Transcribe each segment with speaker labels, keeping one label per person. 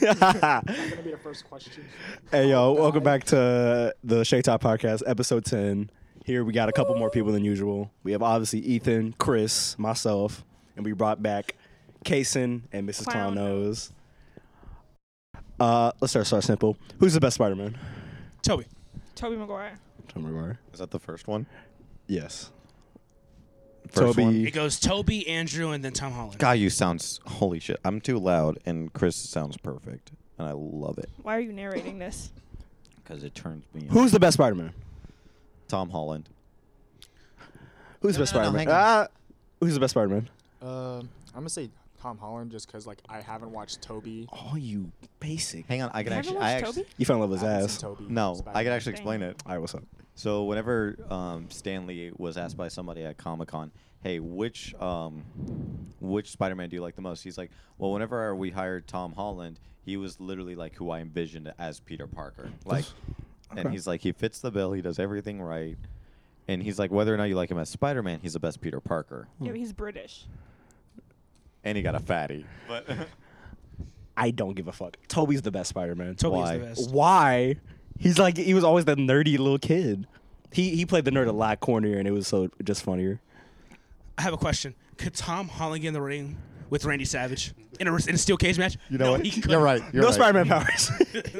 Speaker 1: That's gonna be the first question.
Speaker 2: Hey yo, welcome back to the Shake Top Podcast, episode ten. Here we got a couple more people than usual. We have obviously Ethan, Chris, myself, and we brought back Kason and Mrs. Clown
Speaker 3: Clown
Speaker 2: Nose. Uh, let's start start simple. Who's the best Spider-Man?
Speaker 4: Toby.
Speaker 3: Toby Maguire.
Speaker 2: Tom McGuire.
Speaker 5: Is that the first one?
Speaker 2: Yes.
Speaker 5: First
Speaker 2: Toby.
Speaker 5: one?
Speaker 4: It goes Toby, Andrew, and then Tom Holland.
Speaker 5: God, you sounds holy shit. I'm too loud, and Chris sounds perfect, and I love it
Speaker 3: Why are you narrating this?
Speaker 5: because it turns me. on.
Speaker 2: Who's the best Spider-Man?
Speaker 5: Tom Holland?
Speaker 2: Who's the
Speaker 4: No,
Speaker 2: best
Speaker 4: no, no,
Speaker 2: Spider-Man?
Speaker 4: hang
Speaker 2: Ah, who's the best Spider-Man?
Speaker 1: Uh, I'm gonna say Tom Holland just because like I haven't watched Toby.
Speaker 2: Oh, you basic.
Speaker 5: Hang on, I can
Speaker 3: You
Speaker 5: actually.
Speaker 3: ever
Speaker 5: I
Speaker 3: watched
Speaker 5: actually
Speaker 3: Toby?
Speaker 2: You fell in love with
Speaker 1: I
Speaker 2: his
Speaker 1: haven't
Speaker 2: ass.
Speaker 1: seen Toby.
Speaker 5: no, I
Speaker 1: Spider-Man.
Speaker 5: can actually explain it.
Speaker 2: All right, what's up?
Speaker 5: So whenever um, Stanley was asked by somebody at Comic Con, "Hey, which um, which Spider-Man do you like the most?" He's like, "Well, whenever we hired Tom Holland, he was literally like who I envisioned as Peter Parker. Like, and
Speaker 2: Okay.
Speaker 5: he's like, he fits the bill. He does everything right. And he's like, whether or not you like him as Spider-Man, he's the best Peter Parker.
Speaker 3: Yeah, but he's British.
Speaker 5: And he got a fatty. But
Speaker 2: I don't give a fuck. Toby's the best Spider-Man.
Speaker 4: Toby's
Speaker 5: Why?
Speaker 4: the best.
Speaker 2: Why? He's like he was always the nerdy little kid. He he played the nerd a lot cornier, and it was so just funnier.
Speaker 4: I have a question. Could Tom Holland get in the ring with Randy Savage in a, in a steel cage match?
Speaker 5: you know
Speaker 4: No,
Speaker 5: what?
Speaker 4: he couldn't.
Speaker 5: You're right. You're
Speaker 2: no
Speaker 5: right.
Speaker 2: Spider-Man powers.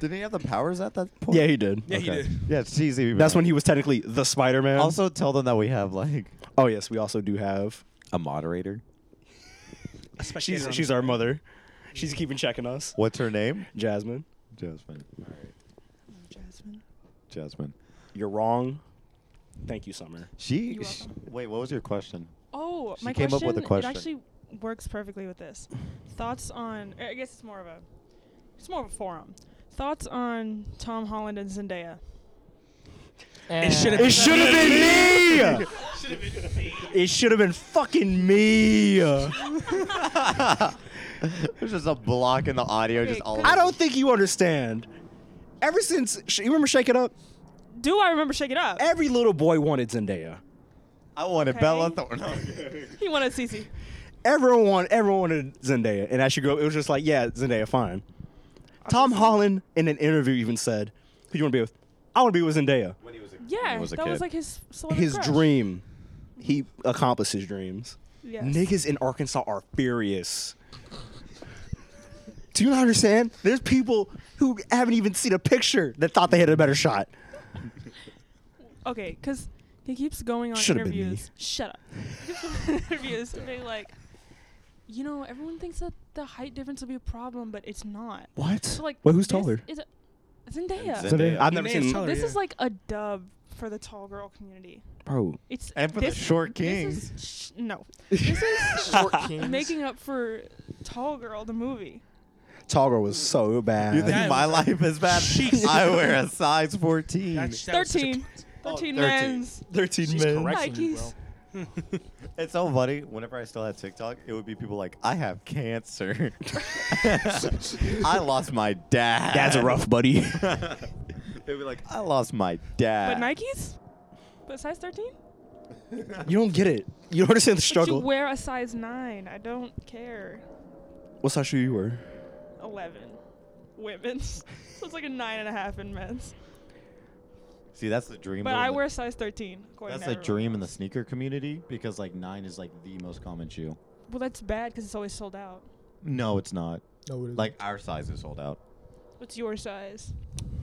Speaker 5: Didn't he have the powers at that point?
Speaker 2: yeah, he did.
Speaker 4: Yeah, he did.
Speaker 5: Yeah, it's easy.
Speaker 2: That's when he was technically the Spider-Man.
Speaker 5: Also, tell them that we have like
Speaker 2: oh yes, we also do have.
Speaker 5: a moderator.
Speaker 4: A spectator
Speaker 2: She's
Speaker 4: on
Speaker 2: she's
Speaker 4: the-
Speaker 2: our mother. She's keeping checking us.
Speaker 5: What's her name?
Speaker 2: Jasmine,
Speaker 5: Jasmine.
Speaker 3: Jasmine.
Speaker 5: Jasmine.
Speaker 2: you're wrong. Thank you, Summer.
Speaker 5: She,
Speaker 3: You're
Speaker 5: sh
Speaker 3: welcome.
Speaker 5: wait. What was your question?
Speaker 3: Oh,
Speaker 5: She
Speaker 3: my
Speaker 5: came up
Speaker 3: question,
Speaker 5: with a question.
Speaker 3: It actually works perfectly with this. Thoughts on? I guess it's more of a, it's more of a forum. Thoughts on Tom Holland and Zendaya?
Speaker 4: It should have
Speaker 2: It should have been me. It should have been fucking me. I
Speaker 5: There's just a block in the audio, just
Speaker 3: Wait,
Speaker 5: all.
Speaker 3: could- I
Speaker 2: don't think you understand. Ever since you remember Shake It Up,
Speaker 3: Do I remember Shake It Up?
Speaker 2: every little boy wanted Zendaya.
Speaker 5: I wanted
Speaker 3: Okay.
Speaker 5: Bella Thorne. No.
Speaker 3: he wanted Cece.
Speaker 2: Everyone wanted, everyone wanted Zendaya, and as she grew up, it was just like, yeah, Zendaya, fine. Tom Holland in an interview even said, "Who you want to be with? I want to be with Zendaya."
Speaker 3: Yeah,
Speaker 5: was a
Speaker 3: that was
Speaker 5: kid.
Speaker 3: like his celebrity
Speaker 2: His
Speaker 3: crush.
Speaker 2: dream, he accomplished his dreams.
Speaker 3: Yes.
Speaker 2: Niggas in Arkansas are furious. Do you not understand? There's people who haven't even seen a picture that thought they had a better shot.
Speaker 3: Okay, because he keeps going on
Speaker 2: Should've been me.
Speaker 3: interviews. Shut up. He keeps going on interviews and being like, you know, everyone thinks that the height difference will be a problem, but it's not.
Speaker 2: What?
Speaker 3: So like,
Speaker 2: Wait, who's
Speaker 3: this
Speaker 2: taller?
Speaker 3: Is it Zendaya?
Speaker 5: Zen-
Speaker 2: Zendaya. Oh, I've never
Speaker 4: Your man's
Speaker 2: seen.
Speaker 4: taller.
Speaker 3: this
Speaker 4: yeah.
Speaker 3: is like a dub for the tall girl community.
Speaker 2: Bro,
Speaker 3: It's
Speaker 5: And for the
Speaker 3: this-
Speaker 5: short
Speaker 3: this is- sh- no, this is
Speaker 1: Short Kings.
Speaker 3: making up for Tall Girl the movie.
Speaker 2: Tall girl was so bad.
Speaker 5: You think
Speaker 4: That
Speaker 5: my
Speaker 4: was-
Speaker 5: life is bad?
Speaker 4: Jeez.
Speaker 5: I wear a size 14.
Speaker 4: That's- that was such a-
Speaker 3: 13. 13
Speaker 5: 13.
Speaker 3: men's.
Speaker 2: 13
Speaker 1: She's
Speaker 2: men.
Speaker 1: correcting you, bro.
Speaker 3: Nikes.
Speaker 5: It's so funny. Whenever I still had TikTok, it would be people like, "I have cancer. I lost my dad."
Speaker 2: Dad's a rough buddy.
Speaker 5: It'd be like, "I lost my dad."
Speaker 3: But Nikes? But size 13?
Speaker 2: you don't get it. You don't understand the
Speaker 3: But
Speaker 2: struggle.
Speaker 3: you wear a size 9. I don't care.
Speaker 2: what size shoe you wear?
Speaker 3: 11. Women's. so it's like a 9.5 in men's.
Speaker 5: See, that's the dream.
Speaker 3: But
Speaker 5: though,
Speaker 3: I
Speaker 5: in the-
Speaker 3: wear a size 13. according
Speaker 5: That's
Speaker 3: to
Speaker 5: a
Speaker 3: everyone
Speaker 5: dream in the
Speaker 3: else.
Speaker 5: sneaker community because like nine is like the most common shoe.
Speaker 3: Well, that's bad because it's always sold out.
Speaker 5: No, it's not.
Speaker 1: No, it is.
Speaker 5: Like our size is sold out.
Speaker 3: What's your size?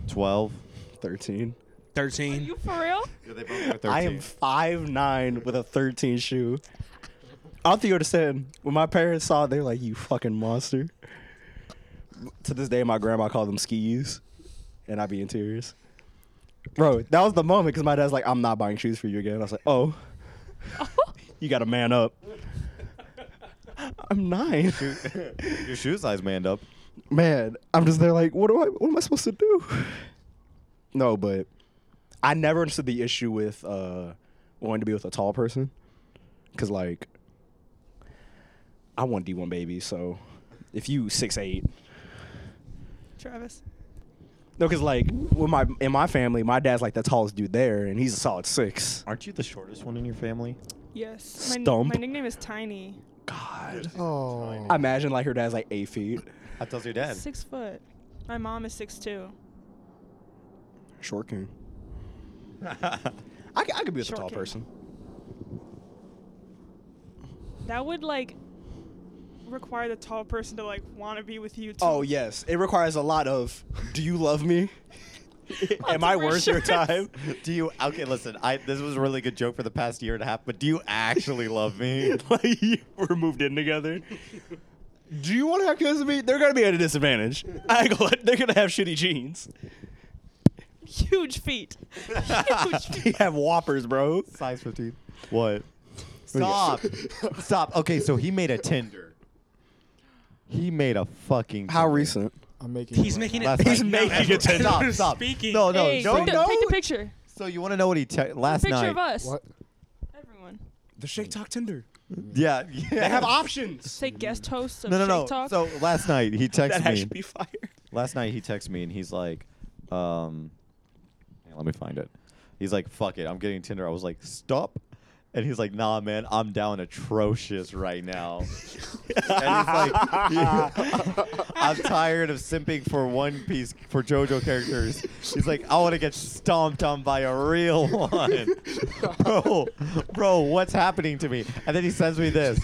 Speaker 5: Twelve.
Speaker 2: 13.
Speaker 3: Are
Speaker 4: 13.
Speaker 3: you for real?
Speaker 2: I am five nine with a 13 shoe. I don't think you understand. When my parents saw it, they were like, you fucking monster. To this day, my grandma called them skis, and I be in tears. Bro, that was the moment because my dad's like, I'm not buying shoes for you again. I was like, oh, you got to man up. I'm nine.
Speaker 5: Your shoe size manned up.
Speaker 2: man, I'm just there like, what do I what am I supposed to do? No, but I never understood the issue with uh wanting to be with a tall person. Cause like I want D one baby, so if you six eight
Speaker 3: Travis.
Speaker 2: no, cause like with my in my family, my dad's like the tallest dude there, and he's a solid six.
Speaker 5: Aren't you the shortest one in your family?
Speaker 3: Yes. My, n-
Speaker 2: Stump.
Speaker 3: my nickname is Tiny.
Speaker 2: God,
Speaker 1: Oh.
Speaker 2: I imagine like her dad's like eight feet.
Speaker 5: That tells your dad.
Speaker 3: Six foot. My mom is six two.
Speaker 2: Short king.
Speaker 5: I
Speaker 2: I, c- I could be with
Speaker 3: Short
Speaker 2: a tall
Speaker 3: king.
Speaker 2: person.
Speaker 3: That would like require the tall person to like want to be with you. Too.
Speaker 2: Oh yes, it requires a lot of. Do you love me? Am I worth your time?
Speaker 5: do you okay? Listen, I this was a really good joke for the past year and a half, but do you actually love me?
Speaker 2: like you were moved in together. Do you want to have kids with me? They're gonna be at a disadvantage. I ain't gonna, they're gonna have shitty jeans.
Speaker 3: Huge feet. Huge feet.
Speaker 2: They have whoppers, bro.
Speaker 5: Size fifteen. What? Stop. Stop. Okay, so he made a Tinder. He made a fucking.
Speaker 2: How
Speaker 5: Tinder.
Speaker 2: recent?
Speaker 1: I'm making.
Speaker 4: He's making it.
Speaker 5: Last
Speaker 4: right
Speaker 5: night.
Speaker 4: now
Speaker 2: making
Speaker 4: as
Speaker 2: it
Speaker 4: we're-
Speaker 5: Stop.
Speaker 4: we're
Speaker 5: Stop.
Speaker 4: Speaking.
Speaker 5: No. No.
Speaker 3: hey,
Speaker 5: no.
Speaker 3: take,
Speaker 5: no.
Speaker 3: The, take the picture.
Speaker 5: So you want to know what he te- last
Speaker 3: Picture
Speaker 5: night?
Speaker 3: of us.
Speaker 1: What?
Speaker 3: Everyone.
Speaker 2: The Shake Talk Tinder.
Speaker 5: Yeah. yeah.
Speaker 2: They have options.
Speaker 3: Say guest host of
Speaker 5: No, no,
Speaker 3: Shake
Speaker 5: no.
Speaker 3: Talk.
Speaker 5: So last night he texted
Speaker 2: That
Speaker 5: me.
Speaker 2: should be fire.
Speaker 5: Last night he texted me and he's like, um, hang on, let me find it. He's like, fuck it, I'm getting Tinder. I was like, stop. And he's like, nah, man, I'm down atrocious right now. and he's like, I'm tired of simping for One Piece, for JoJo characters. He's like, I want to get stomped on by a real one. bro, bro, what's happening to me? And then he sends me this.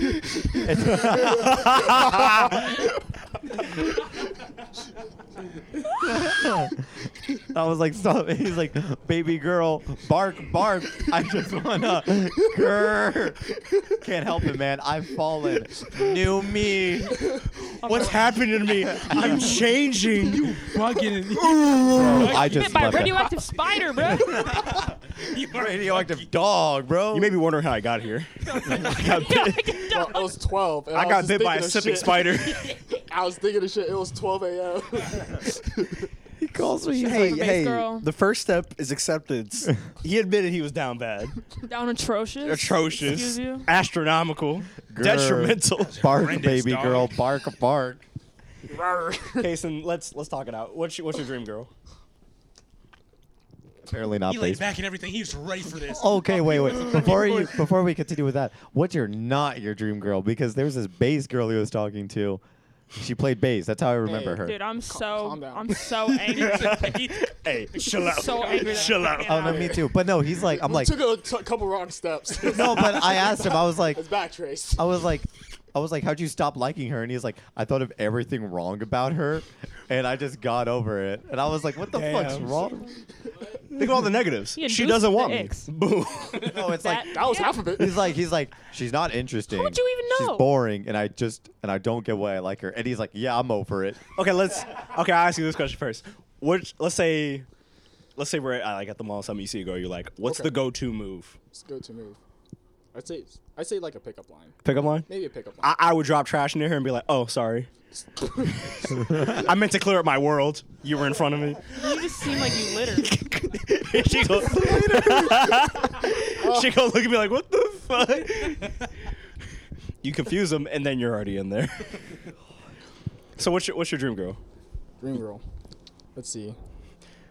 Speaker 5: I was like, stop. He's like, baby girl, bark, bark. I just wanna grr. Can't help it, man. I've fallen. New me.
Speaker 2: What's happening to me? I'm changing. You
Speaker 4: Bugging.
Speaker 5: I
Speaker 3: Bit
Speaker 5: just
Speaker 3: by a
Speaker 5: left it.
Speaker 3: radioactive spider, bro.
Speaker 4: You are
Speaker 5: radioactive dog, bro.
Speaker 2: may be wondering how I got here.
Speaker 1: Well, I was 12. and
Speaker 2: I
Speaker 1: was
Speaker 2: got
Speaker 1: just
Speaker 2: bit by a
Speaker 1: thinking of
Speaker 2: sipping
Speaker 1: shit.
Speaker 2: spider.
Speaker 1: I was thinking of shit. It was 12 a.m.
Speaker 5: he calls me.
Speaker 3: She's
Speaker 5: Hey,
Speaker 3: like a base girl.
Speaker 2: the first step is acceptance. He admitted he was down bad,
Speaker 3: Down atrocious. Excuse
Speaker 2: atrocious,
Speaker 3: you.
Speaker 2: astronomical,
Speaker 5: Grr.
Speaker 2: detrimental.
Speaker 5: bark,
Speaker 4: horrendous
Speaker 5: baby
Speaker 4: dog.
Speaker 5: girl, bark, bark.
Speaker 2: Kason, let's let's talk it out. What's your, what's your dream girl?
Speaker 5: Apparently not
Speaker 4: He laid
Speaker 5: based.
Speaker 4: back and everything. He was ready for this.
Speaker 5: Okay, wait, wait. Before you, before we continue with that, what's your not your dream girl? Because there was this bass girl he was talking to. She played bass. That's how I remember
Speaker 1: Hey,
Speaker 5: her.
Speaker 3: Dude, I'm so
Speaker 1: calm down.
Speaker 3: I'm so angry.
Speaker 2: Hey, chill out.
Speaker 3: so angry.
Speaker 2: Chill out.
Speaker 5: oh no, me too. But no, he's like, I'm
Speaker 1: We
Speaker 5: like,
Speaker 1: took a t- couple wrong steps.
Speaker 5: no. But I asked him. I was like,
Speaker 1: It's backtraced.
Speaker 5: I was like, I was like, how'd you stop liking her? And he's like, I thought of everything wrong about her, and I just got over it. And I was like, what the fuck's
Speaker 2: Damn.
Speaker 5: wrong?
Speaker 2: Think of all the negatives.
Speaker 3: He
Speaker 2: She
Speaker 3: induced
Speaker 2: doesn't
Speaker 3: the
Speaker 2: want me.
Speaker 3: icks.
Speaker 2: Boo.
Speaker 5: No, it's like
Speaker 1: That was half of it.
Speaker 5: He's like, he's like, she's not interesting.
Speaker 3: How would you even know?
Speaker 5: She's boring, and I just, and I don't get why I like her. And he's like, yeah, I'm over it.
Speaker 2: okay, let's. Okay, I will ask you this question first. Which let's say, let's say we're at, like at the mall. Something you see a girl, you're like, what's
Speaker 1: Okay.
Speaker 2: the go-to move?
Speaker 1: Let's go to move. I'd say I'd say like a pickup line.
Speaker 2: Pickup line.
Speaker 1: Maybe a pickup line.
Speaker 2: I, I would drop trash near her and be like, oh, sorry. I meant to clear up my world. You were in front of me.
Speaker 3: You just seem like you litter.
Speaker 2: she goes, she goes look at me like, what the fuck? you confuse them, and then you're already in there. so what's your what's your dream girl?
Speaker 1: Dream girl. Let's see.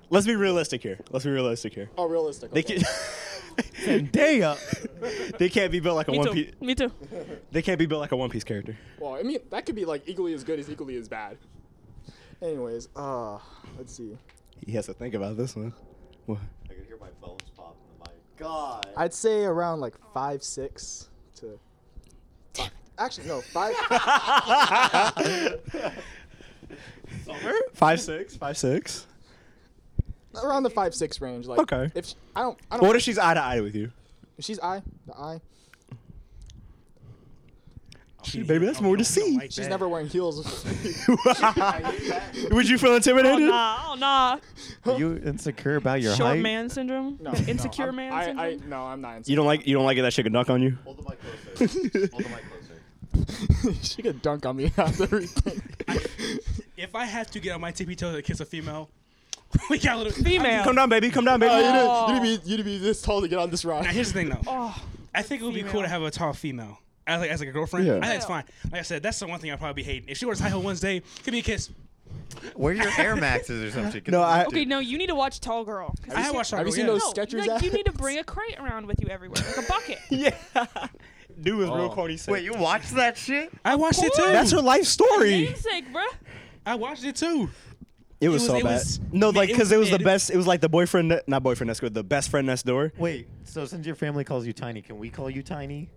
Speaker 2: Let's be realistic here. Let's be realistic here.
Speaker 1: Oh, realistic.
Speaker 2: They
Speaker 1: okay.
Speaker 2: can Zendaya. they can't be built like a
Speaker 3: Me
Speaker 2: one
Speaker 3: too.
Speaker 2: piece.
Speaker 3: Me too.
Speaker 2: They can't be built like a one piece character.
Speaker 1: Well, I mean, that could be like equally as good as equally as bad. Anyways, uh, let's see.
Speaker 2: He has to think about this one. What?
Speaker 5: I could hear my bones pop. My God.
Speaker 1: I'd say around like five six to. Five. Actually, no, five.
Speaker 2: Five six, five six.
Speaker 1: around the five six range. Like,
Speaker 2: Okay.
Speaker 1: If sh I don't, I don't.
Speaker 2: What if she's eye to eye with you?
Speaker 1: if she's I, the I.
Speaker 4: Shit,
Speaker 2: Baby, that's
Speaker 4: I
Speaker 2: more
Speaker 4: don't- I don't
Speaker 2: deceit.
Speaker 4: like
Speaker 1: She's
Speaker 4: that.
Speaker 1: never wearing heels.
Speaker 2: Would you feel
Speaker 3: Oh
Speaker 2: intimidated?
Speaker 3: nah. Oh nah.
Speaker 5: Are you insecure about your
Speaker 3: Short
Speaker 5: height?
Speaker 3: man syndrome.
Speaker 1: No,
Speaker 3: Like
Speaker 1: no,
Speaker 3: insecure
Speaker 1: I'm-
Speaker 3: man syndrome.
Speaker 1: I, I, no, I'm not.
Speaker 2: You don't like you don't like it that she could knock on you.
Speaker 5: Hold the mic closer. Hold the mic closer.
Speaker 1: she could dunk on me after everything.
Speaker 4: If I have to get on my tippy toes to kiss a female, we got a little
Speaker 3: Female.
Speaker 2: Come down, baby. Come down, baby.
Speaker 3: Oh.
Speaker 1: you'd, be, you'd be this tall to get on this rod.
Speaker 4: Now here's the thing though.
Speaker 3: oh,
Speaker 4: I think it would be cool
Speaker 3: Female.
Speaker 4: to have a tall female. As like, as like a girlfriend,
Speaker 2: Yeah.
Speaker 4: I think it's fine. Like I said, that's the one thing I'd probably be hating. If she wears high heel Wednesday, give me a kiss.
Speaker 5: Wear your Air Maxes or something.
Speaker 2: No, I-
Speaker 3: okay, no, you need to watch Tall Girl. 'Cause
Speaker 4: I
Speaker 3: you
Speaker 4: have
Speaker 3: can't-
Speaker 4: watched
Speaker 1: Have you seen
Speaker 4: yeah.
Speaker 1: those-
Speaker 3: No,
Speaker 1: Skechers
Speaker 3: like you
Speaker 1: ads?
Speaker 3: need to bring a crate around with you everywhere, like a bucket.
Speaker 2: Oh, Yeah. Dude was real corny.
Speaker 5: watch that shit?
Speaker 4: I watched it too.
Speaker 2: That's her life story.
Speaker 3: Namesake, bruh.
Speaker 4: I watched it too.
Speaker 2: It was,
Speaker 4: was-
Speaker 2: so
Speaker 4: it
Speaker 2: bad.
Speaker 4: was-
Speaker 2: no,
Speaker 4: man,
Speaker 2: like
Speaker 4: it
Speaker 2: because
Speaker 4: was-
Speaker 2: it was the
Speaker 4: it-
Speaker 2: best. It was like the boyfriend, ne- not boyfriend next door, the best friend next door.
Speaker 5: Wait, so since your family calls you Tiny, can we call you Tiny?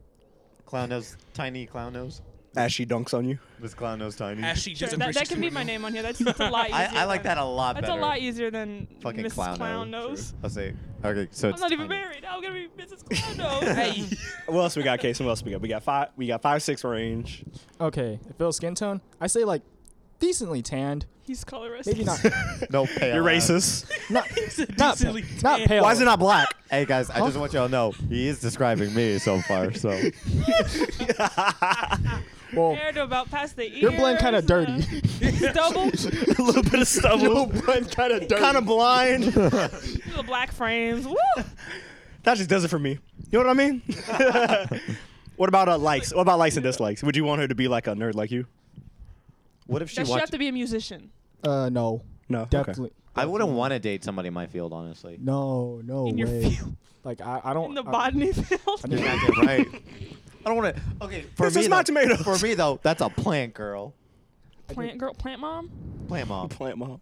Speaker 5: Clown nose, Tiny Clown nose.
Speaker 2: As she dunks on you.
Speaker 5: This clown nose Tiny.
Speaker 4: Ashley
Speaker 3: Sure,
Speaker 4: just
Speaker 3: that, that can be my name on here. That's, that's a lot
Speaker 5: I-
Speaker 3: easier.
Speaker 5: I like
Speaker 3: than-
Speaker 5: that a lot
Speaker 3: That's
Speaker 5: better.
Speaker 3: a lot easier than
Speaker 5: Fucking
Speaker 3: Mrs.
Speaker 5: clown,
Speaker 3: Clown
Speaker 5: nose.
Speaker 3: Nose.
Speaker 5: I'll say. Okay, so
Speaker 3: I'm
Speaker 5: it's
Speaker 3: not even
Speaker 5: Tiny.
Speaker 3: married. I'm gonna be Mrs. Clown Nose. hey.
Speaker 2: What else we got, Casey? What else we got? We got five. We got five six range.
Speaker 1: Okay, Phil's skin tone, I say like decently tanned.
Speaker 3: He's colorist.
Speaker 1: Maybe not.
Speaker 5: No pale.
Speaker 2: You're
Speaker 5: ass.
Speaker 2: racist.
Speaker 1: not,
Speaker 4: He's a
Speaker 1: not, pale,
Speaker 4: decently
Speaker 1: not
Speaker 4: tanned-
Speaker 1: pale.
Speaker 2: Why is it not black?
Speaker 5: Hey guys, I just want y'all to know he is describing me so far. So
Speaker 1: Well,
Speaker 3: Hair to about past the ears.
Speaker 1: your blend kind of
Speaker 3: uh,
Speaker 1: dirty.
Speaker 3: Stubble.
Speaker 2: a little bit of
Speaker 1: your
Speaker 2: stubble.
Speaker 1: blend kind of dirty.
Speaker 2: kind of blind.
Speaker 3: little black frames. Woo.
Speaker 2: that just does it for me. You know what I mean? what about uh, likes? What about likes and dislikes? Would you want her to be like a nerd like you?
Speaker 5: what if she
Speaker 3: Does she have
Speaker 5: watched?
Speaker 3: to be a musician?
Speaker 1: Uh, no,
Speaker 2: No.
Speaker 1: definitely.
Speaker 6: I wouldn't want to date somebody in my field, honestly.
Speaker 1: No, no
Speaker 3: In your
Speaker 1: way.
Speaker 3: field.
Speaker 1: Like I, I don't.
Speaker 3: In the
Speaker 1: I-
Speaker 3: botany field?
Speaker 1: I need-
Speaker 5: You're goddamn right. I don't want to. Okay, for
Speaker 2: This
Speaker 5: me
Speaker 2: is my
Speaker 5: though-
Speaker 2: tomatoes.
Speaker 5: For me though, that's a plant girl.
Speaker 3: plant girl, plant mom.
Speaker 5: Plant mom.
Speaker 2: Okay. Plant mom.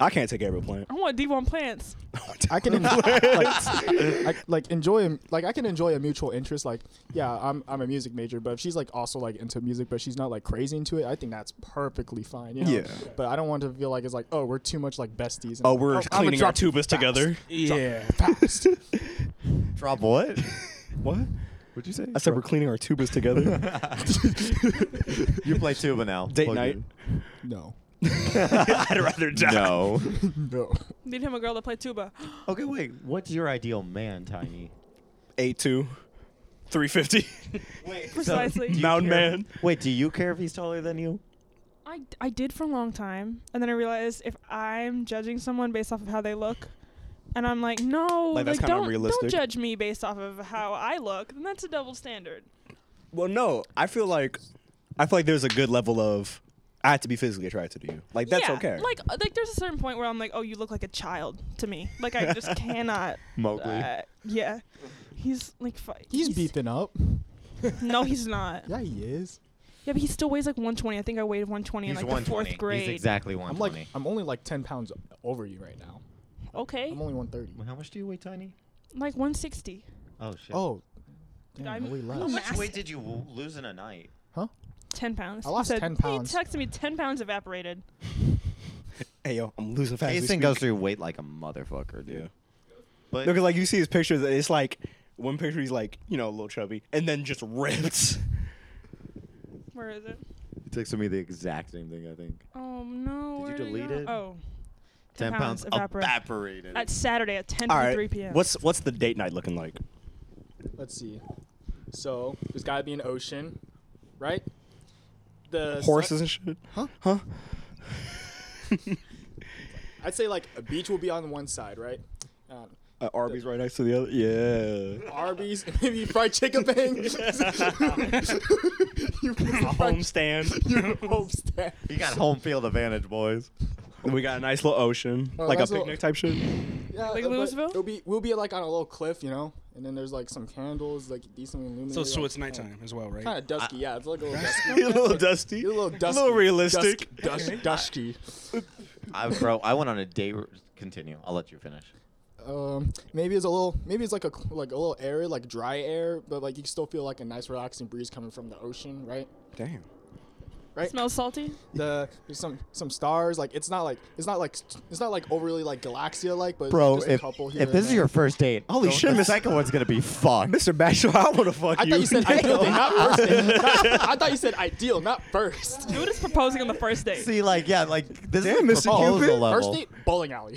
Speaker 2: I can't take every plant.
Speaker 3: I want D1 plants.
Speaker 1: I can en- like, I, like enjoy a- like I can enjoy a mutual interest. Like yeah, I'm I'm a music major, but if she's like also like into music, but she's not like crazy into it, I think that's perfectly fine. You know?
Speaker 2: Yeah.
Speaker 1: But I don't want to feel like it's like oh we're too much like besties. And
Speaker 2: Oh,
Speaker 1: like,
Speaker 2: we're
Speaker 1: I'ma
Speaker 2: cleaning our
Speaker 1: drop you
Speaker 2: tubas
Speaker 1: fast,
Speaker 2: together.
Speaker 4: Yeah.
Speaker 1: Fast.
Speaker 5: Drop what?
Speaker 2: What?
Speaker 5: What'd you say?
Speaker 2: I said we're cleaning our tubas together.
Speaker 5: You play tuba now.
Speaker 2: Date
Speaker 5: Plug
Speaker 2: night.
Speaker 5: in.
Speaker 1: no,
Speaker 2: I'd rather die.
Speaker 5: No.
Speaker 1: no.
Speaker 3: Need him a girl to play tuba.
Speaker 5: okay, wait.
Speaker 6: What's your ideal man, Tiny?
Speaker 2: Eight two. 350
Speaker 5: Wait.
Speaker 3: Precisely.
Speaker 2: mountain man
Speaker 6: Wait, do you care if he's taller than you?
Speaker 3: I, I did for a long time. And then I realized if I'm judging someone based off of how they look, and I'm like, no,
Speaker 2: Like,
Speaker 3: like,
Speaker 2: that's kinda
Speaker 3: don't,
Speaker 2: unrealistic.
Speaker 3: don't judge me based off of how I look, then that's a double standard.
Speaker 2: well no i feel like i feel like there's a good level of i have to be physically attracted to you like that's
Speaker 3: yeah,
Speaker 2: okay
Speaker 3: Like, uh, like there's a certain point where I'm like, oh, you look like a child to me. Like, I just cannot.
Speaker 5: Mowgli.
Speaker 3: uh, yeah. He's like, fi-
Speaker 1: He's beefing up.
Speaker 3: No, he's not.
Speaker 1: Yeah, he is.
Speaker 3: Yeah, but he still weighs like 120. I think I weighed 120 in
Speaker 5: He's
Speaker 3: like the fourth
Speaker 5: 120.
Speaker 3: grade.
Speaker 6: He's exactly
Speaker 1: I'm
Speaker 6: 120.
Speaker 1: like I'm only like ten pounds over you right now.
Speaker 3: Okay,
Speaker 1: I'm only one thirty.
Speaker 5: um, How much do you weigh, Tiny?
Speaker 3: like 160.
Speaker 6: oh shit.
Speaker 1: Oh, damn,
Speaker 3: I'm-
Speaker 1: holy
Speaker 3: I'm
Speaker 1: less.
Speaker 3: a massive-
Speaker 6: did you w- lose in a night?
Speaker 3: 10 pounds.
Speaker 1: I
Speaker 3: He
Speaker 1: lost
Speaker 3: said-
Speaker 1: 10 pounds.
Speaker 3: He texted me 10 pounds evaporated.
Speaker 2: hey yo i'm losing fast as we
Speaker 6: Jason
Speaker 2: speak.
Speaker 6: goes through weight like a motherfucker, dude. But
Speaker 2: No, 'cause, like you see his pictures, it's like one picture he's like you know a little chubby, and then just ripped.
Speaker 3: Where is it?
Speaker 5: He texted me the exact same thing, I think.
Speaker 3: Oh no.
Speaker 5: Did you
Speaker 3: where'd
Speaker 5: delete
Speaker 3: go?
Speaker 5: it?
Speaker 3: Oh.
Speaker 5: 10, pounds
Speaker 3: evaporated.
Speaker 5: evaporated.
Speaker 3: At Saturday at 10
Speaker 2: All
Speaker 3: to
Speaker 2: right,
Speaker 3: 3 p.m.
Speaker 2: what's what's the date night looking like?
Speaker 1: Let's see. So there's got to be an ocean, right? The sun-
Speaker 2: Horses and shit.
Speaker 1: Huh?
Speaker 2: Huh?
Speaker 1: I'd say like a beach will be on one side, right? Um,
Speaker 2: Uh, Arby's right next to the other. Yeah.
Speaker 1: Arby's, maybe fried chicken bang. you
Speaker 2: Homestand.
Speaker 1: Your homestead.
Speaker 5: you got home field advantage, boys.
Speaker 2: we got a nice little ocean,
Speaker 1: Oh,
Speaker 2: like a
Speaker 1: nice little-
Speaker 2: picnic type shit.
Speaker 1: Yeah,
Speaker 3: Like
Speaker 1: uh, but
Speaker 3: Louisville?
Speaker 1: It'll be we'll be like on a little cliff, you know, and then there's like some candles, like decently illuminated.
Speaker 4: So so it's nighttime as well, right?
Speaker 1: Kind of dusky, yeah. It's like a little dusky.
Speaker 2: a little dusty.
Speaker 1: A little dusky.
Speaker 2: realistic.
Speaker 1: Dusk, dusk, dusky.
Speaker 6: I, bro, I went on a date. Continue. I'll let you finish.
Speaker 1: Um, maybe it's a little, maybe it's like a like a little air, like dry air, but like you still feel like a nice relaxing breeze coming from the ocean, right?
Speaker 2: Damn.
Speaker 1: Right.
Speaker 3: Smells salty?
Speaker 1: the there's some some stars. Like it's not like it's not like it's not like overly like Galaxia like, but
Speaker 5: Bro,
Speaker 1: just a
Speaker 5: if,
Speaker 1: couple here.
Speaker 5: if
Speaker 1: and
Speaker 5: this is
Speaker 1: there.
Speaker 5: your first date,
Speaker 2: Holy
Speaker 5: the-
Speaker 2: shit,
Speaker 5: the
Speaker 2: Miss-
Speaker 5: second one's gonna be fucked.
Speaker 2: Mr. Bachelor, I want to fuck
Speaker 1: I
Speaker 2: you.
Speaker 1: thought you said
Speaker 2: Damn.
Speaker 1: ideal, thing, not first. thing. Not- I thought you said ideal, not first.
Speaker 3: Dude is proposing on the first date.
Speaker 5: See, like, yeah, like this
Speaker 2: Damn,
Speaker 5: is
Speaker 2: Mr.
Speaker 5: a proposal
Speaker 2: Cupid.
Speaker 5: level.
Speaker 1: First date, bowling alley.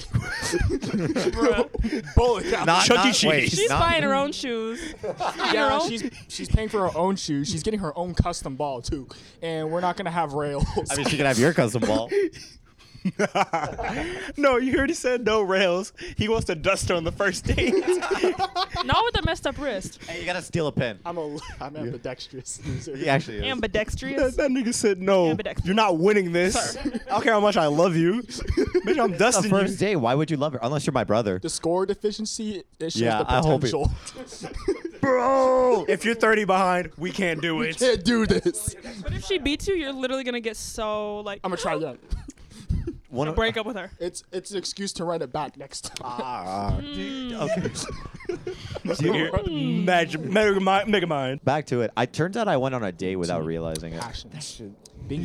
Speaker 3: bruh.
Speaker 1: bowling alley.
Speaker 5: Not,
Speaker 2: Chuck E.
Speaker 5: not, wait,
Speaker 2: Cheese.
Speaker 3: She's
Speaker 5: not-
Speaker 3: buying her own shoes. Her
Speaker 1: yeah,
Speaker 3: own?
Speaker 1: she's she's paying for her own shoes. She's getting her own custom ball too, and we're not gonna have rails.
Speaker 5: I mean, she can have your custom ball.
Speaker 2: no, you heard he said no rails. He wants to dust her on the first date.
Speaker 3: Not with a messed up wrist.
Speaker 5: hey, you gotta steal a pen.
Speaker 1: I'm a I'm ambidextrous. loser.
Speaker 5: He actually is.
Speaker 2: That,
Speaker 3: Ambidextrous.
Speaker 2: that nigga said, "No,
Speaker 3: Ambidextrous.
Speaker 2: you're not winning this. I don't care how much I love you, bitch. I'm
Speaker 5: a
Speaker 2: dusting you."
Speaker 5: first date. Why would you love her? Unless you're my brother.
Speaker 1: The score deficiency it shows
Speaker 5: Yeah,
Speaker 1: the
Speaker 5: I hope it-
Speaker 1: potential.
Speaker 7: bro.
Speaker 2: If you're 30 behind, we can't do it.
Speaker 1: Can't do this.
Speaker 3: But if she beats you, you're literally gonna get so like.
Speaker 1: I'm gonna try again.
Speaker 5: One of,
Speaker 3: break up with her.
Speaker 1: It's it's an excuse to write it back next time.
Speaker 2: Ah,
Speaker 7: Okay.
Speaker 2: magic, mega mind, mega mind.
Speaker 5: back to it. I turns out I went on a date without realizing it.
Speaker 1: Passion. That shit.
Speaker 2: you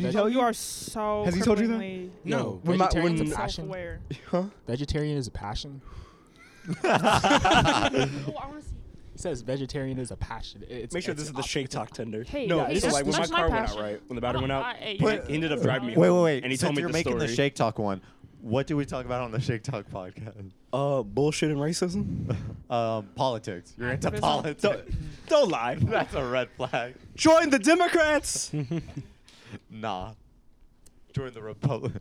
Speaker 3: Oh,
Speaker 2: tell
Speaker 1: Being
Speaker 3: you are so.
Speaker 2: Has he told you that?
Speaker 3: cripplingly
Speaker 4: No.
Speaker 2: When my-
Speaker 1: vegetarian
Speaker 2: when-
Speaker 1: is a passion.
Speaker 3: Self-aware.
Speaker 2: Huh?
Speaker 1: Vegetarian is a passion.
Speaker 3: oh, I want to see.
Speaker 1: He says vegetarian is a passion. It's,
Speaker 2: Make sure
Speaker 1: it's
Speaker 2: this is the shake talk tender.
Speaker 3: Hey,
Speaker 2: no,
Speaker 3: yeah,
Speaker 1: it's
Speaker 2: so like when my
Speaker 3: just-
Speaker 2: car
Speaker 3: that's
Speaker 2: went out,
Speaker 3: my passion.
Speaker 2: right? When the battery went out,
Speaker 3: I- I-
Speaker 2: he ended up driving me.
Speaker 5: Wait,
Speaker 2: home,
Speaker 5: wait, wait.
Speaker 2: And he
Speaker 5: Since
Speaker 2: told me
Speaker 5: you're
Speaker 2: the
Speaker 5: making
Speaker 2: story.
Speaker 5: the Shake Talk one,
Speaker 7: What do we talk about on the Shake Talk podcast?
Speaker 2: Uh, bullshit and racism.
Speaker 7: Um, politics. You're into
Speaker 3: Activism.
Speaker 7: politics.
Speaker 2: don't, don't lie.
Speaker 7: That's a red flag.
Speaker 2: Join the Democrats.
Speaker 7: Nah. Join the Republic.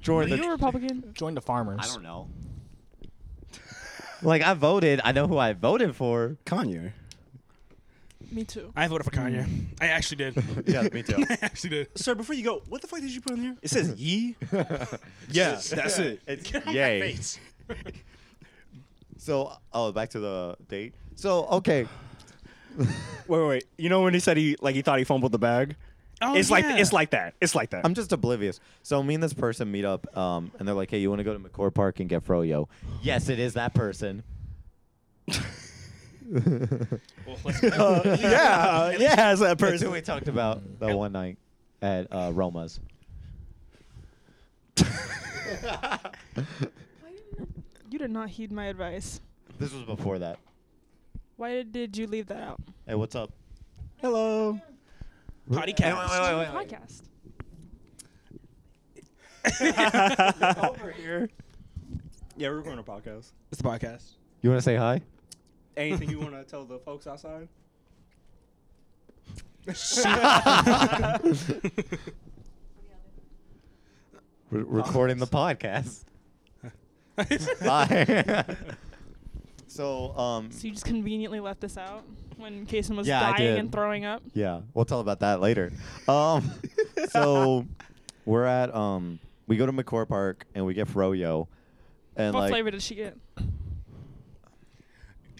Speaker 7: Join
Speaker 3: Are you a
Speaker 7: the.
Speaker 3: Republican?
Speaker 1: join the farmers.
Speaker 5: I don't know.
Speaker 7: Like I voted. I know who I voted for.
Speaker 2: Kanye.
Speaker 3: Me too.
Speaker 4: I voted for Kanye. I actually did.
Speaker 7: Yeah, me too.
Speaker 4: I actually did.
Speaker 2: Sir, before you go, what the fuck did you put in there? It says ye. yeah, that's it.
Speaker 7: It's
Speaker 5: Yay.
Speaker 7: So, oh, back to the date.
Speaker 5: So okay,
Speaker 2: Wait, wait, wait. You know when he said he like he thought he fumbled the bag?
Speaker 4: Oh,
Speaker 2: it's like
Speaker 4: yeah.
Speaker 2: it's like that. It's like that.
Speaker 5: I'm just oblivious. So me and this person meet up, um, and they're like, "Hey, you want to go to McCord Park and get froyo?" Yes, it is that person. Uh,
Speaker 4: Well, let's go.
Speaker 2: Uh, yeah, yeah, it's that
Speaker 5: That's who
Speaker 2: person.
Speaker 5: we talked about that one night at uh, Roma's.
Speaker 3: You did not heed my advice.
Speaker 5: This was before that.
Speaker 3: Why did you leave that out?
Speaker 7: Hey, what's up?
Speaker 2: Hello.
Speaker 4: potty
Speaker 7: wait,
Speaker 4: cast.
Speaker 7: wait, wait.
Speaker 3: Podcast.
Speaker 2: Over here. Yeah, we're recording a podcast.
Speaker 4: It's the podcast.
Speaker 5: You want to say hi?
Speaker 2: Anything you want to tell the folks outside?
Speaker 7: Re- recording the podcast.
Speaker 4: Bye.
Speaker 7: Bye. so, um,
Speaker 3: So you just conveniently left this out when Kason was
Speaker 7: Yeah, I
Speaker 3: dying
Speaker 7: did.
Speaker 3: and throwing up.
Speaker 7: yeah, we'll tell about that later.
Speaker 5: Um, so we're at um, we go to McCord Park and we get froyo, and
Speaker 3: what
Speaker 5: like
Speaker 3: flavor did she get?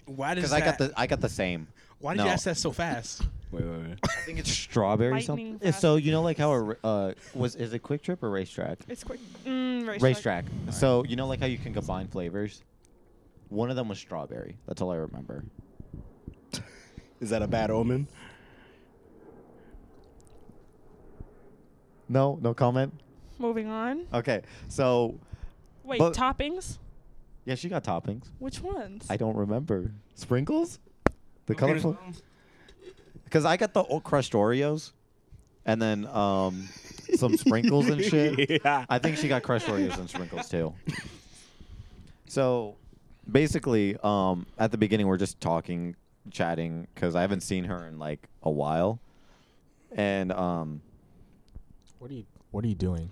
Speaker 4: Why does
Speaker 5: because I
Speaker 4: that?
Speaker 5: got the I got the same.
Speaker 4: Why did you
Speaker 5: No.
Speaker 4: ask that so fast?
Speaker 2: Wait, wait,
Speaker 5: I think it's strawberry
Speaker 3: Lightning
Speaker 5: something.
Speaker 3: fast.
Speaker 5: So you know like how a ra- uh, was is it Quick Trip or Racetrack?
Speaker 3: It's quick. Mm, racetrack.
Speaker 5: Racetrack. So you know, like how you can combine flavors. One of them was strawberry. That's all I remember.
Speaker 2: Is that a bad omen?
Speaker 7: No, no comment.
Speaker 3: Moving on.
Speaker 7: Okay, so
Speaker 3: Wait,
Speaker 7: but-
Speaker 3: toppings?
Speaker 5: Yeah, she got toppings.
Speaker 3: Which ones?
Speaker 5: I don't remember.
Speaker 7: sprinkles, the
Speaker 4: Okay, there's-
Speaker 7: colorful.
Speaker 5: Cause I got the old crushed Oreos, and then um, some sprinkles and shit.
Speaker 2: yeah.
Speaker 5: I think she got crushed Oreos and sprinkles too. So, basically, um, at the beginning we're just talking, chatting, cause I haven't seen her in like a while, and um,
Speaker 1: What are you What are you doing?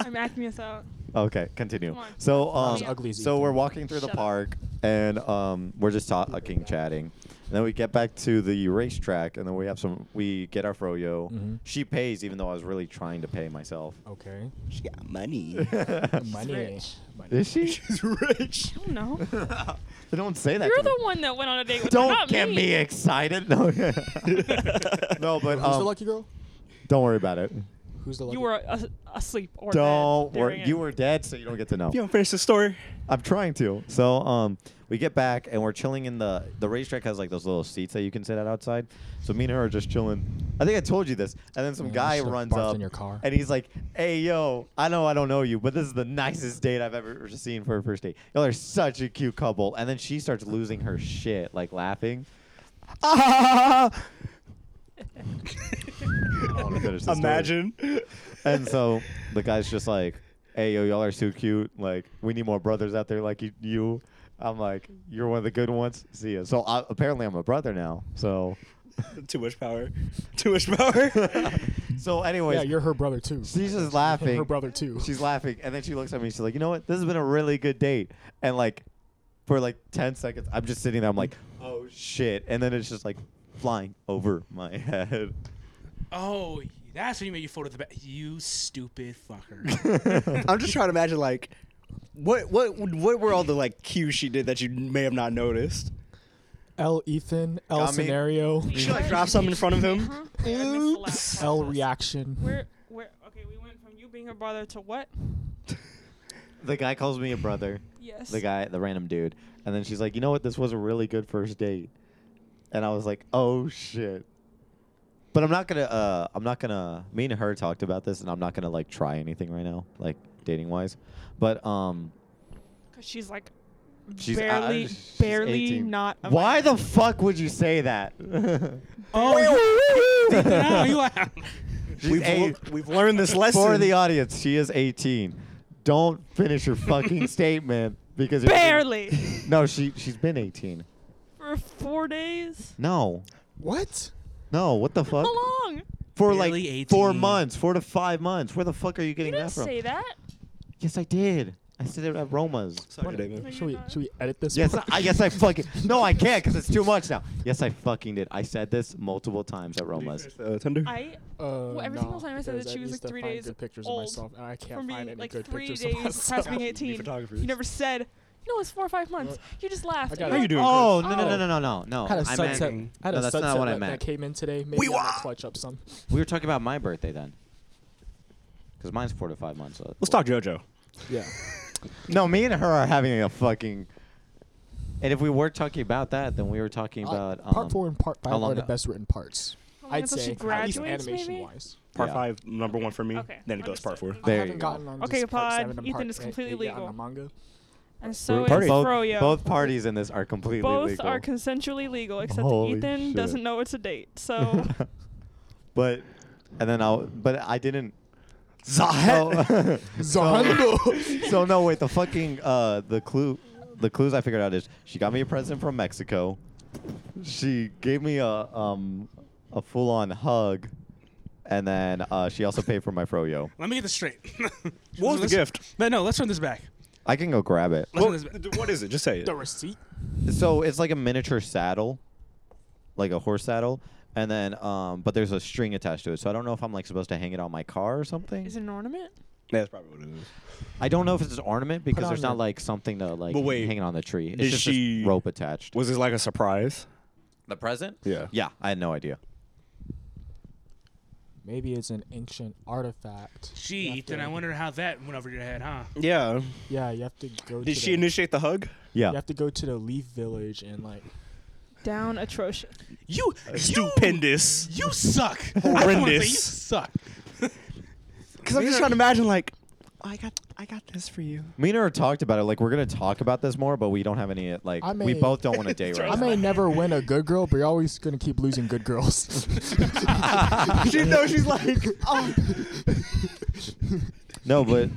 Speaker 3: I'm acting this out.
Speaker 5: Okay, continue.
Speaker 3: Come on.
Speaker 5: So, um,
Speaker 3: Sounds
Speaker 1: ugly as
Speaker 5: so
Speaker 1: Ethan.
Speaker 5: we're walking through the
Speaker 3: Shut up.
Speaker 5: park, and um, we're just talking, chatting. And then we get back to the racetrack, and then we have some. We get our froyo.
Speaker 1: Mhm.
Speaker 5: She pays, even though I was really trying to pay myself.
Speaker 1: Okay.
Speaker 2: She got money.
Speaker 1: Money.
Speaker 3: rich.
Speaker 1: Money.
Speaker 5: Is she?
Speaker 2: Rich.
Speaker 3: I don't know.
Speaker 5: They don't say that.
Speaker 3: You're
Speaker 5: to me.
Speaker 3: the one that went on a date with her,
Speaker 5: Don't
Speaker 3: not
Speaker 5: get me.
Speaker 3: me.
Speaker 5: excited. No. no, but
Speaker 1: Who's the
Speaker 5: um,
Speaker 1: lucky girl?
Speaker 5: don't worry about it.
Speaker 1: Who's the lucky?
Speaker 3: You were a- asleep or dead
Speaker 5: Don't
Speaker 3: during
Speaker 5: worry.
Speaker 3: it.
Speaker 5: You were dead, so you don't get to know.
Speaker 2: You don't finish the story.
Speaker 5: I'm trying to. So um, we get back and we're chilling in the the racetrack has like those little seats that you can sit at outside. So me and her are just chilling. I think I told you this. And then some
Speaker 1: Yeah, I
Speaker 5: guy
Speaker 1: should've
Speaker 5: runs
Speaker 1: barfed
Speaker 5: up
Speaker 1: in your car.
Speaker 5: and he's like, "Hey yo, I know I don't know you, but this is the nicest date I've ever seen for a first date. Y'all are such a cute couple." And then she starts losing her shit, like laughing.
Speaker 2: Ah!
Speaker 5: I want to finish this
Speaker 2: Imagine.
Speaker 5: and so the guy's just like, "Hey, yo, y'all are too cute. Like, we need more brothers out there like you." you. I'm like, "You're one of the good ones." See ya. So I, apparently, I'm a brother now. So,
Speaker 2: Too much power. Too much power.
Speaker 5: so anyways,
Speaker 1: yeah, you're her brother too.
Speaker 5: she's just laughing.
Speaker 1: Her brother too.
Speaker 5: She's laughing, and then she looks at me. She's like, "You know what? This has been a really good date." And like, for like ten seconds, I'm just sitting there. I'm like, "Oh shit!" And then it's just like flying over my head.
Speaker 4: Oh, that's when you made your photo. At the back. You stupid fucker.
Speaker 2: I'm just trying to imagine like what what what were all the like cues she did that you may have not noticed?
Speaker 1: L Ethan, L
Speaker 6: Got me.
Speaker 1: scenario,
Speaker 2: She like dropped something in front of him.
Speaker 3: Huh? Uh-huh. I missed the last
Speaker 2: Oops.
Speaker 3: part of
Speaker 1: L
Speaker 3: this.
Speaker 1: reaction.
Speaker 3: Where, where? Okay, we went from you being her brother to what?
Speaker 5: The guy calls me a brother.
Speaker 3: Yes.
Speaker 5: The guy, the random dude, and then she's like, "You know what? This was a really good first date," and I was like, "Oh shit."
Speaker 6: But I'm not gonna. Uh, I'm not gonna. Me and her talked about this, and I'm not gonna like try anything right now, like dating wise. But um,
Speaker 3: Because she's like
Speaker 6: She's- I- I-
Speaker 3: barely,
Speaker 6: she's
Speaker 3: barely
Speaker 6: 18.
Speaker 3: not. a
Speaker 5: uh, Why
Speaker 3: minor.
Speaker 5: the fuck would you say that?
Speaker 4: Oh, you, no, you laugh.
Speaker 5: She's
Speaker 2: We've,
Speaker 5: eight.
Speaker 2: lear- we've learned this lesson. Uh,
Speaker 5: For the audience, she is 18. Don't finish your fucking statement because you're-
Speaker 3: barely
Speaker 5: No, she she's been 18.
Speaker 3: for four days?
Speaker 5: No,
Speaker 1: What?
Speaker 5: no, what the fuck?
Speaker 3: How long?
Speaker 5: For like
Speaker 4: Barely
Speaker 5: four
Speaker 4: 18.
Speaker 5: months, four to five months. Where the fuck are you
Speaker 3: You
Speaker 5: getting
Speaker 3: didn't
Speaker 5: that from?
Speaker 3: say that.
Speaker 5: Yes, I did. I said it at Roma's.
Speaker 2: Sorry, David.
Speaker 1: Should we should we edit this?
Speaker 5: Yes,
Speaker 1: part?
Speaker 5: I, yes, I fucking. No, I can't because it's too much now. Yes, I fucking did. I said this multiple times at Roma's.
Speaker 2: Uh, Tinder.
Speaker 3: I
Speaker 1: Uh,
Speaker 3: Well, every single time I said
Speaker 1: because
Speaker 3: that she was,
Speaker 1: used
Speaker 3: like,
Speaker 1: to
Speaker 3: three
Speaker 1: find
Speaker 3: days
Speaker 1: good pictures
Speaker 3: old
Speaker 1: of myself, and I can't find
Speaker 3: from being
Speaker 1: any
Speaker 3: like
Speaker 1: good
Speaker 3: three
Speaker 1: pictures
Speaker 3: days
Speaker 1: of myself.
Speaker 3: past being 18.
Speaker 2: photographers.
Speaker 3: You never said, you know, it's four or five months. You just laughed.
Speaker 1: got
Speaker 3: and
Speaker 1: it.
Speaker 2: How
Speaker 3: you're
Speaker 2: you
Speaker 3: like,
Speaker 2: doing?
Speaker 6: Oh
Speaker 1: Chris?
Speaker 6: no no no no no no no!
Speaker 1: I had a
Speaker 6: I
Speaker 1: sunset.
Speaker 6: meant,
Speaker 1: I had
Speaker 6: No,
Speaker 1: a
Speaker 6: that's not
Speaker 1: sunset
Speaker 6: what I
Speaker 1: that,
Speaker 6: meant.
Speaker 1: that came in today. Maybe I might clutch up some.
Speaker 6: we were talking about my birthday then, because mine's four to five months.
Speaker 2: Let's talk JoJo.
Speaker 1: Yeah.
Speaker 5: No, me and her are having a fucking.
Speaker 6: And if we were talking about that, then we were talking about um,
Speaker 1: Uh, part four and part
Speaker 6: how
Speaker 1: five
Speaker 6: long
Speaker 1: are the
Speaker 6: the-
Speaker 1: best written parts.
Speaker 3: How long
Speaker 1: I'd
Speaker 3: until
Speaker 1: say
Speaker 3: she
Speaker 1: at least
Speaker 3: graduates, maybe?
Speaker 1: animation wise.
Speaker 2: Part
Speaker 6: Yeah.
Speaker 2: five, number one for me.
Speaker 3: Okay,
Speaker 2: Then it goes part four.
Speaker 3: understood.
Speaker 1: I
Speaker 6: There
Speaker 1: haven't
Speaker 6: you go.
Speaker 1: gotten on
Speaker 3: Okay,
Speaker 1: just part
Speaker 3: pod,
Speaker 1: seven and
Speaker 3: Ethan
Speaker 1: part
Speaker 3: is
Speaker 1: eight-
Speaker 3: completely
Speaker 1: eight on the
Speaker 3: legal.
Speaker 1: manga.
Speaker 3: And so is
Speaker 6: Party. Both-
Speaker 3: Froyo.
Speaker 5: Both parties in this are completely
Speaker 3: Both
Speaker 5: legal.
Speaker 3: are consensually legal, except
Speaker 5: Holy
Speaker 3: Ethan
Speaker 5: shit.
Speaker 3: doesn't know it's a date. So
Speaker 5: but, and then I'll. But I didn't.
Speaker 2: Zahet.
Speaker 5: So, so no, wait. The fucking uh, the clue, the clues I figured out is she got me a present from Mexico. She gave me a um a full on hug, and then uh, she also paid for my froyo.
Speaker 4: Let me get this straight.
Speaker 2: What was the
Speaker 4: Let's-
Speaker 2: gift?
Speaker 4: But no, let's run this back.
Speaker 5: I can go grab it.
Speaker 4: Let's
Speaker 2: Well,
Speaker 4: run this back.
Speaker 2: what is it? Just say it.
Speaker 1: The receipt.
Speaker 5: So it's like a miniature saddle, like a horse saddle, and then um, but there's a string attached to it. So I don't know if I'm like supposed to hang it on my car or something.
Speaker 3: is it an ornament?
Speaker 2: That's probably what it is.
Speaker 5: I don't know if it's an ornament because
Speaker 1: on
Speaker 5: there's not
Speaker 1: there.
Speaker 5: like something to like
Speaker 2: But wait,
Speaker 5: hang it on the tree. It's
Speaker 2: did
Speaker 5: just
Speaker 2: she-
Speaker 5: this rope attached.
Speaker 2: Was this like a surprise?
Speaker 6: the present.
Speaker 2: Yeah.
Speaker 5: Yeah, I had no idea.
Speaker 1: Maybe it's an ancient artifact.
Speaker 4: Gee,
Speaker 1: You have
Speaker 4: Ethan,
Speaker 1: to-
Speaker 4: I wonder how that went over your head, huh?
Speaker 2: Yeah.
Speaker 1: Yeah, you have to go.
Speaker 2: Did
Speaker 1: to
Speaker 2: she
Speaker 1: the,
Speaker 2: initiate the hug?
Speaker 5: Yeah.
Speaker 1: You have to go to the Leaf Village and like.
Speaker 3: Down atrocious.
Speaker 4: You,
Speaker 2: Stupendous.
Speaker 4: You, you suck. I just wanna say you
Speaker 2: Horrendous.
Speaker 4: suck.
Speaker 2: Because I'm just trying to imagine, like, "Oh, I got, I got this for you.
Speaker 5: Me and her talked about it. Like we're gonna talk about this more, but we don't have any. Like
Speaker 1: I may-
Speaker 5: we both don't want to date right
Speaker 1: I
Speaker 5: now.
Speaker 1: may never win a good girl, but you're always gonna keep losing good girls.
Speaker 2: she knows she's like,
Speaker 1: "Oh."
Speaker 5: No, but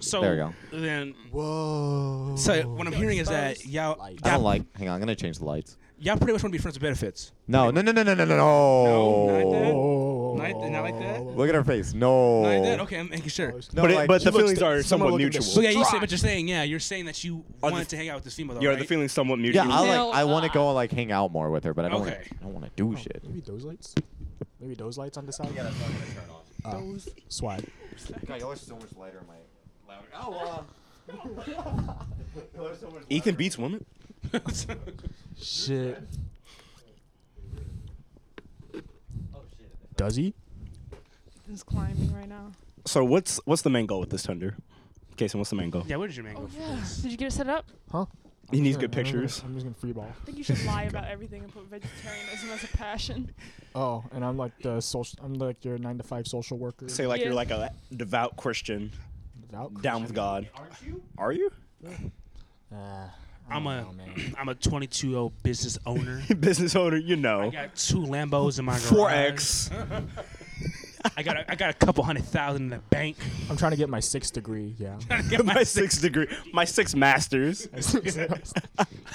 Speaker 4: So
Speaker 5: There you
Speaker 4: Then,
Speaker 1: Whoa.
Speaker 4: so what I'm hearing is that y'all,
Speaker 1: Like-
Speaker 5: I
Speaker 4: y'all,
Speaker 5: don't like. Hang on, I'm gonna change the lights.
Speaker 4: y'all pretty much want to be friends with benefits.
Speaker 5: No, no, no, no, no, no, no,
Speaker 4: No, not that.
Speaker 5: no.
Speaker 4: Not like- not like that?
Speaker 5: Look at her face. No.
Speaker 4: Like that? Okay, I'm making sure.
Speaker 5: No,
Speaker 2: but it,
Speaker 5: like-
Speaker 2: but the
Speaker 1: looks
Speaker 2: feelings
Speaker 1: at-
Speaker 2: are
Speaker 1: someone
Speaker 2: somewhat
Speaker 1: look at the
Speaker 2: mutual.
Speaker 4: So yeah, you say
Speaker 1: Try.
Speaker 4: what you're saying. Yeah, you're saying that you
Speaker 2: Are the
Speaker 4: wanted
Speaker 2: f-
Speaker 4: to hang out with this female. Though,
Speaker 2: Yeah,
Speaker 4: right?
Speaker 2: the feeling's somewhat mutual.
Speaker 5: yeah, I
Speaker 3: No,
Speaker 5: like. I want to
Speaker 3: uh,
Speaker 5: go like hang out more with her, but I don't.
Speaker 4: Okay.
Speaker 5: Wanna, I don't want to do shit.
Speaker 1: Maybe those lights. Maybe those lights on the side.
Speaker 5: God,
Speaker 1: Those swag.
Speaker 5: y'all are so much lighter, my. Louder. Oh, um.
Speaker 2: Ethan beats women.
Speaker 1: Shit. Does he?
Speaker 3: Ethan's climbing right now.
Speaker 2: So what's what's the main goal with this Tinder? Casey, what's the main goal?
Speaker 4: yeah, what did your man go
Speaker 3: Oh
Speaker 4: for?
Speaker 3: yeah.
Speaker 4: this?
Speaker 3: Did you get it set up?
Speaker 1: Huh?
Speaker 2: He needs
Speaker 1: Yeah,
Speaker 2: good
Speaker 1: I'm just gonna-
Speaker 2: pictures.
Speaker 1: I'm just gonna freeball.
Speaker 3: I think you should lie about everything and put vegetarianism as a passion.
Speaker 1: Oh, and I'm like the social. I'm like your nine to five social worker.
Speaker 2: Say like you're
Speaker 3: Yeah.
Speaker 2: like a devout Christian,
Speaker 1: Without
Speaker 2: down with God. Aren't you? Are you?
Speaker 1: Uh, I
Speaker 4: I'm
Speaker 1: don't
Speaker 4: a-
Speaker 1: know, man.
Speaker 4: I'm a 22 year old business owner.
Speaker 2: Business owner, you
Speaker 4: I
Speaker 2: know.
Speaker 4: got two Lambos in my garage.
Speaker 2: Four X.
Speaker 4: I got a, I got a couple hundred thousand in the bank.
Speaker 1: I'm trying to get my sixth degree. Yeah.
Speaker 2: my six degree, my six masters.
Speaker 1: And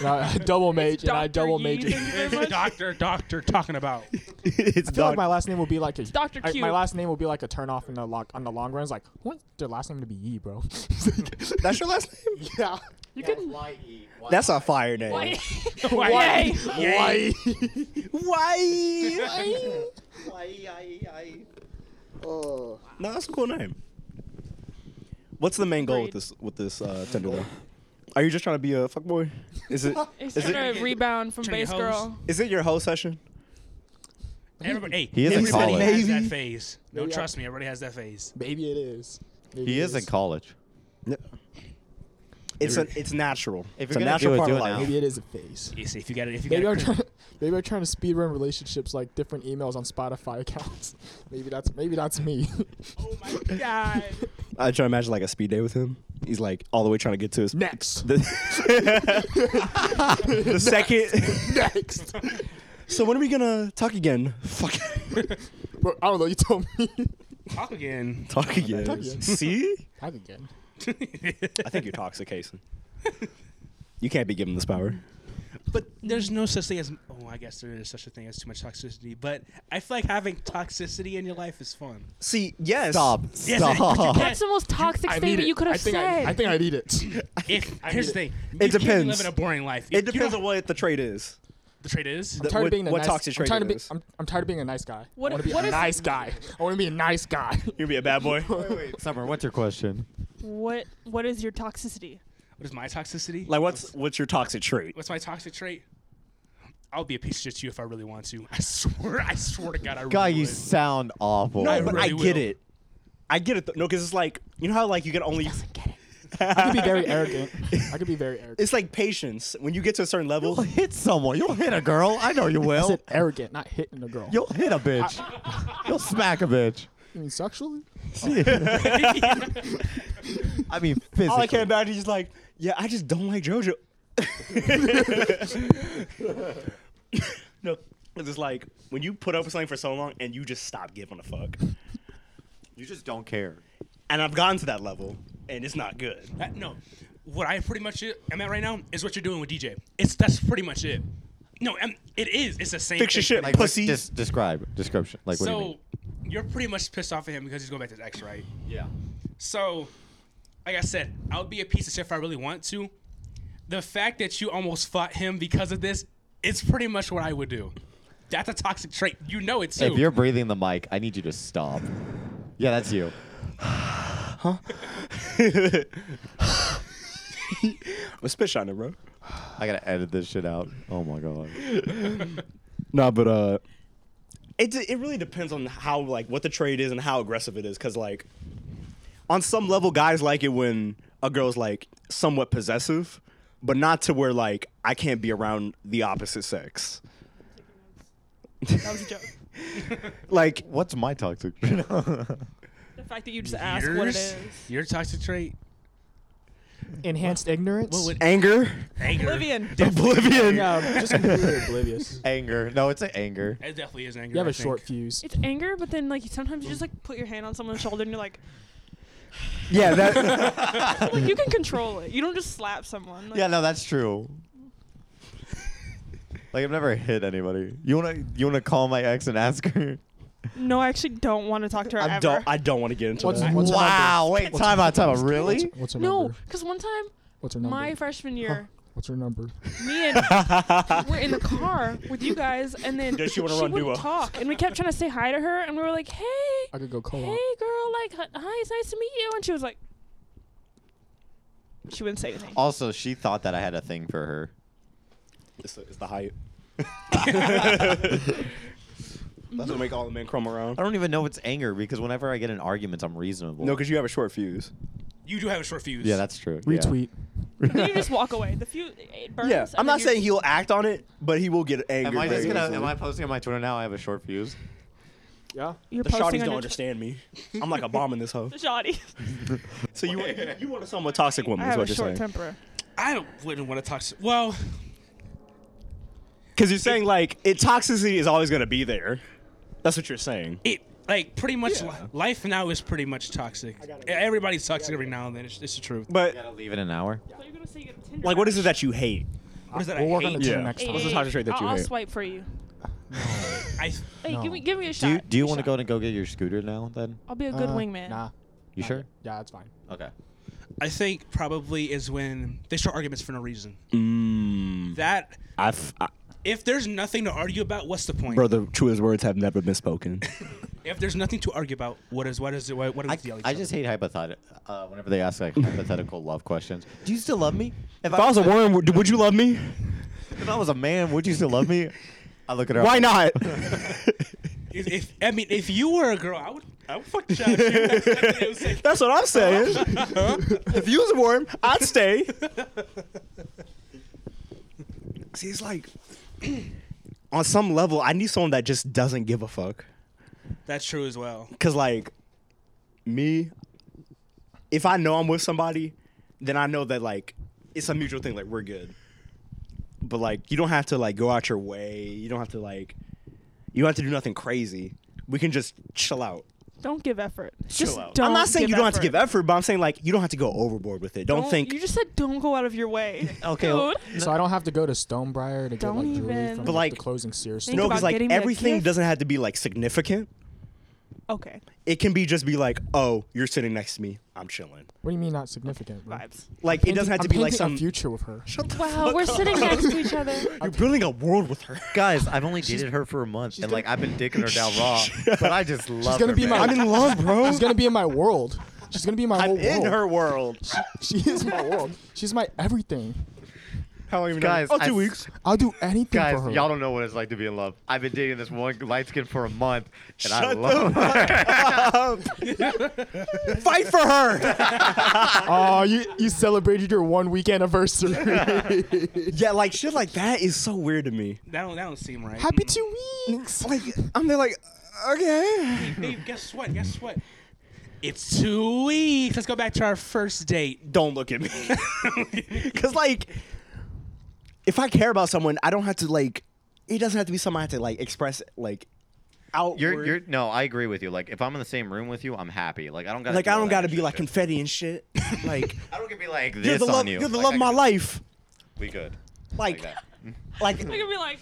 Speaker 1: I- I double major. And I
Speaker 3: Dr.
Speaker 1: double
Speaker 3: Yee,
Speaker 1: major.
Speaker 3: thank you very much.
Speaker 4: doctor, doctor, talking about.
Speaker 2: it's
Speaker 1: I feel
Speaker 2: dog.
Speaker 1: like my last name will be like a
Speaker 3: Dr.
Speaker 1: I-
Speaker 3: Q.
Speaker 1: my last name will be like a turn off in the lock on the long run. It's like I want their last name to be Yee, bro.
Speaker 2: That's your last name.
Speaker 1: yeah.
Speaker 3: You can.
Speaker 5: E?
Speaker 2: That's a fire name.
Speaker 3: Why?
Speaker 4: Why?
Speaker 1: Why?
Speaker 2: Why?
Speaker 5: E,
Speaker 2: No, that's a cool name. What's the main goal with
Speaker 3: Agreed.
Speaker 2: this with this uh, Tinder though? Are you just trying to be a fuckboy? Is it
Speaker 3: He's
Speaker 2: is
Speaker 3: trying
Speaker 2: it
Speaker 3: to rebound from
Speaker 4: Turn your
Speaker 3: base
Speaker 4: hose.
Speaker 3: girl.
Speaker 2: is it your whole session?
Speaker 4: Everybody, hey,
Speaker 5: He is in
Speaker 4: everybody
Speaker 5: college.
Speaker 4: has that
Speaker 2: Maybe.
Speaker 4: phase. No,
Speaker 1: Maybe I-
Speaker 4: trust me, everybody has that phase.
Speaker 1: Maybe it is. Maybe
Speaker 5: He
Speaker 1: it
Speaker 5: is in college.
Speaker 2: It's a, it's natural.
Speaker 5: If
Speaker 2: it's
Speaker 5: you're
Speaker 2: a
Speaker 5: gonna
Speaker 2: natural
Speaker 5: do it,
Speaker 2: part
Speaker 5: do
Speaker 2: of
Speaker 5: it
Speaker 2: life.
Speaker 5: now.
Speaker 1: Maybe it is a phase.
Speaker 4: You see, if you got it, if you
Speaker 1: Maybe
Speaker 4: got
Speaker 1: I'm
Speaker 4: it,
Speaker 1: trying. Maybe I'm trying to speedrun relationships like different emails on Spotify accounts. maybe that's maybe that's me.
Speaker 4: Oh my god!
Speaker 2: I try to imagine like a speed day with him. He's like all the way trying to get to his
Speaker 1: Next.
Speaker 2: The, the second.
Speaker 1: Next.
Speaker 2: So when are we gonna talk again? Fuck.
Speaker 1: Bro, I don't know. You told me.
Speaker 4: Talk again.
Speaker 2: talk again.
Speaker 1: Talk again.
Speaker 2: See?
Speaker 1: Back again.
Speaker 2: I think you're toxic, Casey. You can't be given this power.
Speaker 4: But there's no such thing as. Oh, I guess there is such a thing as too much toxicity. But I feel like having toxicity in your life is fun.
Speaker 2: See, yes.
Speaker 5: Stop.
Speaker 4: Yes, I- but you
Speaker 5: Stop.
Speaker 4: can't-
Speaker 8: That's the most toxic
Speaker 1: I
Speaker 8: thing
Speaker 1: need
Speaker 8: that
Speaker 1: it.
Speaker 8: you could
Speaker 1: I
Speaker 8: have
Speaker 1: think
Speaker 8: said.
Speaker 1: I, I think I need it.
Speaker 4: If here's the thing, you
Speaker 2: It
Speaker 4: can't be
Speaker 2: depends.
Speaker 4: living a boring life.
Speaker 2: It
Speaker 4: You
Speaker 2: depends
Speaker 4: know
Speaker 2: on what the trait is.
Speaker 4: the trait is.
Speaker 1: I'm tired
Speaker 2: what-
Speaker 1: of being a
Speaker 2: what
Speaker 1: nice,
Speaker 2: toxic
Speaker 1: I'm
Speaker 2: trait
Speaker 1: tired of
Speaker 2: it
Speaker 1: be-
Speaker 2: is.
Speaker 1: I'm, I'm tired of being a nice guy.
Speaker 8: What-
Speaker 1: I want to be
Speaker 8: what
Speaker 1: a
Speaker 8: is-
Speaker 1: nice guy. I want to be a nice guy.
Speaker 2: You'll be a bad boy.
Speaker 5: Summer, what's your question?
Speaker 3: What What is your toxicity?
Speaker 4: What is my toxicity?
Speaker 2: like, what's what's your toxic trait?
Speaker 4: what's my toxic trait? I'll be a piece of shit to you if I really want to. I swear, I swear to God, I
Speaker 5: God,
Speaker 4: really
Speaker 5: you
Speaker 4: would.
Speaker 5: sound awful.
Speaker 2: No,
Speaker 4: I
Speaker 2: but I
Speaker 4: really
Speaker 2: get
Speaker 4: will.
Speaker 2: it. I get it. Though. No, because it's like you know how like you can only.
Speaker 1: I could be very arrogant. I could be very arrogant.
Speaker 2: It's like patience. When you get to a certain level,
Speaker 5: You'll hit someone. You'll hit a girl. I know you
Speaker 1: I
Speaker 5: will.
Speaker 1: said arrogant, not hitting a girl.
Speaker 5: You'll hit a bitch. You'll smack a bitch.
Speaker 1: You mean sexually?
Speaker 5: I mean, physically.
Speaker 2: all I can imagine is like, yeah, I just don't like JoJo. no, 'cause it's like when you put up with something for so long and you just stop giving a fuck.
Speaker 5: You just don't care.
Speaker 2: And I've gotten to that level, and it's not good.
Speaker 4: That- Uh, no, what I pretty much am at right now is what you're doing with DJ. It's that's pretty much it. No, i it is. It's the same.
Speaker 2: Fix your
Speaker 4: thing.
Speaker 2: shit,
Speaker 5: Like,
Speaker 2: pussy.
Speaker 5: pussy. Just describe description. Like, what do you
Speaker 4: so
Speaker 5: mean?
Speaker 4: you're pretty much pissed off at him because he's going back to his ex, right?
Speaker 5: Yeah.
Speaker 4: So, like I said, I'll be a piece of shit if I really want to. The fact that you almost fought him because of this is pretty much what I would do. That's a toxic trait. You know it too.
Speaker 5: If you're breathing the mic, I need you to stop. Yeah, that's you.
Speaker 2: I'm spit shining, bro.
Speaker 5: I gotta edit this shit out. Oh my god.
Speaker 2: Nah, but uh, it d- it really depends on how like what the trade is and how aggressive it is. Cause like, on some level, guys like it when a girl's like somewhat possessive, but not to where like I can't be around the opposite sex.
Speaker 3: That was a joke.
Speaker 2: Like,
Speaker 5: What's my toxic?
Speaker 3: the fact that you just asked what it
Speaker 4: Yours?
Speaker 3: is.
Speaker 4: Your toxic trait?
Speaker 1: Enhanced ignorance.
Speaker 4: What would
Speaker 2: anger,
Speaker 4: anger?
Speaker 3: Oblivion.
Speaker 2: oblivion.
Speaker 1: yeah, just completely oblivious.
Speaker 5: anger. No, it's an anger.
Speaker 4: It definitely is anger.
Speaker 1: You have
Speaker 4: I
Speaker 1: a short
Speaker 4: think.
Speaker 1: fuse.
Speaker 3: It's anger, but then like sometimes you just like put your hand on someone's shoulder and you're like,
Speaker 2: Yeah, that.
Speaker 3: like you can control it. You don't just slap someone. Like,
Speaker 5: Yeah, no, that's true. Like I've never hit anybody. You wanna you wanna call my ex and ask her?
Speaker 3: No, I actually don't want to talk to her
Speaker 2: I
Speaker 3: ever.
Speaker 2: don't. I don't want to get into
Speaker 1: What's-
Speaker 2: that.
Speaker 1: what's- her
Speaker 5: wow, wait,
Speaker 1: What's-
Speaker 5: time out, time out.
Speaker 1: what's-
Speaker 5: Really?
Speaker 1: What's, what's her
Speaker 3: no,
Speaker 1: number?
Speaker 3: because one time
Speaker 1: What's her number?
Speaker 3: my freshman year,
Speaker 1: what's her number?
Speaker 3: me and we're in the car with you guys, and then
Speaker 2: Does she wanna run
Speaker 3: wouldn't
Speaker 2: duo?
Speaker 3: talk, and we kept trying to say hi to her, and we were like, hey,
Speaker 1: I could go
Speaker 3: hey,
Speaker 1: co-op.
Speaker 3: girl, like hi, it's nice to meet you, and she was like, she wouldn't say anything.
Speaker 5: Also, she thought that I had a thing for her.
Speaker 2: It's, the- it's the height. That's what make all the men crumb around.
Speaker 5: I don't even know it's anger because whenever I get in arguments, I'm reasonable.
Speaker 2: No, because you have a short fuse.
Speaker 4: You do have a short fuse.
Speaker 5: yeah, that's true. yeah.
Speaker 1: Retweet.
Speaker 3: then you just walk away. The few it burns.
Speaker 2: Yeah,
Speaker 3: and
Speaker 2: I'm
Speaker 3: then
Speaker 2: not
Speaker 3: you're-
Speaker 2: saying he'll act on it, but he will get angry.
Speaker 5: Am I just
Speaker 2: very
Speaker 5: gonna?
Speaker 2: easily.
Speaker 5: Am I posting on my Twitter now? I have a short fuse.
Speaker 1: Yeah.
Speaker 3: You're
Speaker 2: The shotties
Speaker 3: posting on
Speaker 2: don't
Speaker 3: your-
Speaker 2: understand me. I'm like a bomb in this hoe.
Speaker 3: The shoddy.
Speaker 2: So you you want to sound a toxic
Speaker 3: I
Speaker 2: woman? Is
Speaker 3: have a
Speaker 2: what you're saying?
Speaker 3: short temper.
Speaker 4: I wouldn't want to talk. Well,
Speaker 2: Because you're saying like it toxicity is always gonna be there. That's what you're saying.
Speaker 4: it like pretty much li- life now is pretty much toxic. Everybody's toxic every now and then. It's, it's the truth.
Speaker 2: But
Speaker 5: Gotta leave in an hour.
Speaker 3: I thought you were gonna say you got a Tinder
Speaker 2: like, what is
Speaker 3: match.
Speaker 2: it that you hate?
Speaker 4: What is that?
Speaker 1: We'll
Speaker 4: I
Speaker 1: work on
Speaker 4: hate?
Speaker 1: it to
Speaker 2: Yeah.
Speaker 1: the next
Speaker 2: What's the
Speaker 1: one.
Speaker 2: Hey. toxic trait that
Speaker 3: I'll,
Speaker 2: you
Speaker 3: I'll
Speaker 2: hate?
Speaker 3: swipe for you.
Speaker 4: I,
Speaker 3: Hey,
Speaker 1: No.
Speaker 3: give me give me a
Speaker 5: Do
Speaker 3: shot.
Speaker 5: you do you
Speaker 3: Give me a
Speaker 5: want to go
Speaker 3: shot.
Speaker 5: and go get your scooter now? Then
Speaker 3: I'll be a good
Speaker 1: Uh,
Speaker 3: wingman.
Speaker 1: Nah.
Speaker 5: you sure?
Speaker 1: Yeah, it's fine.
Speaker 5: Okay.
Speaker 4: I think probably is when they start arguments for no reason.
Speaker 2: Mmm.
Speaker 4: That
Speaker 2: I've, I,
Speaker 4: if there's nothing to argue about, what's the point?
Speaker 2: brother, truest words have never been spoken.
Speaker 4: If there's nothing to argue about, what is what is what, what is
Speaker 6: I,
Speaker 4: the other
Speaker 6: I just hate hypothetical. Uh, whenever they ask like hypothetical love questions, do you still love me? If,
Speaker 2: If I was a woman, would, would you love me?
Speaker 6: if I was a man, would you still love me? I look at her.
Speaker 2: Why not?
Speaker 4: If, if- I mean, if you were a girl, I would I would fuck the shit out of you. That's- that's- it was like-
Speaker 2: That's what I'm saying. if you was warm, I'd stay. See, it's like on some level, I need someone that just doesn't give a fuck.
Speaker 4: That's true as well.
Speaker 2: Cause like me, if I know I'm with somebody, then I know that like it's a mutual thing. Like we're good. But like you don't have to like go out your way. You don't have to like you don't have to do nothing crazy. We can just chill out.
Speaker 3: Don't give effort. just
Speaker 2: out.
Speaker 3: Don't
Speaker 2: I'm not saying
Speaker 3: give
Speaker 2: you don't have to give effort, but I'm saying like you don't have to go overboard with it. Don't, think.
Speaker 3: You just said don't go out of your way.
Speaker 2: Okay,
Speaker 3: Dude.
Speaker 2: well,
Speaker 1: So I don't have to go to Stonebriar to get
Speaker 3: Don't
Speaker 1: like jewelry
Speaker 3: even-
Speaker 1: from
Speaker 2: But, like,
Speaker 1: like, the closing Sears
Speaker 3: think
Speaker 1: store.
Speaker 2: no, because
Speaker 3: about
Speaker 2: like
Speaker 3: getting me a
Speaker 2: everything
Speaker 3: gift.
Speaker 2: doesn't have to be like significant.
Speaker 3: okay.
Speaker 2: It can be just be like, oh, you're sitting next to me. I'm chilling.
Speaker 1: What do you mean not significant? bro?
Speaker 3: Vibes.
Speaker 2: Like it doesn't have
Speaker 1: I'm
Speaker 2: to be like
Speaker 1: painting
Speaker 2: some.
Speaker 1: a future with her.
Speaker 2: Shut the
Speaker 3: Wow,
Speaker 2: fuck
Speaker 3: we're
Speaker 2: up.
Speaker 3: sitting next to each other.
Speaker 2: You're building a world with her.
Speaker 5: Guys, I've only dated her for a month, and like I've been dicking her down raw, but I just love
Speaker 1: gonna
Speaker 5: her,
Speaker 1: be my-
Speaker 5: man.
Speaker 2: I'm in love, bro.
Speaker 1: She's gonna be in my world. She's gonna be in my
Speaker 2: I'm
Speaker 1: whole
Speaker 2: in
Speaker 1: world.
Speaker 2: her world.
Speaker 1: She is my world. She's my everything.
Speaker 2: How long have you known her?
Speaker 5: Guys,
Speaker 2: Oh, two
Speaker 5: I-
Speaker 2: weeks.
Speaker 1: I'll do anything
Speaker 5: Guys,
Speaker 1: for her.
Speaker 5: y'all don't know what it's like to be in love. I've been dating this one light skin for a month, and I
Speaker 2: Shut the
Speaker 5: love her.
Speaker 2: Fight for her.
Speaker 1: Aw, you you celebrated your one week anniversary.
Speaker 2: yeah, like shit like that is so weird to me.
Speaker 4: That don't that don't seem right.
Speaker 1: Happy two weeks.
Speaker 2: Like I'm there, like okay.
Speaker 4: Babe, guess what? Guess what? It's two weeks. Let's go back to our first date.
Speaker 2: Don't look at me. Cause like, if I care about someone, I don't have to like. It doesn't have to be something I have to like express like outward.
Speaker 5: You're, you're, no, I agree with you. Like, if I'm in the same room with you, I'm happy. Like, I don't gotta.
Speaker 2: like
Speaker 5: do
Speaker 2: I
Speaker 5: all
Speaker 2: don't
Speaker 5: that
Speaker 2: gotta be
Speaker 5: extra
Speaker 2: like
Speaker 5: shit.
Speaker 2: confetti and shit. like
Speaker 5: I don't get to be like this
Speaker 2: you're the
Speaker 5: on
Speaker 2: love,
Speaker 5: you.
Speaker 2: you. are the
Speaker 5: Like,
Speaker 2: love
Speaker 5: I
Speaker 2: of my
Speaker 5: could-
Speaker 2: life.
Speaker 5: We good.
Speaker 2: Like,
Speaker 5: that.
Speaker 2: like
Speaker 3: I could be like,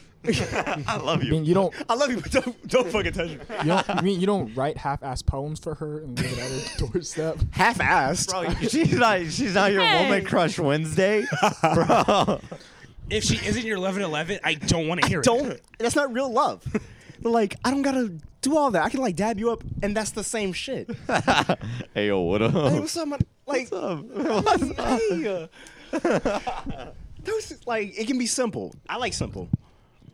Speaker 5: I love
Speaker 1: I mean, you don't
Speaker 2: I love you, but don't don't fucking touch me.
Speaker 1: you don't I mean you don't write half-ass poems for her and leave it at her doorstep.
Speaker 2: Half-assed.
Speaker 5: Bro, she's not. She's not your
Speaker 3: Hey.
Speaker 5: woman crush Wednesday, bro.
Speaker 4: If she isn't your 11 11, I don't want to hear it.
Speaker 2: don't that's not real love But, like i don't gotta do all that i can like dab you up and that's the same shit
Speaker 5: hey yo, what up?
Speaker 2: hey what's up my, like like, hey, uh, those is- like it can be simple i like simple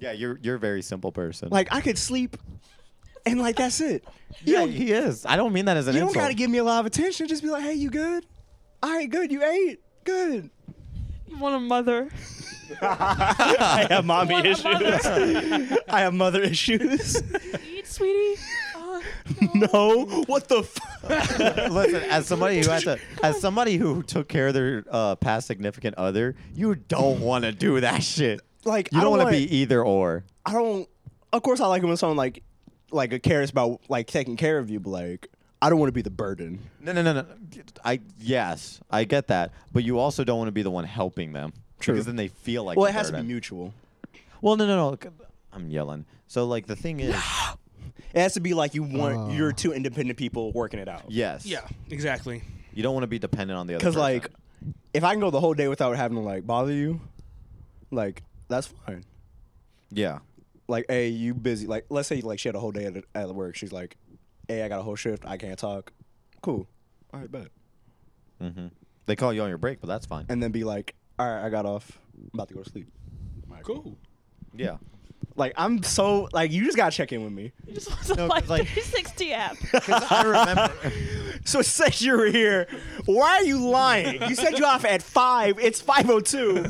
Speaker 5: Yeah, you're you're a very simple person.
Speaker 2: like i could sleep and like that's it you
Speaker 5: yeah,
Speaker 2: don't,
Speaker 5: he is. I don't mean that as an
Speaker 2: you don't
Speaker 5: insult.
Speaker 2: gotta give me a lot of attention just be like hey you good all right good you ate good
Speaker 3: you want a mother?
Speaker 2: i have mommy
Speaker 3: What a
Speaker 2: i have mother issues
Speaker 3: Eat, sweetie. Uh, no.
Speaker 2: no what the fuck
Speaker 5: Listen, as somebody who had to, as somebody who took care of their uh, past significant other, you don't want to do that shit.
Speaker 2: like
Speaker 5: You
Speaker 2: I
Speaker 5: don't
Speaker 2: don't
Speaker 5: want to
Speaker 2: want-
Speaker 5: be either or.
Speaker 2: I don't. Of course, I like it when someone like like cares about like taking care of you, but like I don't want to be the burden.
Speaker 5: No, no, no, no. I yes, I get that, but you also don't want to be the one helping them
Speaker 2: True.
Speaker 5: because then they feel like.
Speaker 2: well, it
Speaker 5: the
Speaker 2: has to be
Speaker 5: burden.
Speaker 2: mutual.
Speaker 5: Well, no, no, no. c- I'm yelling. So like the thing is,
Speaker 2: It has to be like you want you're two independent people working it out.
Speaker 5: yes,
Speaker 4: Yeah, exactly.
Speaker 5: you don't want to be dependent on the other.
Speaker 2: Because
Speaker 5: Because
Speaker 2: like, if I can go the whole day without having to like bother you, like that's fine.
Speaker 5: yeah,
Speaker 2: Like, hey, you busy? Like, let's say like she had a whole day at, at work. She's like, hey, I got a whole shift. I can't talk. Cool. All right, bet.
Speaker 5: hmm they call you on your break, but that's fine.
Speaker 2: And then be like, all right, I got off. I'm about to go to sleep.
Speaker 4: Cool.
Speaker 5: Yeah.
Speaker 2: Like, I'm so like you just gotta check in with me.
Speaker 3: You just want to
Speaker 5: No, 'cause,
Speaker 3: like
Speaker 5: like-
Speaker 3: 360 app.
Speaker 5: I remember.
Speaker 2: So it says you were here. Why are you lying? You said you off at five. It's five oh two.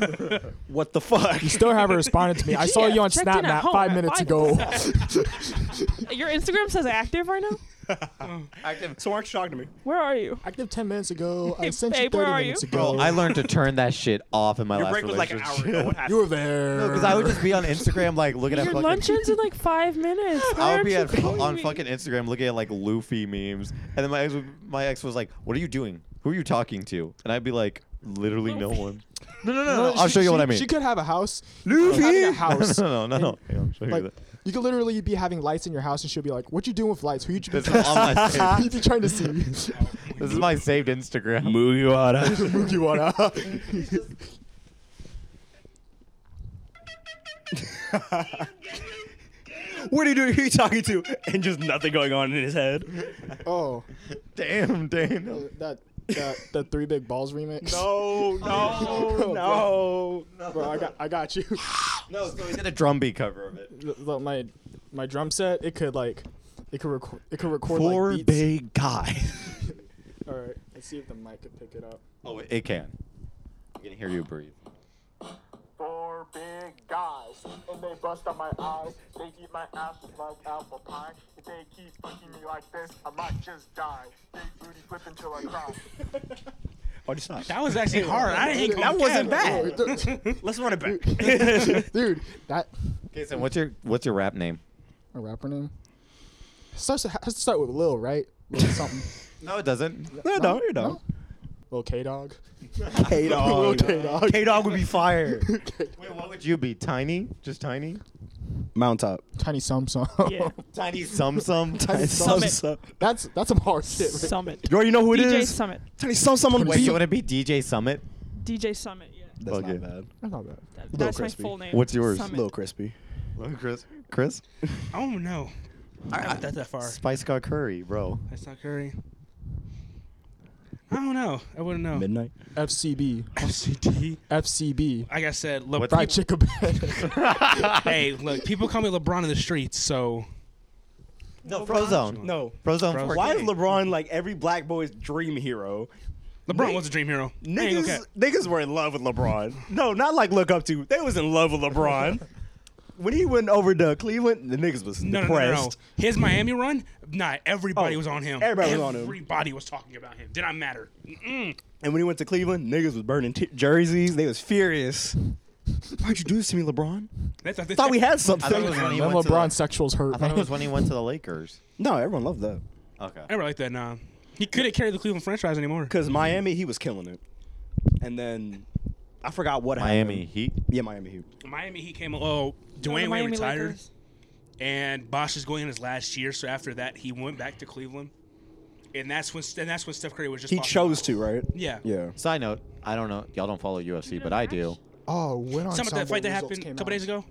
Speaker 2: What the fuck?
Speaker 1: You still haven't responded to me. I saw
Speaker 3: Yeah,
Speaker 1: you on
Speaker 3: checked in at
Speaker 1: SnapMap
Speaker 3: home
Speaker 1: five
Speaker 3: at
Speaker 1: minutes
Speaker 3: five
Speaker 1: ago.
Speaker 3: Your Instagram says active right now.
Speaker 2: So why aren't you talking to me?
Speaker 3: Where are you?
Speaker 1: Active ten minutes ago. I
Speaker 3: Hey,
Speaker 1: sent you
Speaker 3: babe, where
Speaker 1: thirty
Speaker 3: are
Speaker 1: minutes
Speaker 3: you?
Speaker 1: ago.
Speaker 5: Bro, I learned to turn that shit off in my
Speaker 2: Your
Speaker 5: last
Speaker 2: break was like an
Speaker 5: relationship.
Speaker 2: hour ago. What
Speaker 1: you
Speaker 2: happened?
Speaker 1: were there.
Speaker 5: Because I would just be on Instagram, like looking at
Speaker 3: Your
Speaker 5: fucking.
Speaker 3: lunch ends in like five minutes. Why
Speaker 5: I would
Speaker 3: aren't
Speaker 5: be
Speaker 3: you
Speaker 5: at,
Speaker 3: calling
Speaker 5: on
Speaker 3: me?
Speaker 5: fucking Instagram looking at like Luffy memes, and then my ex, would- my ex was like, "What are you doing? Who are you talking to?" And I'd be like, "Literally no one." No, no, no, no. I'll
Speaker 1: she-
Speaker 5: show you what
Speaker 1: she-
Speaker 5: I mean.
Speaker 1: She could have a house.
Speaker 2: Luffy!
Speaker 1: Having a
Speaker 5: no,
Speaker 1: house.
Speaker 5: no, no, no. no. Here, I'll show you
Speaker 1: Like you could literally be having lights in your house, and she'll be like, "What you doing with lights? Who you
Speaker 5: that. This is, on my saved,
Speaker 1: you be trying to see?"
Speaker 5: this is my saved Instagram.
Speaker 2: Mugiwara.
Speaker 1: Mugiwara.
Speaker 2: What are you doing? Who are you talking to? And just nothing going on in his head.
Speaker 1: Oh,
Speaker 5: Damn,
Speaker 1: uh,
Speaker 5: Dane.
Speaker 1: that that the three big balls remix.
Speaker 2: No, no,
Speaker 1: Oh,
Speaker 2: no.
Speaker 1: bro, I got I got you.
Speaker 5: No, so he did a drum beat cover of it.
Speaker 1: L- l- my my drum set, it could like, it could record, it could record
Speaker 2: Poor
Speaker 1: like beats.
Speaker 2: big guy.
Speaker 1: All right, let's see if the mic could pick it up.
Speaker 5: Oh, it- it can. I can hear you breathe.
Speaker 8: four big guys, and they bust out my eyes. They eat my apple like apple pie. If they keep fucking me like this, I might just die. They booty flip until I cry.
Speaker 2: Why'd you stop?
Speaker 4: That was actually hard. I ain't
Speaker 2: That
Speaker 4: gonna
Speaker 2: wasn't
Speaker 4: cap.
Speaker 2: bad. Let's run it back.
Speaker 1: Dude, that
Speaker 5: Okay, so what's your what's your rap name?
Speaker 1: a rapper name starts to, has to start with Lil, right? Lil something.
Speaker 5: No, it doesn't.
Speaker 2: No, no, you don't.
Speaker 1: Lil K Dog.
Speaker 2: K
Speaker 1: Lil
Speaker 3: Oh,
Speaker 2: Dog.
Speaker 1: K Dog.
Speaker 2: K Dog would be fire.
Speaker 5: Wait, what would you be? Tiny? Just tiny?
Speaker 2: Mount Top.
Speaker 1: Tiny Sum Sum.
Speaker 3: Yeah.
Speaker 5: Tiny Sum Sum?
Speaker 1: Tiny Sum.
Speaker 3: Summit.
Speaker 1: That's that's some hard shit. Right?
Speaker 3: Summit.
Speaker 2: You already know who it is.
Speaker 3: DJ Summit.
Speaker 2: Tiny Sum Sum on the
Speaker 5: Wait,
Speaker 2: beat.
Speaker 5: you want to be DJ Summit?
Speaker 3: DJ Summit. Yeah.
Speaker 2: That's
Speaker 5: Okay.
Speaker 2: not bad.
Speaker 1: That's not bad.
Speaker 3: That-
Speaker 2: Lil
Speaker 3: that's
Speaker 2: Crispy.
Speaker 3: my full name.
Speaker 5: What's yours?
Speaker 3: Summit.
Speaker 2: Little crispy.
Speaker 5: Chris. Chris?
Speaker 4: Oh no. I haven't thought that far.
Speaker 5: Spice Car Curry, bro.
Speaker 4: That's not Curry. I don't know. I wouldn't know.
Speaker 2: Midnight.
Speaker 1: FCB.
Speaker 4: FCD.
Speaker 1: FCB.
Speaker 4: Like I said, Le-
Speaker 1: Fried chicken
Speaker 4: hey, look, people call me LeBron in the streets, so
Speaker 5: No, Frozone.
Speaker 2: No.
Speaker 5: Frozone.
Speaker 4: Frozen.
Speaker 5: 4K.
Speaker 2: Why is LeBron like every black boy's dream hero?
Speaker 4: LeBron was a dream hero. I ain't gonna
Speaker 2: Niggas,
Speaker 4: cap.
Speaker 2: niggas were in love with LeBron. No, not like look up to. They was in love with LeBron. when he went over to Cleveland, the niggas was
Speaker 4: No, no, no, no, no.
Speaker 2: depressed.
Speaker 4: His Miami run, nah, everybody
Speaker 2: Oh,
Speaker 4: was on him.
Speaker 2: everybody was on him.
Speaker 4: Everybody was talking about him. Did not matter? Mm-mm.
Speaker 2: And when he went to Cleveland, niggas was burning t- jerseys. They was furious. Why'd you do this to me, LeBron?
Speaker 4: That's I
Speaker 2: Thought we had something.
Speaker 5: thought it was when he
Speaker 1: Then
Speaker 5: went to the-
Speaker 1: LeBron sexuals hurt.
Speaker 5: I thought it
Speaker 1: man.
Speaker 5: was when he went to the Lakers.
Speaker 2: no, everyone loved that.
Speaker 5: Okay.
Speaker 4: I really like that. Nah, he couldn't carry the Cleveland franchise anymore.
Speaker 2: Cause Miami, he was killing it. And then I forgot what
Speaker 5: Miami
Speaker 2: happened.
Speaker 5: Heat.
Speaker 2: Yeah, Miami Heat.
Speaker 4: Miami, he came. Oh,
Speaker 3: No, the
Speaker 4: Dwayne Wade
Speaker 3: Miami
Speaker 4: retired,
Speaker 3: Lakers.
Speaker 4: and Bosch is going in his last year. So after that, he went back to Cleveland, and that's when and that's when Steph Curry was just.
Speaker 2: He
Speaker 4: Bosh.
Speaker 2: chose to, right?
Speaker 4: Yeah.
Speaker 2: Yeah.
Speaker 5: Side note, I don't know. Y'all don't follow UFC, but I do.
Speaker 1: Oh, when on
Speaker 4: Some of that fight that happened a couple days ago.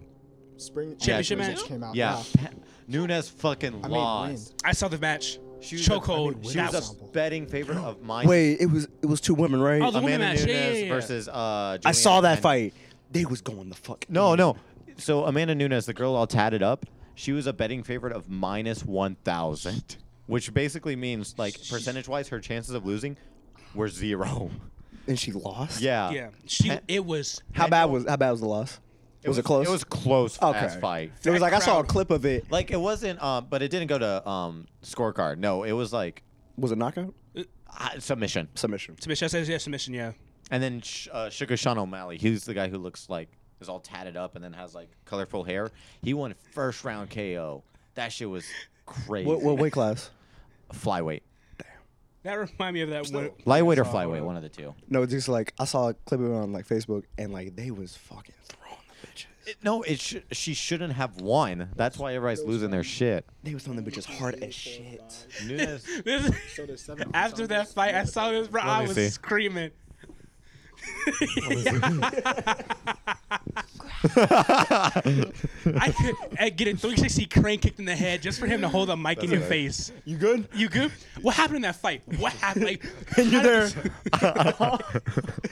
Speaker 1: Spring
Speaker 4: Championship
Speaker 1: results
Speaker 4: match?
Speaker 1: came out.
Speaker 5: Yeah. Nunez fucking
Speaker 1: Oh, I mean,
Speaker 5: lost.
Speaker 4: I saw the match.
Speaker 5: She was a-
Speaker 1: I
Speaker 4: Chokehold.
Speaker 1: mean,
Speaker 5: She
Speaker 4: that
Speaker 5: was
Speaker 4: was.
Speaker 5: a betting favorite of mine.
Speaker 2: Wait, it was it was two women, right?
Speaker 4: Oh, the women
Speaker 5: Amanda
Speaker 4: match.
Speaker 5: Nunes
Speaker 4: Yeah, yeah, yeah.
Speaker 5: versus uh.
Speaker 2: I saw
Speaker 5: Joanna
Speaker 2: that
Speaker 5: Penn.
Speaker 2: fight. They was going the fuck.
Speaker 5: No, no. So Amanda Nunes, the girl all tatted up, she was a betting favorite of minus one thousand, which basically means like percentage wise, her chances of losing were zero.
Speaker 2: and she lost.
Speaker 5: yeah.
Speaker 4: Yeah. She.
Speaker 5: Penn-
Speaker 4: It was.
Speaker 2: How bad was how bad was the loss? was, it close?
Speaker 5: It was close.
Speaker 2: okay.
Speaker 5: Ass fight.
Speaker 2: It was like I saw a
Speaker 4: Crowd.
Speaker 2: clip of it.
Speaker 5: Like it wasn't, um, but it didn't go to um scorecard. No, it was like
Speaker 2: Was it knockout?
Speaker 5: uh, submission.
Speaker 2: Submission.
Speaker 4: Submission. I said yeah. Submission. Yeah.
Speaker 5: And then Sh- uh, Sugar Sean O'Malley, he's the guy who looks like is all tatted up and then has like colorful hair. He won first round KO. That shit was crazy.
Speaker 2: What, what weight class?
Speaker 5: Flyweight,
Speaker 4: That remind me of that one.
Speaker 5: lightweight or
Speaker 4: Saw
Speaker 5: flyweight,
Speaker 4: one.
Speaker 5: one of the two.
Speaker 2: No, just like I saw a clip of it on like Facebook, and like they was fucking throwing the bitches.
Speaker 5: No, it sh- she shouldn't have won. That's why everybody's losing their shit.
Speaker 2: They was throwing the bitches hard as shit.
Speaker 5: Nunes,
Speaker 4: This-
Speaker 1: So there's seven
Speaker 4: after that fight, I saw this. Bro, I
Speaker 5: me
Speaker 4: was
Speaker 5: see.
Speaker 4: screaming. I could I'd get a 360 crane kicked in the head just for him to hold a mic in your face.
Speaker 2: You good?
Speaker 4: You good? What happened in that fight? What happened? Like,
Speaker 2: And you're
Speaker 4: how did
Speaker 2: there.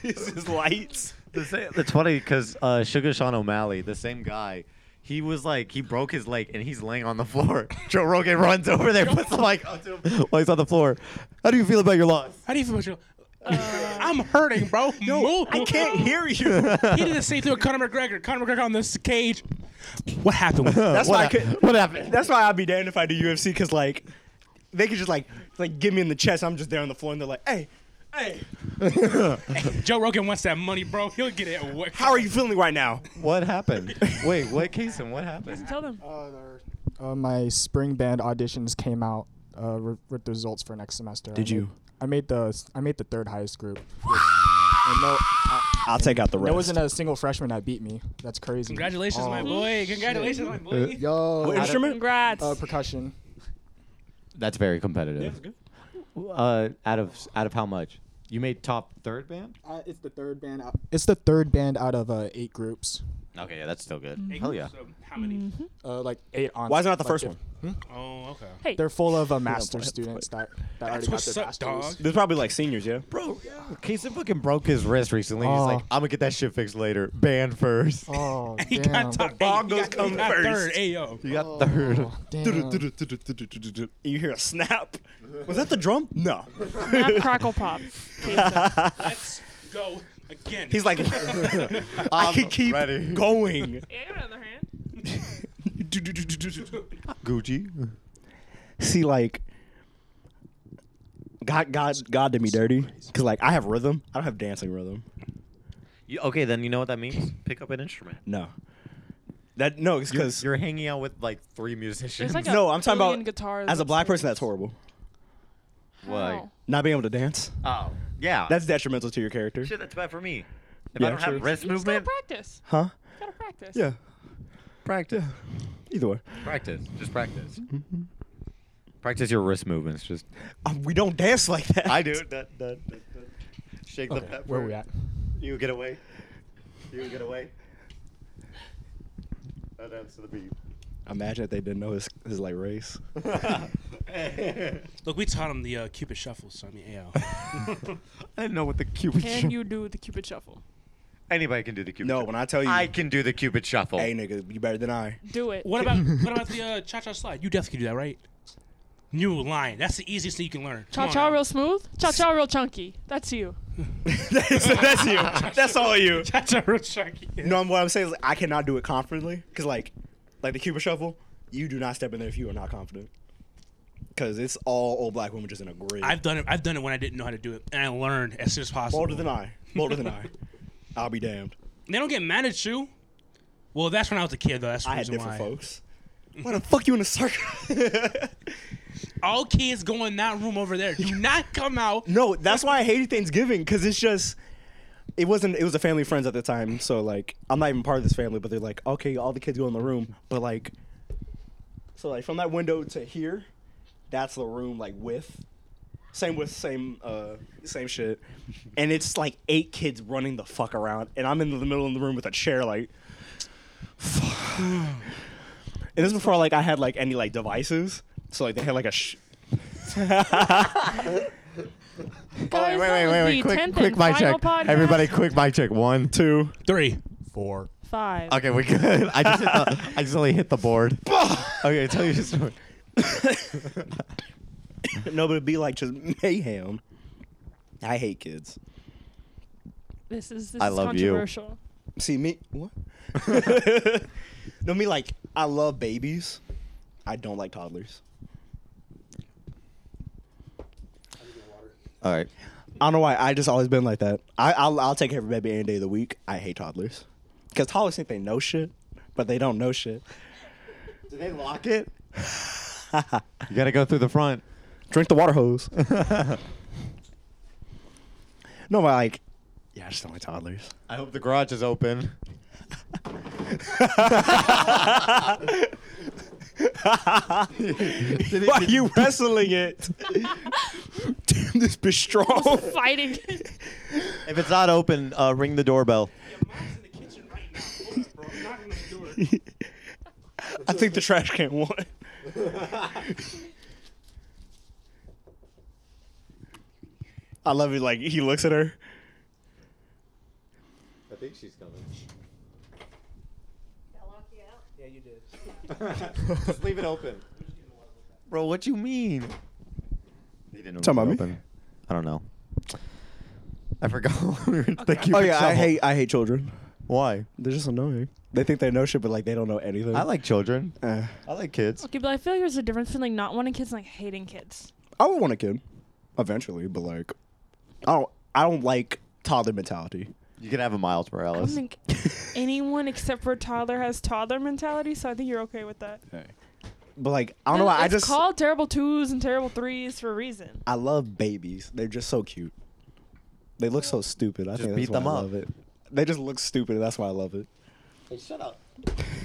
Speaker 4: this-
Speaker 2: this is lights.
Speaker 5: The sa- It's funny because uh, Sugar Sean O'Malley, the same guy, he was like he broke his leg and he's laying on the floor. Joe Rogan runs over there, puts the mic up to him while he's on the floor. How do you feel about your loss?
Speaker 4: How do you feel about your?
Speaker 6: Uh,
Speaker 4: I'm hurting, bro. Move.
Speaker 2: I can't hear you.
Speaker 4: He did the same thing with Conor McGregor. Conor McGregor on this cage. What happened? with
Speaker 2: That's
Speaker 5: what
Speaker 2: why I
Speaker 5: hap-
Speaker 2: could.
Speaker 5: What happened?
Speaker 2: That's why I'd be damned if I do UFC because like they could just like like get me in the chest. I'm just there on the floor and they're like, hey, hey,
Speaker 4: Joe Rogan wants that money, bro. He'll get it. What?
Speaker 2: how are you feeling right now?
Speaker 5: What happened? Wait, what, Kason? What happened?
Speaker 3: Tell them.
Speaker 1: Uh, my spring band auditions came out uh, re- with the results for next semester. Did I
Speaker 2: you?
Speaker 1: Made, I made the I made the third highest group. And no, I,
Speaker 2: I'll take out the
Speaker 1: there wasn't a single freshman that beat me. That's crazy.
Speaker 4: Congratulations,
Speaker 6: Oh,
Speaker 4: my boy. Congratulations, my
Speaker 2: Uh,
Speaker 4: boy.
Speaker 1: Yo,
Speaker 2: What
Speaker 1: I-
Speaker 2: instrument?
Speaker 3: Congrats.
Speaker 1: uh, percussion.
Speaker 5: That's very competitive. Uh, out of out of how much? You made top third band.
Speaker 1: Uh, it's the third band. Out. It's the third band out of uh, eight groups.
Speaker 6: Okay, yeah, that's still good.
Speaker 3: Mm-hmm.
Speaker 6: Hell yeah. Mm-hmm.
Speaker 4: So how many?
Speaker 1: Uh, like eight on.
Speaker 2: Why is it not the
Speaker 1: like
Speaker 2: first
Speaker 1: if-
Speaker 2: one?
Speaker 4: Oh, okay.
Speaker 9: Hey,
Speaker 1: They're full of uh,
Speaker 2: play
Speaker 1: master
Speaker 2: it,
Speaker 1: students that, that already
Speaker 4: That's
Speaker 1: got
Speaker 4: what's
Speaker 1: their
Speaker 4: up, dog.
Speaker 1: masters.
Speaker 2: There's probably like seniors, yeah.
Speaker 5: Bro, Casey fucking broke his wrist recently. He's like,
Speaker 1: Oh.
Speaker 5: I'm gonna get that shit fixed later. Ban first.
Speaker 1: Oh
Speaker 4: He got top. Hey, he
Speaker 2: Bongos
Speaker 4: got,
Speaker 2: come
Speaker 4: he got
Speaker 2: first.
Speaker 4: third. Ayo.
Speaker 5: You got third.
Speaker 1: damn.
Speaker 2: You hear a snap. Was that the drum? No.
Speaker 3: Snap, crackle, pop. Queso.
Speaker 4: Let's go again.
Speaker 2: He's like, I can keep
Speaker 5: ready.
Speaker 2: going.
Speaker 3: Yeah, I got another hand.
Speaker 5: Gucci.
Speaker 2: See, like, God, God, God did me dirty because like I have rhythm. I don't have dancing rhythm.
Speaker 6: You, okay, then you know what that means. Pick up an instrument.
Speaker 2: No. That no, it's
Speaker 5: You're,
Speaker 2: because
Speaker 5: you're hanging out with like three musicians.
Speaker 3: There's like a
Speaker 2: no. I'm talking
Speaker 3: billion
Speaker 2: about
Speaker 3: guitars
Speaker 2: as a black person.
Speaker 3: upstairs.
Speaker 2: That's horrible.
Speaker 6: Why?
Speaker 3: How?
Speaker 2: Not being able to dance.
Speaker 5: Ah.
Speaker 6: Oh, yeah.
Speaker 2: That's detrimental to your character.
Speaker 6: shit. That's bad for me. If
Speaker 2: Yeah,
Speaker 6: I don't
Speaker 2: true.
Speaker 6: have wrist
Speaker 3: You just gotta
Speaker 6: movement,
Speaker 3: practice.
Speaker 2: Huh?
Speaker 3: You gotta practice.
Speaker 2: Yeah. Practice. Either way,
Speaker 6: practice. Just practice.
Speaker 5: Mm-hmm.
Speaker 6: Practice your wrist movements. Just
Speaker 2: um, we don't dance like that.
Speaker 5: I do. That, that, that, that. Shake the
Speaker 1: Okay,
Speaker 5: pepper.
Speaker 1: where we at?
Speaker 5: You get away. You get away. I dance to the beat.
Speaker 2: Imagine if they didn't know his, his like race.
Speaker 4: Look, we taught him the uh, Cupid shuffle, so I mean, ayo.
Speaker 5: I didn't know what the cupid.
Speaker 3: Can you do the cupid shuffle?
Speaker 5: Anybody can do the cupid.
Speaker 2: No,
Speaker 5: shuffle.
Speaker 2: when I tell you,
Speaker 5: I can do the cupid shuffle.
Speaker 2: hey nigga, you better than I.
Speaker 3: Do it.
Speaker 4: What about what about the uh, cha cha slide? You definitely can do that, right? New line. That's the easiest thing you can learn. Come
Speaker 3: Cha
Speaker 4: on
Speaker 3: cha
Speaker 4: now.
Speaker 3: real smooth. Cha cha real chunky. That's you.
Speaker 2: that's, that's you. That's all you.
Speaker 4: Cha-cha real chunky.
Speaker 2: No, I'm- what I'm saying is like, I cannot do it confidently because like, like the Cuba Shuffle, you do not step in there if you are not confident. Cause it's all old black women just in a grave.
Speaker 4: I've done it. I've done it when I didn't know how to do it, and I learned as soon as possible.
Speaker 2: bolder than I. Bolder than I. I'll be damned.
Speaker 4: They don't get mad at you. Well, that's when I was a kid, though. That's the
Speaker 2: I had
Speaker 4: reason
Speaker 2: different
Speaker 4: why.
Speaker 2: folks. Why the fuck you in a circle?
Speaker 4: All kids go in that room over there. Do not come out.
Speaker 2: no, that's why I hated Thanksgiving because it's just. It wasn't. It was a family of friends at the time, so like I'm not even part of this family. But they're like, okay, all the kids go in the room, but like, so like from that window to here, that's the room like width. Same with same uh same shit, and it's like eight kids running the fuck around, and I'm in the middle of the room with a chair like. And this is before like I had like any like devices, so like they had like a. Sh-
Speaker 3: Guys,
Speaker 5: wait,
Speaker 3: that
Speaker 5: wait,
Speaker 3: was
Speaker 5: wait,
Speaker 3: the
Speaker 5: wait. Quick,
Speaker 3: 10th
Speaker 5: quick
Speaker 3: and
Speaker 5: mic
Speaker 3: final
Speaker 5: check.
Speaker 3: podcast.
Speaker 5: Everybody, quick mic check. One, two.
Speaker 4: Three.
Speaker 1: Four.
Speaker 3: Five.
Speaker 5: Okay, we good. I just hit the, I just only hit the board. okay, tell you your story.
Speaker 2: No, but it'd be like just mayhem. I hate kids.
Speaker 3: This is this
Speaker 5: I
Speaker 3: is
Speaker 5: love you.
Speaker 3: controversial.
Speaker 2: See me what? no, me like I love babies. I don't like toddlers.
Speaker 5: All right.
Speaker 2: I don't know why. I just always been like that. I I'll, I'll take every baby any day of the week. I hate toddlers because toddlers think they know shit, but they don't know shit.
Speaker 5: Did they lock it? you gotta go through the front.
Speaker 2: Drink the water hose. no, but like, yeah, I just don't like toddlers.
Speaker 5: I hope the garage is open.
Speaker 2: Why are you wrestling it? Damn, this bitch strong.
Speaker 3: Fighting.
Speaker 5: If it's not open, uh, ring the doorbell.
Speaker 4: Mom's in the kitchen right now. Hold up, bro. I'm not gonna do it.
Speaker 2: I think the trash can won. I love it. Like he looks at her.
Speaker 5: I think she's coming. Just leave it open. Bro, what you mean? They didn't
Speaker 2: Talking
Speaker 5: leave it
Speaker 2: about me?
Speaker 5: I don't know. I forgot. what we were
Speaker 2: Oh
Speaker 5: thinking.
Speaker 2: yeah, I hate I hate children.
Speaker 5: Why?
Speaker 2: They're just annoying. They think they know shit, but like they don't know anything.
Speaker 5: I like children.
Speaker 2: Uh,
Speaker 5: I like kids.
Speaker 3: okay, but I feel like there's a difference between like not wanting kids and like hating kids.
Speaker 2: I would want a kid, eventually, but like, I don't. I don't like toddler mentality.
Speaker 5: You can have a Miles Morales.
Speaker 3: I don't think anyone except for a toddler has toddler mentality, so I think you're okay with that.
Speaker 2: But like, I don't know. Why, I
Speaker 3: It's
Speaker 2: just
Speaker 3: called terrible twos and terrible threes for a reason.
Speaker 2: I love babies. They're just so cute. They look so stupid. I think that's
Speaker 5: beat
Speaker 2: why
Speaker 5: them
Speaker 2: I
Speaker 5: up.
Speaker 2: love it. They just look stupid. and That's why I love it.
Speaker 5: Shut up.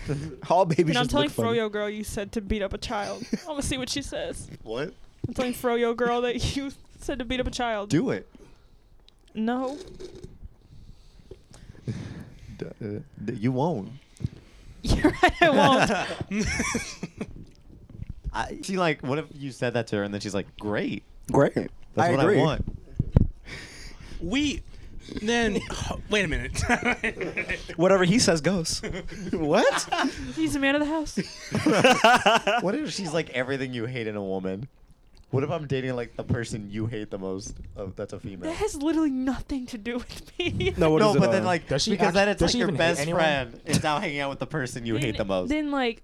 Speaker 2: All babies
Speaker 3: And I'm
Speaker 2: just
Speaker 3: telling
Speaker 2: look funny.
Speaker 3: Froyo girl you said to beat up a child. I'm gonna see what she says.
Speaker 5: What?
Speaker 3: I'm telling Froyo girl that you said to beat up a child.
Speaker 5: Do it.
Speaker 3: No.
Speaker 5: D- uh, d- you won't.
Speaker 3: You're right. I won't.
Speaker 5: I, she like, what if you said that to her and then she's like, great.
Speaker 2: Great.
Speaker 5: That's
Speaker 2: I
Speaker 5: what
Speaker 2: agree.
Speaker 5: I want.
Speaker 4: We then wait a minute.
Speaker 2: Whatever he says goes.
Speaker 5: what?
Speaker 3: He's the man of the house.
Speaker 5: What if she's like everything you hate in a woman? What if I'm dating like the person you hate the most? Of, that's a female.
Speaker 3: That has literally nothing to do with me.
Speaker 2: No, what
Speaker 5: no,
Speaker 2: is it,
Speaker 5: but then
Speaker 2: uh,
Speaker 5: like
Speaker 1: Does she
Speaker 5: because
Speaker 1: act-
Speaker 5: then it's
Speaker 1: does
Speaker 5: like
Speaker 1: she
Speaker 5: your
Speaker 1: even hate
Speaker 5: best
Speaker 1: anyone?
Speaker 5: friend is now hanging out with the person you
Speaker 3: Then-
Speaker 5: hate the most.
Speaker 3: Then like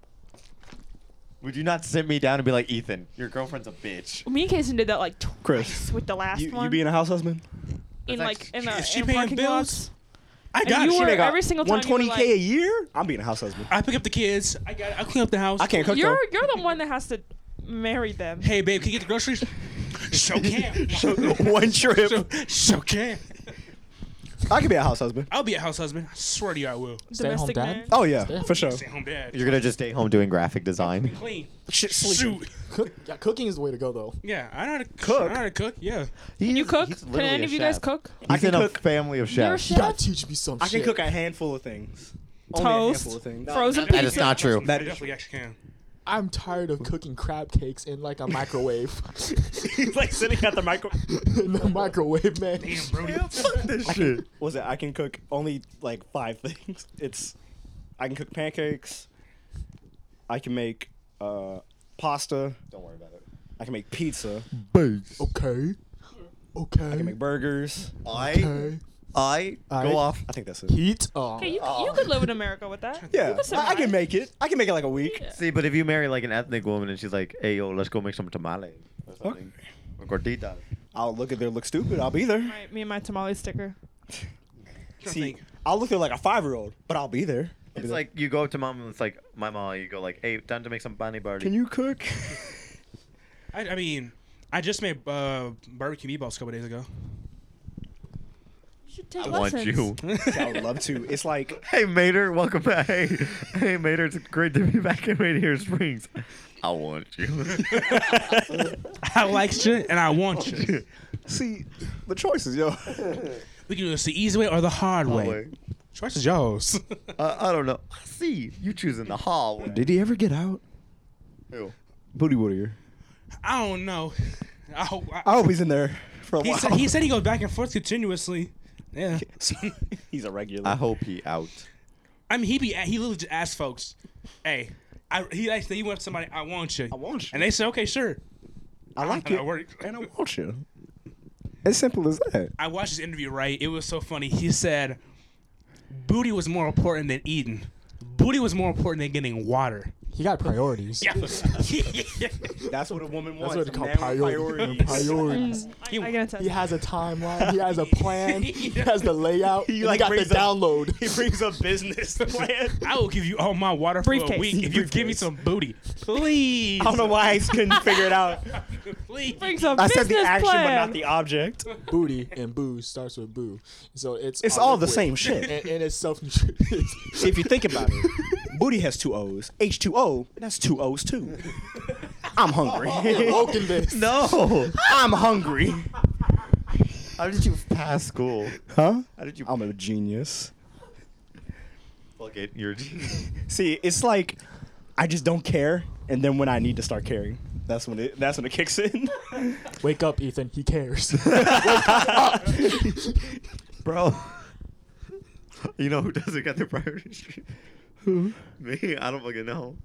Speaker 5: Would you not sit me down and be like, Ethan, your girlfriend's a bitch?
Speaker 3: me and Kason did that like twice
Speaker 2: Chris,
Speaker 3: with the last
Speaker 2: you,
Speaker 3: one.
Speaker 2: you being a house husband?
Speaker 3: in
Speaker 4: That's
Speaker 3: like
Speaker 4: actually-
Speaker 3: in, a,
Speaker 4: Is she
Speaker 3: in
Speaker 4: paying
Speaker 3: parking
Speaker 4: bills?
Speaker 3: lots.
Speaker 4: I got
Speaker 3: And you
Speaker 4: you.
Speaker 3: were
Speaker 2: They got
Speaker 3: every single time. you were
Speaker 2: 120k a year. I'm being a house husband.
Speaker 4: I pick up the kids. I got. I clean up the house.
Speaker 2: I can't
Speaker 3: like,
Speaker 2: cook
Speaker 3: You're
Speaker 2: though.
Speaker 3: you're the one that has to marry them.
Speaker 4: Hey babe, can you get the groceries? Show can.
Speaker 2: One trip.
Speaker 4: Show, show can.
Speaker 2: I could be a house husband.
Speaker 4: I'll be a house husband. I swear to you, I will.
Speaker 1: Stay-at-home
Speaker 3: Domestic
Speaker 1: dad?
Speaker 3: man.
Speaker 2: Oh yeah, for sure.
Speaker 4: Stay home dad.
Speaker 5: You're gonna just stay home doing graphic design.
Speaker 4: clean.
Speaker 2: Shit, sleep.
Speaker 4: Shoot.
Speaker 1: Cook, yeah, cooking is the way to go, though.
Speaker 4: Yeah, I know how to cook. I
Speaker 2: Cook?
Speaker 4: know how to cook. Yeah.
Speaker 3: Can you
Speaker 5: He's-
Speaker 3: cook?
Speaker 5: he's
Speaker 3: Can
Speaker 5: literally
Speaker 3: any
Speaker 5: a
Speaker 3: of you guys
Speaker 5: chef.
Speaker 3: cook?
Speaker 5: He's
Speaker 2: I can
Speaker 5: in
Speaker 2: cook-
Speaker 5: a family of
Speaker 3: You're a
Speaker 5: chefs.
Speaker 1: You gotta
Speaker 3: chef.
Speaker 1: teach me some
Speaker 2: I
Speaker 1: shit.
Speaker 2: can cook a handful of things. Only a
Speaker 3: Toast,
Speaker 2: handful of things.
Speaker 3: frozen
Speaker 5: That is
Speaker 3: pizza.
Speaker 5: not true.
Speaker 4: That definitely actually can.
Speaker 1: I'm tired of cooking crab cakes in like a microwave.
Speaker 2: He's like sitting at the micro.
Speaker 1: in the microwave, man.
Speaker 4: Damn, Brody.
Speaker 2: Fuck this shit. Was it? I can cook only like five things. It's I can cook pancakes. I can make uh, pasta.
Speaker 5: Don't worry about it.
Speaker 2: I can make pizza.
Speaker 1: Okay.
Speaker 2: I can make
Speaker 1: Okay.
Speaker 2: burgers.
Speaker 5: I
Speaker 1: Okay.
Speaker 5: I
Speaker 1: I-
Speaker 5: go off.
Speaker 2: I think that's it.
Speaker 1: Heat. Oh.
Speaker 3: Okay, you, you could live in America with that. You
Speaker 2: Yeah,
Speaker 3: could
Speaker 2: I, I can
Speaker 3: survive.
Speaker 2: make it. I can make it like a week.
Speaker 3: Yeah.
Speaker 5: See, but if you marry like an ethnic woman and she's like, "Hey, yo, let's go make some tamales or something, or gorditas."
Speaker 2: I'll look at there, look stupid. I'll be there.
Speaker 3: My, me and my tamale sticker.
Speaker 2: See,
Speaker 4: think.
Speaker 2: I'll look there like a five year old, but I'll be there. I'll be
Speaker 5: It's like you go up to mom and it's like, "My mom," you go like, "Hey, time to make some bunny barley."
Speaker 2: can you cook?
Speaker 4: I, I mean, I just made uh, barbecue meatballs a couple days ago.
Speaker 3: You should take
Speaker 5: I want
Speaker 3: lessons.
Speaker 5: you.
Speaker 2: I would love to. It's like
Speaker 5: Hey Mater, welcome back. Hey, hey Mater, it's great to be back in Radiator Springs. I want you.
Speaker 4: I like you and I want you.
Speaker 2: see the choices, yo.
Speaker 4: We can do this the easy way or the hard way. Choice is yours.
Speaker 5: I, I don't know. I see you choosing the hallway.
Speaker 2: Did he ever get out?
Speaker 5: Who?
Speaker 2: Booty Woodier.
Speaker 4: I don't know. I hope. I,
Speaker 2: I hope he's in there for a
Speaker 4: he,
Speaker 2: while.
Speaker 4: said, he said he goes back and forth continuously. Yeah.
Speaker 2: he's a regular.
Speaker 5: I hope he out.
Speaker 4: I mean, he be he literally just asked folks, "Hey, I, he actually he went up to somebody, I want you,"
Speaker 2: I want you.
Speaker 4: and they said, "Okay, sure."
Speaker 2: I like
Speaker 4: And
Speaker 2: it.
Speaker 4: I worked.
Speaker 2: And I want you. As simple as that.
Speaker 4: I watched his interview. Right, it was so funny. He said, "Booty was more important than eating. Booty was more important than getting water."
Speaker 1: He got priorities.
Speaker 4: Yeah.
Speaker 2: That's what a woman
Speaker 1: That's what they call priority. priorities.
Speaker 3: I, I gotta test.
Speaker 1: He has a timeline. He has a plan. He has the layout. and He,
Speaker 2: like,
Speaker 1: got the
Speaker 2: brings up-
Speaker 1: download.
Speaker 2: brings a business plan.
Speaker 4: I will give you all my water for a
Speaker 3: Briefcase.
Speaker 4: week if you give me some booty, please.
Speaker 2: I don't know why I couldn't figure it out.
Speaker 4: please.
Speaker 3: Brings a
Speaker 2: I
Speaker 3: business
Speaker 2: said the action,
Speaker 3: plan.
Speaker 2: but not the object.
Speaker 1: Booty and booze starts with boo. So it's
Speaker 2: It's
Speaker 1: a
Speaker 2: all the
Speaker 1: liquid.
Speaker 2: same shit.
Speaker 1: And, and it's self nutrition.
Speaker 2: if you think about it, booty has two O's. H2O, that's two O's too. I'm hungry.
Speaker 1: Woken this.
Speaker 5: No.
Speaker 2: I'm hungry.
Speaker 5: How did you pass school?
Speaker 2: Huh?
Speaker 5: How did you?
Speaker 2: I'm a genius.
Speaker 5: Fuck it. You're.
Speaker 2: See, it's like I just don't care, and then when I need to start caring, that's when it that's when it kicks in.
Speaker 1: Wake up, Ethan. He cares.
Speaker 5: Bro. You know who doesn't get their priorities? Who? Me. I don't fucking know.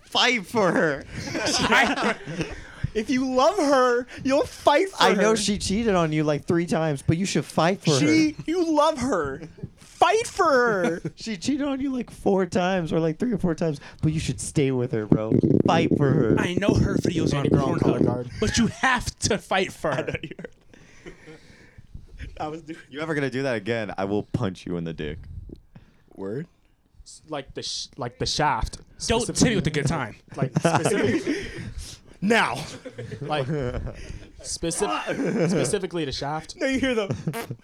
Speaker 5: Fight for her.
Speaker 2: if you love her, you'll fight for
Speaker 5: I
Speaker 2: her.
Speaker 5: know she cheated on you like three times, but you should fight for
Speaker 2: She,
Speaker 5: her.
Speaker 2: you love her. Fight for her.
Speaker 5: She cheated on you like four times or like three or four times, but you should stay with her, bro. Fight for her.
Speaker 4: I know her videos on
Speaker 1: Any girl on color
Speaker 4: Pornhub,
Speaker 1: guard.
Speaker 4: but you have to fight for her.
Speaker 2: I was doing
Speaker 5: You ever gonna do that again? I will punch you in the dick.
Speaker 2: word.
Speaker 1: like the sh- like the shaft.
Speaker 4: Don't tell me with a good time.
Speaker 1: Like specifically,
Speaker 2: Now,
Speaker 1: like specific, specifically the shaft.
Speaker 2: now you hear the.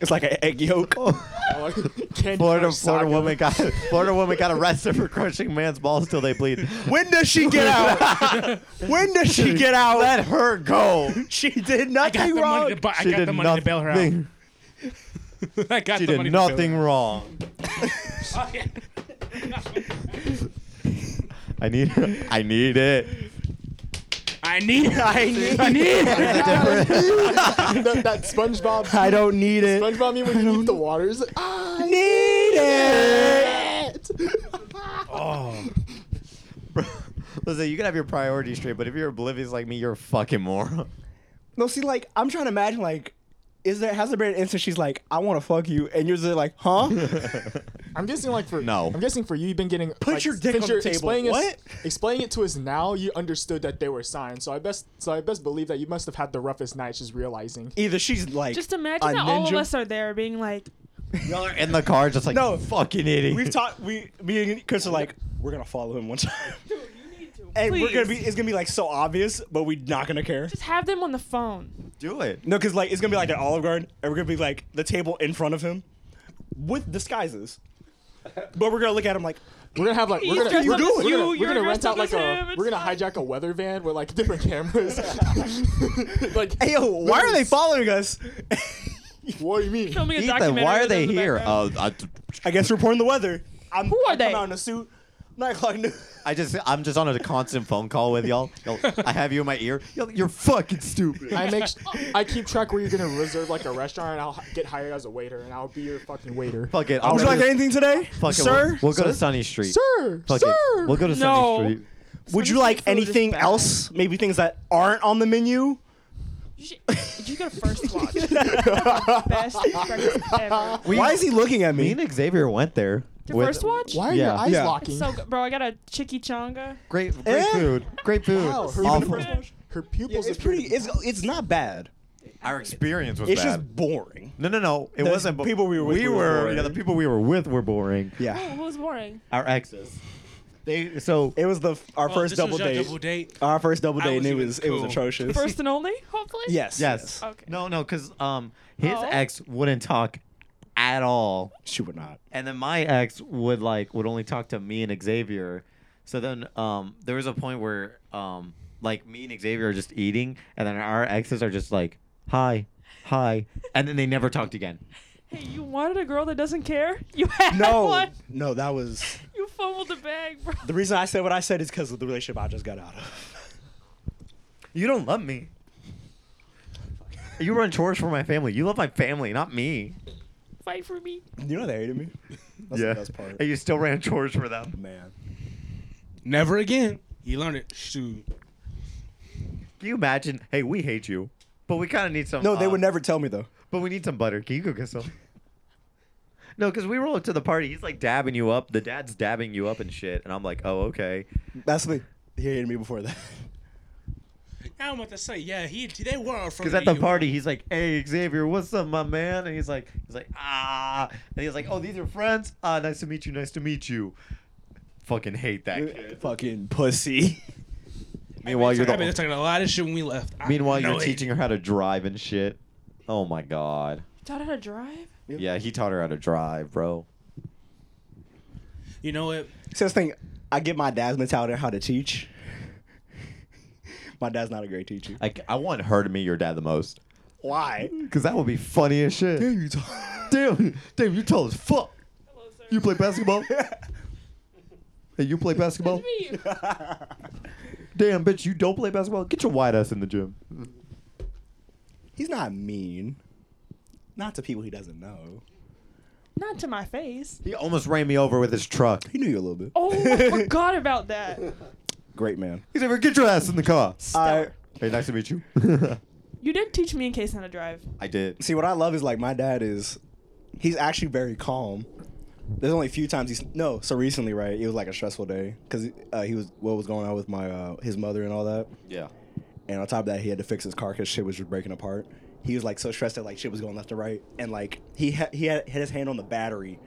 Speaker 2: it's like an egg yolk.
Speaker 1: Or Candy Crush
Speaker 5: Florida, Florida
Speaker 1: Saga.
Speaker 5: woman got Florida woman got arrested for crushing man's balls till they bleed.
Speaker 2: when does she get out? when does she get out?
Speaker 5: Let her go.
Speaker 2: She did
Speaker 4: I got
Speaker 2: nothing
Speaker 4: the
Speaker 2: wrong.
Speaker 4: money to buy. I
Speaker 5: She
Speaker 4: got
Speaker 5: did
Speaker 4: the money to bail her out.
Speaker 5: nothing.
Speaker 4: I got
Speaker 5: She
Speaker 4: the money
Speaker 5: did
Speaker 4: to fill
Speaker 5: nothing
Speaker 4: it.
Speaker 5: wrong.
Speaker 4: Oh, yeah.
Speaker 5: I need I need it.
Speaker 4: I need. I need. I need.
Speaker 1: that, that SpongeBob.
Speaker 2: I don't need it.
Speaker 1: SpongeBob meme when you eat the waters. Ah, I need it.
Speaker 4: Oh.
Speaker 5: Bro, Listen, you can have your priorities straight, but if you're oblivious like me, you're a fucking moron.
Speaker 2: No, see, like I'm trying to imagine, like, is there has there been an instance she's like, I want to fuck you, and you're just like, huh?
Speaker 1: I'm guessing like for
Speaker 5: No.
Speaker 1: I'm guessing for you, you've been getting
Speaker 2: Put
Speaker 1: like,
Speaker 2: your dick
Speaker 1: since
Speaker 2: on the
Speaker 1: you're
Speaker 2: table.
Speaker 1: Explaining Us,
Speaker 2: What?
Speaker 1: explaining it to us now, you understood that they were signs. So I best so I best believe that you must have had the roughest night, just realizing.
Speaker 2: Either she's like,
Speaker 3: Just imagine
Speaker 2: a
Speaker 3: that all of
Speaker 2: ninja.
Speaker 3: us are there being like,
Speaker 5: Y'all are in the car just like
Speaker 2: No.
Speaker 5: fucking idiot.
Speaker 2: We've talked. We me and Chris are like, we're gonna follow him one time, and we're gonna be.
Speaker 3: Please.
Speaker 2: It's gonna be like so obvious, but we're not gonna care.
Speaker 3: just have them on the phone.
Speaker 5: do it.
Speaker 2: No, because like it's gonna be like an Olive Garden, and we're gonna be like the table in front of him with disguises, but we're gonna look at him like,
Speaker 1: We're gonna have like
Speaker 3: He's
Speaker 1: we're gonna
Speaker 3: dressed
Speaker 1: we're,
Speaker 3: up as
Speaker 1: we're
Speaker 3: you,
Speaker 1: gonna, we're
Speaker 3: you're
Speaker 1: gonna rent
Speaker 3: dressed
Speaker 1: out
Speaker 3: up
Speaker 1: like
Speaker 3: as
Speaker 1: a
Speaker 3: him, it's
Speaker 1: we're gonna
Speaker 3: fine.
Speaker 1: hijack a weather van with like different cameras. like
Speaker 2: hey yo, why are they following us?
Speaker 1: What do you mean?
Speaker 3: Filming a
Speaker 5: Ethan,
Speaker 3: documentary
Speaker 5: why are
Speaker 3: with them
Speaker 5: they
Speaker 3: in the
Speaker 5: here? Um,
Speaker 3: background.
Speaker 5: Uh, I,
Speaker 2: I guess reporting the weather. I'm, Who
Speaker 3: are
Speaker 2: I
Speaker 3: they?
Speaker 2: Come out in a suit, nine o'clock noon.
Speaker 5: I just I'm just on a constant phone call with y'all. y'all I have you in my ear. Y'all, you're fucking stupid.
Speaker 1: I make I keep track where you're gonna reserve like a restaurant, and I'll h- get hired as a waiter, and I'll be your fucking waiter.
Speaker 5: Fuck it. I'll
Speaker 2: Would you
Speaker 5: go
Speaker 2: like
Speaker 5: to-
Speaker 2: anything today,
Speaker 5: fuck it,
Speaker 2: sir?
Speaker 5: We'll, we'll go to Sunny Street.
Speaker 1: Sir,
Speaker 5: Fuck
Speaker 1: sir.
Speaker 5: it. We'll go to
Speaker 3: No.
Speaker 5: Sunny Street.
Speaker 2: Would you like anything else? Maybe things that aren't on the menu.
Speaker 3: You, should, you get a first watch. Best breakfast ever.
Speaker 2: Why is he looking at
Speaker 5: Me
Speaker 2: me?
Speaker 5: and Xavier went there.
Speaker 3: The
Speaker 5: with-
Speaker 3: first watch?
Speaker 1: Why are
Speaker 5: Yeah.
Speaker 1: your eyes
Speaker 2: Yeah.
Speaker 1: locking?
Speaker 3: It's so good. Bro, I got a chimichanga.
Speaker 5: Great, great
Speaker 2: Eh?
Speaker 5: food. Great food.
Speaker 1: Wow, her,
Speaker 5: Awful.
Speaker 1: pupils- her pupils.
Speaker 2: It's
Speaker 1: appear
Speaker 2: pretty.
Speaker 1: to be-
Speaker 2: It's it's not bad.
Speaker 5: Our experience was
Speaker 2: It's
Speaker 5: bad.
Speaker 2: just boring.
Speaker 5: no, no, no. It
Speaker 2: The
Speaker 5: wasn't. bo-
Speaker 2: people we were with
Speaker 5: We
Speaker 2: were
Speaker 5: were.
Speaker 2: boring.
Speaker 5: yeah, the people we were with were boring.
Speaker 3: Oh,
Speaker 2: Yeah.
Speaker 3: what was boring?
Speaker 5: Our exes. They so
Speaker 2: It was the our
Speaker 4: Oh,
Speaker 2: first
Speaker 4: this was
Speaker 2: double
Speaker 4: your
Speaker 2: date.
Speaker 4: Double date.
Speaker 2: Our first double
Speaker 4: I
Speaker 2: date, and it
Speaker 4: wasn't even
Speaker 2: was it was
Speaker 4: cool.
Speaker 2: atrocious.
Speaker 3: First and only, hopefully?
Speaker 2: yes.
Speaker 5: yes.
Speaker 3: Okay.
Speaker 5: No, no, because um his
Speaker 3: Oh.
Speaker 5: ex wouldn't talk at all.
Speaker 2: She would not.
Speaker 5: and then my ex would like would only talk to me and Xavier. So then um there was a point where um like me and Xavier are just eating and then our exes are just like hi hi and then they never talked again.
Speaker 3: Hey, you wanted a girl that doesn't care? You had
Speaker 2: No.
Speaker 3: one.
Speaker 2: No, that was
Speaker 3: You fumbled the bag, bro.
Speaker 2: the reason I said what I said is because of the relationship I just got out of.
Speaker 5: You don't love me. You run chores for my family. You love my family, not me.
Speaker 3: Fight for me.
Speaker 2: You know they hated me. That's the best part.
Speaker 5: And you still ran chores for them.
Speaker 2: Man.
Speaker 4: Never again. He learned it. Shoot.
Speaker 5: Can you imagine? Hey, we hate you, but we kind of need some.
Speaker 2: No, they
Speaker 5: uh,
Speaker 2: would never tell me though.
Speaker 5: But we need some butter. Can you go get some? No, because we roll up to the party. He's like dabbing you up. The dad's dabbing you up and shit. And I'm like, oh, okay.
Speaker 2: That's the he hated me before that.
Speaker 4: Now I'm about to say, yeah, he they were from
Speaker 5: Because at the party, he's like, hey, Xavier, what's up, my man? And he's like, he's like, ah. And he's like, oh, these are friends. Ah, nice to meet you. Nice to meet you. Fucking hate that kid.
Speaker 2: Fucking pussy.
Speaker 5: Meanwhile,
Speaker 4: I mean, they're talking a lot of shit when we left. I
Speaker 5: meanwhile,
Speaker 4: know
Speaker 5: you're
Speaker 4: it.
Speaker 5: teaching her how to drive and shit. Oh my god.
Speaker 3: Taught her to drive?
Speaker 5: Yeah, he taught her how to drive, bro.
Speaker 4: You know what?
Speaker 2: See, this thing, I get my dad's mentality on how to teach. my dad's not a great teacher.
Speaker 5: I, I want her to meet your dad the most.
Speaker 2: Why?
Speaker 5: Because that would be funny as shit.
Speaker 2: Damn, you talk.
Speaker 5: Damn, damn, you tall as fuck.
Speaker 3: Hello, sir.
Speaker 5: You play basketball? hey, you play basketball?
Speaker 3: It's me.
Speaker 5: Damn, bitch, you don't play basketball? Get your white ass in the gym.
Speaker 2: He's not mean. Not to people he doesn't know.
Speaker 3: Not to my face.
Speaker 5: He almost ran me over with his truck.
Speaker 2: He knew you a little bit.
Speaker 3: Oh, I forgot about that.
Speaker 2: Great man.
Speaker 5: He's like, get your ass in the car.
Speaker 2: I,
Speaker 5: Hey, nice to meet you.
Speaker 3: You did teach me in case how to drive.
Speaker 5: I did.
Speaker 2: see, what I love is like my dad is, he's actually very calm. There's only a few times he's no. So recently, right? It was like a stressful day because uh, he was what was going on with my uh, his mother and all that.
Speaker 5: Yeah.
Speaker 2: And on top of that, he had to fix his car because shit was just breaking apart. He was like so stressed that like shit was going left and right, and like he ha- he had, had his hand on the battery,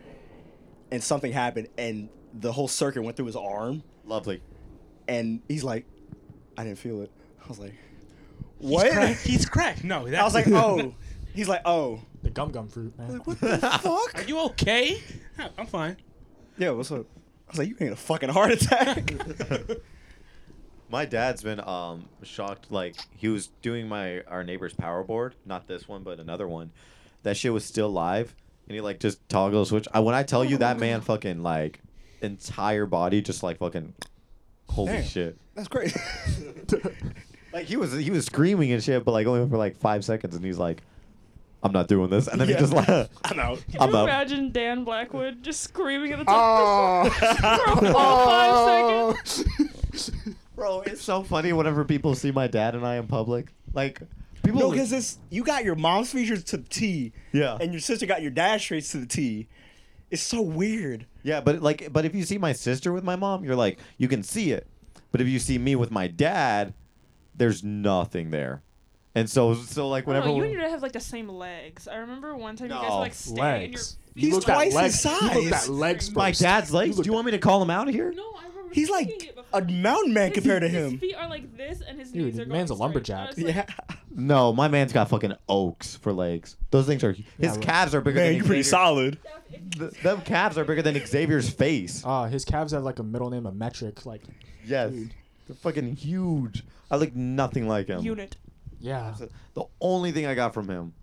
Speaker 2: and something happened, and the whole circuit went through his arm,
Speaker 5: Lovely.
Speaker 2: and he's like, I didn't feel it. I was like, what?
Speaker 4: He's cracked. He's cracked. No, that's,
Speaker 2: I was like, oh. He's like, oh.
Speaker 1: the gum gum fruit, man.
Speaker 2: What the
Speaker 4: Are
Speaker 2: fuck?
Speaker 4: you okay? No, I'm fine.
Speaker 2: Yo, what's up? I was like, you ain't a fucking heart attack.
Speaker 5: My dad's been um shocked. Like he was doing my our neighbor's power board, not this one, but another one, That shit was still live, and he like just toggle switch. I, when I tell you that man fucking like entire body just like fucking holy
Speaker 2: Damn.
Speaker 5: shit.
Speaker 2: That's great.
Speaker 5: Like he was he was screaming and shit, but like only for like five seconds, and he's like, "I'm not doing this," and then
Speaker 2: Yeah.
Speaker 5: he just left.
Speaker 2: I know.
Speaker 3: Can
Speaker 5: I'm
Speaker 3: you
Speaker 5: out.
Speaker 3: imagine Dan Blackwood just screaming at the top of his lungs for all five seconds?
Speaker 5: Bro, it's so funny whenever people see my dad and I in public. Like people,
Speaker 2: No, because it's you got your mom's features to the T.
Speaker 5: Yeah.
Speaker 2: And your sister got your dad's traits to the T. It's so weird.
Speaker 5: yeah, but like, but if you see my sister with my mom, you're like, you can see it. But if you see me with my dad, there's nothing there. And so, so like
Speaker 3: Oh,
Speaker 5: whenever
Speaker 3: you and your dad have like the same legs. I remember one time you guys
Speaker 5: No,
Speaker 3: were like standing and your
Speaker 1: legs.
Speaker 3: feet
Speaker 2: He's
Speaker 3: were, like,
Speaker 2: twice
Speaker 1: leg-
Speaker 2: his
Speaker 1: You look
Speaker 2: size.
Speaker 1: at legs.
Speaker 3: My
Speaker 5: my
Speaker 1: first.
Speaker 5: dad's legs,
Speaker 1: look
Speaker 5: do you want me to call him out here?
Speaker 3: No, I remember
Speaker 2: He's
Speaker 3: seeing
Speaker 2: like
Speaker 3: it before.
Speaker 2: a mountain man
Speaker 3: His-
Speaker 2: compared to
Speaker 3: his
Speaker 2: him.
Speaker 3: feet are like this, and his
Speaker 1: Dude,
Speaker 3: knees are
Speaker 1: man's
Speaker 3: going
Speaker 1: a lumberjack.
Speaker 3: Straight. I was
Speaker 2: Yeah.
Speaker 3: like,
Speaker 5: No, my man's got fucking oaks for legs. Those things are his
Speaker 1: but-
Speaker 5: calves are bigger.
Speaker 2: Man,
Speaker 5: than
Speaker 2: you're pretty
Speaker 5: Xavier-
Speaker 2: solid.
Speaker 3: "Steph, if you
Speaker 5: Th- them calves are bigger than Xavier's face.
Speaker 1: Ah, his calves have like a middle name of metric. Like,
Speaker 5: Yes.
Speaker 1: Dude.
Speaker 5: They're fucking huge. I look nothing like him.
Speaker 3: unit.
Speaker 1: yeah.
Speaker 5: The only thing I got from him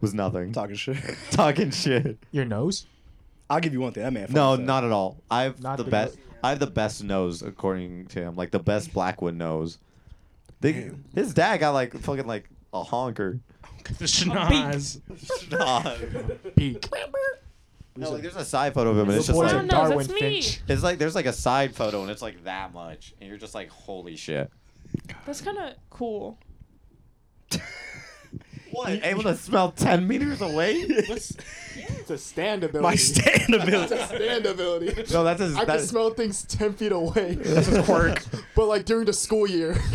Speaker 5: was nothing.
Speaker 2: Talking shit.
Speaker 5: Talking shit.
Speaker 1: Your nose?
Speaker 2: I'll give you one thing. That man.
Speaker 5: No,
Speaker 2: fucking fat.
Speaker 5: not at all. I have
Speaker 1: Not
Speaker 5: the
Speaker 1: the
Speaker 5: best. I have the best nose according to him. Like the best Blackwood nose. They, his dad got like fucking like a honker.
Speaker 4: The schnoz.
Speaker 5: Nah.
Speaker 1: Beak.
Speaker 5: no, like there's a side photo of him, and it's
Speaker 1: Little boys
Speaker 5: just
Speaker 3: No,
Speaker 1: are
Speaker 5: like
Speaker 3: no,
Speaker 1: Darwin
Speaker 3: that's me.
Speaker 1: Finch.
Speaker 5: it's like there's like a side photo, and it's like that much, and you're just like, holy shit.
Speaker 3: That's kind of cool.
Speaker 5: What? Able to smell ten meters away?
Speaker 1: It's a stand ability.
Speaker 2: My stand
Speaker 1: it's a
Speaker 2: ability.
Speaker 1: stand ability.
Speaker 5: No, that's his.
Speaker 1: I can
Speaker 5: that's-
Speaker 1: smell things 10 feet away.
Speaker 2: quirk.
Speaker 1: but like during the school year.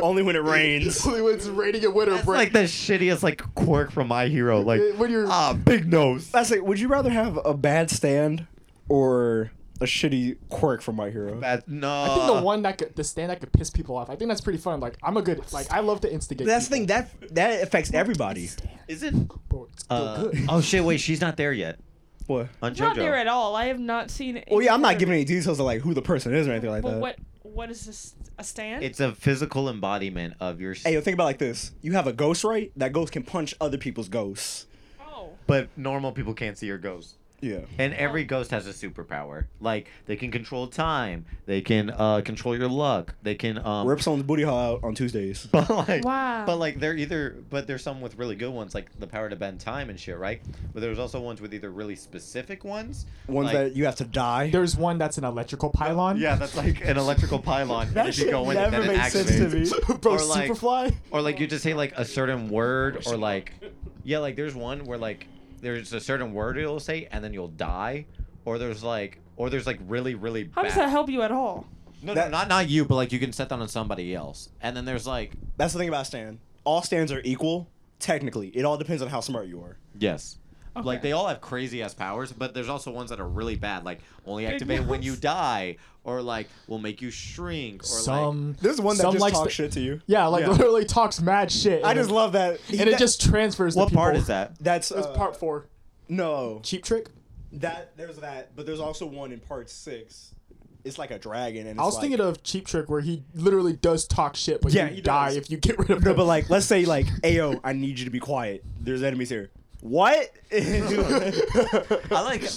Speaker 2: Only when it rains.
Speaker 1: Only when it's raining and winter
Speaker 5: That's
Speaker 1: break.
Speaker 5: like the shittiest like quirk from My Hero. Like
Speaker 1: when you're
Speaker 5: ah, big nose.
Speaker 2: I say, would you rather have a bad stand or a shitty quirk from My Hero?
Speaker 5: That no.
Speaker 1: I think the one that could, the stand that could piss people off. I think that's pretty fun. Like I'm a good like I love to instigate.
Speaker 2: That's the
Speaker 1: people.
Speaker 2: thing that that affects everybody.
Speaker 5: is it.
Speaker 1: Bro, it's still good.
Speaker 5: oh shit! Wait, she's not there yet.
Speaker 2: What?
Speaker 5: On Uh, JoJo.
Speaker 3: Not there at all. I have not seen.
Speaker 2: Well, Oh, yeah, I'm
Speaker 3: anything
Speaker 2: not
Speaker 3: of
Speaker 2: giving
Speaker 3: it.
Speaker 2: any details of like who the person is or anything like
Speaker 3: But
Speaker 2: that.
Speaker 3: what? What is this? A stand?
Speaker 5: It's a physical embodiment of your.
Speaker 2: Hey, yo, think about it like this: you have a ghost, right? That ghost can punch other people's ghosts.
Speaker 3: oh.
Speaker 5: but normal people can't see your ghost.
Speaker 2: Yeah.
Speaker 5: And every ghost has a superpower. Like they can control time. They can uh control your luck. They can um.
Speaker 2: Rip someone's booty hole out on Tuesdays.
Speaker 5: But like,
Speaker 3: Wow.
Speaker 5: but like they're either, but there's some with really good ones, like the power to bend time and shit, right? But there's also ones with either really specific ones,
Speaker 2: Ones
Speaker 5: like-
Speaker 2: that you have to die.
Speaker 1: There's one that's an electrical pylon.
Speaker 5: Yeah, that's like an electrical pylon.
Speaker 2: That
Speaker 5: and if you
Speaker 2: shit
Speaker 5: go in,
Speaker 2: never
Speaker 5: then it
Speaker 2: makes sense
Speaker 5: activates.
Speaker 2: to me.
Speaker 1: Bro,
Speaker 5: Or like-
Speaker 1: Superfly.
Speaker 5: Or like you just say like a certain word, or like, yeah, like there's one where like there's a certain word it'll say, and then you'll die. Or there's like, or there's like really, really.
Speaker 3: How
Speaker 5: bad.
Speaker 3: does that help you at all?
Speaker 5: No, no,
Speaker 2: That-
Speaker 5: not not you, but like you can set that on somebody else, and then there's like
Speaker 2: That's the thing about stand. All stands are equal technically. It all depends on how smart you are.
Speaker 5: yes. Like
Speaker 3: Okay.
Speaker 5: they all have crazy ass powers, but there's also ones that are really bad, like only
Speaker 3: Big
Speaker 5: activate when
Speaker 3: ones.
Speaker 5: you die, or like will make you shrink, or like
Speaker 1: Some.
Speaker 2: There's one that
Speaker 1: some
Speaker 2: just
Speaker 1: likes
Speaker 2: talks
Speaker 1: to-
Speaker 2: shit to you.
Speaker 1: Yeah, like
Speaker 5: Yeah.
Speaker 1: literally talks mad shit.
Speaker 2: I
Speaker 1: and
Speaker 2: just
Speaker 1: it-
Speaker 2: love that.
Speaker 1: and it
Speaker 2: that-
Speaker 1: just transfers. to
Speaker 5: what part
Speaker 1: people.
Speaker 5: is that?
Speaker 2: that's
Speaker 1: That's
Speaker 2: uh,
Speaker 1: part four.
Speaker 2: No,
Speaker 1: Cheap trick.
Speaker 2: that there's that, but there's also one in part six. It's like a dragon, and it's
Speaker 1: I was
Speaker 2: like,
Speaker 1: thinking of Cheap Trick where he literally does talk shit, but
Speaker 2: Yeah,
Speaker 1: you
Speaker 2: he
Speaker 1: die
Speaker 2: does.
Speaker 1: if you get rid of
Speaker 2: No,
Speaker 1: him.
Speaker 2: but like, let's say like, Ayo, I need you to be quiet. There's enemies here. What?
Speaker 5: I like. uh,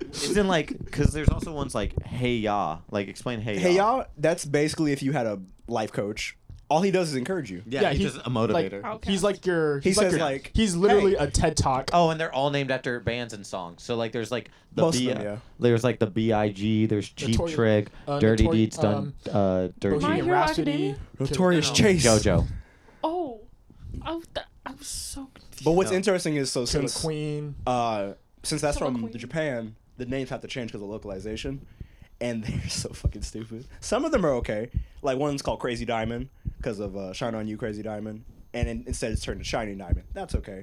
Speaker 5: It's in like because there's also ones like hey ya, like explain hey ya.
Speaker 2: Hey y'all, that's basically if you had a life coach. All he does is encourage you.
Speaker 5: Yeah,
Speaker 1: Yeah,
Speaker 5: he's
Speaker 1: he-
Speaker 5: just a motivator.
Speaker 3: like- Okay.
Speaker 1: he's like your.
Speaker 2: He
Speaker 1: He's like
Speaker 2: says,
Speaker 1: your-
Speaker 2: like,
Speaker 1: he's literally
Speaker 2: hey.
Speaker 1: a TED talk.
Speaker 5: oh, and they're all named after bands and songs. So like, there's like the
Speaker 2: Most of
Speaker 5: B,
Speaker 2: them, yeah.
Speaker 5: there's like the B I G. There's Cheap
Speaker 1: Notori-
Speaker 5: Trick,
Speaker 1: uh,
Speaker 5: Dirty
Speaker 1: Notori-
Speaker 5: Deeds Done, uh, Dirty.
Speaker 3: My
Speaker 1: Bohemian
Speaker 3: Hero
Speaker 1: Rhapsody.
Speaker 3: Academia?
Speaker 2: Notorious
Speaker 5: No, no.
Speaker 2: Chase.
Speaker 5: JoJo.
Speaker 3: Oh. I, was- th- I was so confused.
Speaker 2: But what's
Speaker 5: No.
Speaker 2: interesting is so
Speaker 1: King
Speaker 2: since
Speaker 1: Queen.
Speaker 2: uh since that's
Speaker 3: Killer
Speaker 2: from
Speaker 3: Queen.
Speaker 2: Japan, the names have to change because of localization, and they're so fucking stupid. Some of them are okay. Like one's called Crazy Diamond because of uh, Shine on You, Crazy Diamond, and in, instead it's turned to Shiny Diamond. That's okay.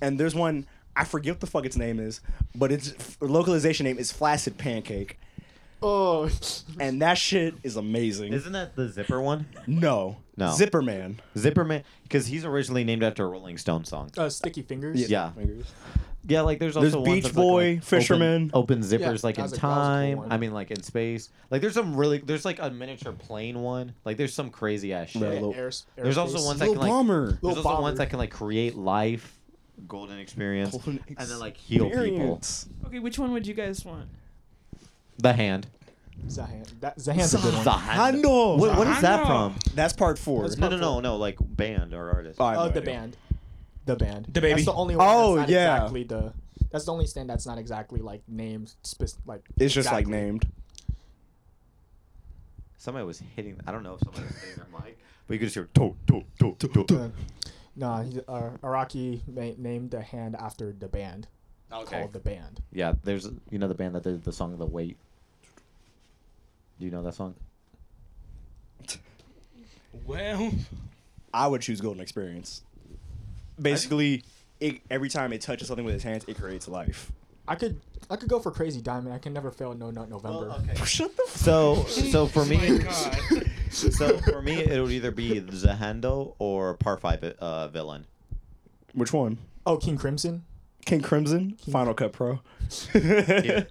Speaker 2: And there's one I forget what the fuck its name is, but its f- localization name is Flaccid Pancake,
Speaker 1: Oh,
Speaker 2: and that shit is amazing.
Speaker 5: Isn't that the Zipper one?
Speaker 2: No.
Speaker 5: No.
Speaker 2: Zipper Man.
Speaker 5: Zipper man, because he's originally named after a Rolling Stone song.
Speaker 1: uh, sticky fingers.
Speaker 5: Yeah.
Speaker 2: Fingers.
Speaker 5: Yeah, like there's also
Speaker 2: Uh, There's
Speaker 5: ones
Speaker 2: Beach
Speaker 5: that's,
Speaker 2: Boy,
Speaker 5: like, open-
Speaker 2: Fisherman.
Speaker 5: open, zippers
Speaker 1: Yeah,
Speaker 5: like
Speaker 1: that
Speaker 5: in
Speaker 1: was a- that was a cool
Speaker 5: time.
Speaker 1: one.
Speaker 5: I mean, like in space. Like there's some really there's like a miniature plane one. Like there's some crazy ass shit.
Speaker 2: Yeah,
Speaker 1: Yeah,
Speaker 2: Lil-
Speaker 1: air-
Speaker 5: there's also
Speaker 1: airspace.
Speaker 5: ones that
Speaker 2: Little
Speaker 5: can like
Speaker 2: bomber.
Speaker 5: there's
Speaker 1: Lil
Speaker 5: also ones
Speaker 1: Bomber.
Speaker 5: that can like create life, golden experience,
Speaker 2: Golden
Speaker 5: and then like heal people.
Speaker 2: Experience.
Speaker 3: Okay, which one would you guys want?
Speaker 5: The hand.
Speaker 1: Zahan. That Zahan's a good one.
Speaker 5: The
Speaker 2: hand.
Speaker 5: hand. What, what is that
Speaker 4: Hand.
Speaker 5: from?
Speaker 2: That's part four.
Speaker 1: That's
Speaker 5: No, no, no, no. Like band or artist.
Speaker 2: Oh, I have
Speaker 1: Uh,
Speaker 2: no
Speaker 1: the
Speaker 2: idea.
Speaker 1: band. The band.
Speaker 4: The baby.
Speaker 1: That's the only one.
Speaker 2: Oh,
Speaker 1: that's not
Speaker 2: yeah.
Speaker 1: Exactly the. That's the only stand that's not exactly like named. Spec- like
Speaker 2: It's just like
Speaker 1: exactly.
Speaker 2: named.
Speaker 5: Somebody was hitting. I don't know if somebody was hitting their mic, but you could just hear do do do do.
Speaker 1: Uh, nah, he, uh, Araki ma- named the hand after the band. Called the band.
Speaker 5: Yeah, there's you know the band that did the song The Wait. Do you know that song?
Speaker 4: Well,
Speaker 2: I would choose golden experience. Basically, it, every time it touches something with its hands, it creates life.
Speaker 1: I could I could go for Crazy Diamond. I can never fail No Nut November.
Speaker 2: Shut the. F-
Speaker 5: So so for
Speaker 4: my
Speaker 5: me
Speaker 4: God.
Speaker 5: so for me it would either be Zahando or Par Five uh, villain.
Speaker 2: Which one?
Speaker 1: Oh, King Crimson.
Speaker 2: King Crimson, Final Cut Pro.
Speaker 5: is the, the band.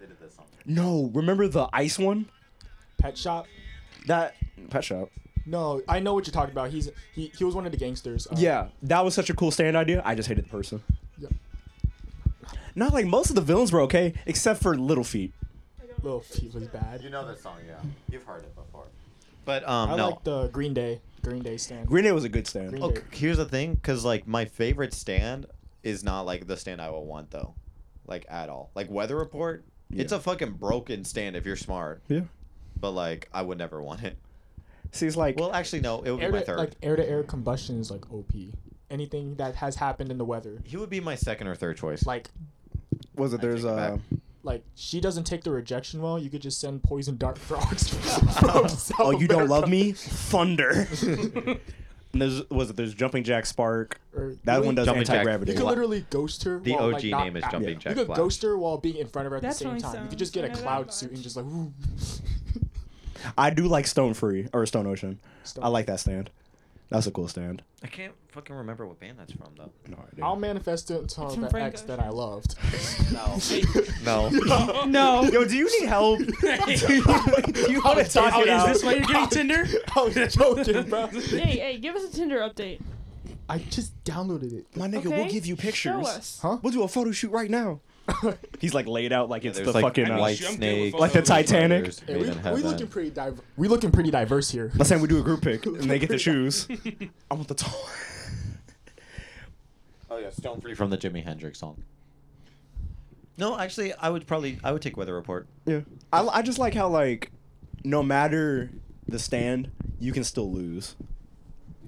Speaker 5: They did this song.
Speaker 2: no, remember the ice one?
Speaker 1: Pet Shop.
Speaker 2: That pet shop.
Speaker 5: Oh.
Speaker 1: No, I know what you're talking about. He's he, he was one of the gangsters. uh,
Speaker 2: Yeah, that was such a cool stand idea. I just hated the person.
Speaker 1: Yeah.
Speaker 2: Not like most of the villains were okay, except for Little Feet.
Speaker 1: Little Feet was bad.
Speaker 5: You know that song, yeah. You've heard it before. But um
Speaker 1: I
Speaker 5: no.
Speaker 1: like the Green Day. Green Day stand.
Speaker 2: Green Day was a good stand.
Speaker 1: Green
Speaker 5: Look, here's the thing, because like my favorite stand is not like the stand I would want though, like at all. Like Weather Report, it's
Speaker 2: Yeah.
Speaker 5: a fucking broken stand if you're smart,
Speaker 2: Yeah.
Speaker 5: but like I would never want it.
Speaker 2: See, it's like
Speaker 5: Well, actually, no, it would
Speaker 1: air
Speaker 5: be my
Speaker 1: to,
Speaker 5: third.
Speaker 1: Like air to air combustion is like OP. Anything that has happened in the weather,
Speaker 5: he would be my second or third choice.
Speaker 1: like
Speaker 2: was it there's
Speaker 5: take it
Speaker 2: uh,
Speaker 1: like she doesn't take the rejection well, you could just send poison dart frogs.
Speaker 2: oh you don't love me thunder. and there's was it there's jumping jack spark. That one does
Speaker 5: Jumping Jack.
Speaker 2: anti
Speaker 1: Er, You
Speaker 2: gravity.
Speaker 1: could literally ghost her.
Speaker 5: The
Speaker 1: while, like,
Speaker 5: OG
Speaker 1: not
Speaker 5: name is
Speaker 1: at-
Speaker 5: Jumping
Speaker 1: yeah.
Speaker 5: Jack
Speaker 1: You could
Speaker 5: Flash.
Speaker 1: ghost her while being in front of her at
Speaker 3: That's
Speaker 1: the same
Speaker 3: my
Speaker 1: time. You could
Speaker 3: sound.
Speaker 1: just get
Speaker 3: I
Speaker 1: a
Speaker 3: know that
Speaker 1: cloud
Speaker 3: much.
Speaker 1: suit and just like.
Speaker 2: I do like Stone Free or Stone Ocean.
Speaker 1: Stone.
Speaker 2: I like that stand. That's a cool stand.
Speaker 5: I can't fucking remember what band that's from though.
Speaker 2: No,
Speaker 1: I'll manifest it into
Speaker 3: from
Speaker 1: the
Speaker 3: Frank
Speaker 1: ex that
Speaker 3: Ocean.
Speaker 1: I loved.
Speaker 5: No, no.
Speaker 1: Oh,
Speaker 3: No.
Speaker 2: Yo, do you need help?
Speaker 1: you want to talk
Speaker 4: oh, is this why you're getting Tinder?
Speaker 1: I was joking, bro.
Speaker 3: hey, hey, give us a Tinder update.
Speaker 1: I just downloaded it.
Speaker 2: My nigga,
Speaker 3: Okay,
Speaker 2: we'll give you pictures.
Speaker 3: Show us.
Speaker 1: Huh?
Speaker 2: We'll do a photo shoot right now. He's like laid out like it's
Speaker 5: There's
Speaker 2: the
Speaker 5: like
Speaker 2: fucking. Uh,
Speaker 4: I'm
Speaker 5: White
Speaker 4: good with
Speaker 5: Snake,
Speaker 4: all Like
Speaker 2: the those. Titanic.
Speaker 5: Brothers,
Speaker 1: Hey,
Speaker 5: Made
Speaker 1: we,
Speaker 5: in
Speaker 1: we
Speaker 5: Heaven.
Speaker 1: looking pretty diver- we looking pretty diverse here.
Speaker 2: let's say we do a group pick and they get to choose. I want the tall.
Speaker 5: Oh yeah, Stone Free from the Jimi Hendrix song. No, actually, I would probably I would take Weather Report.
Speaker 2: Yeah. I, I just like how like, no matter the stand, you can still lose.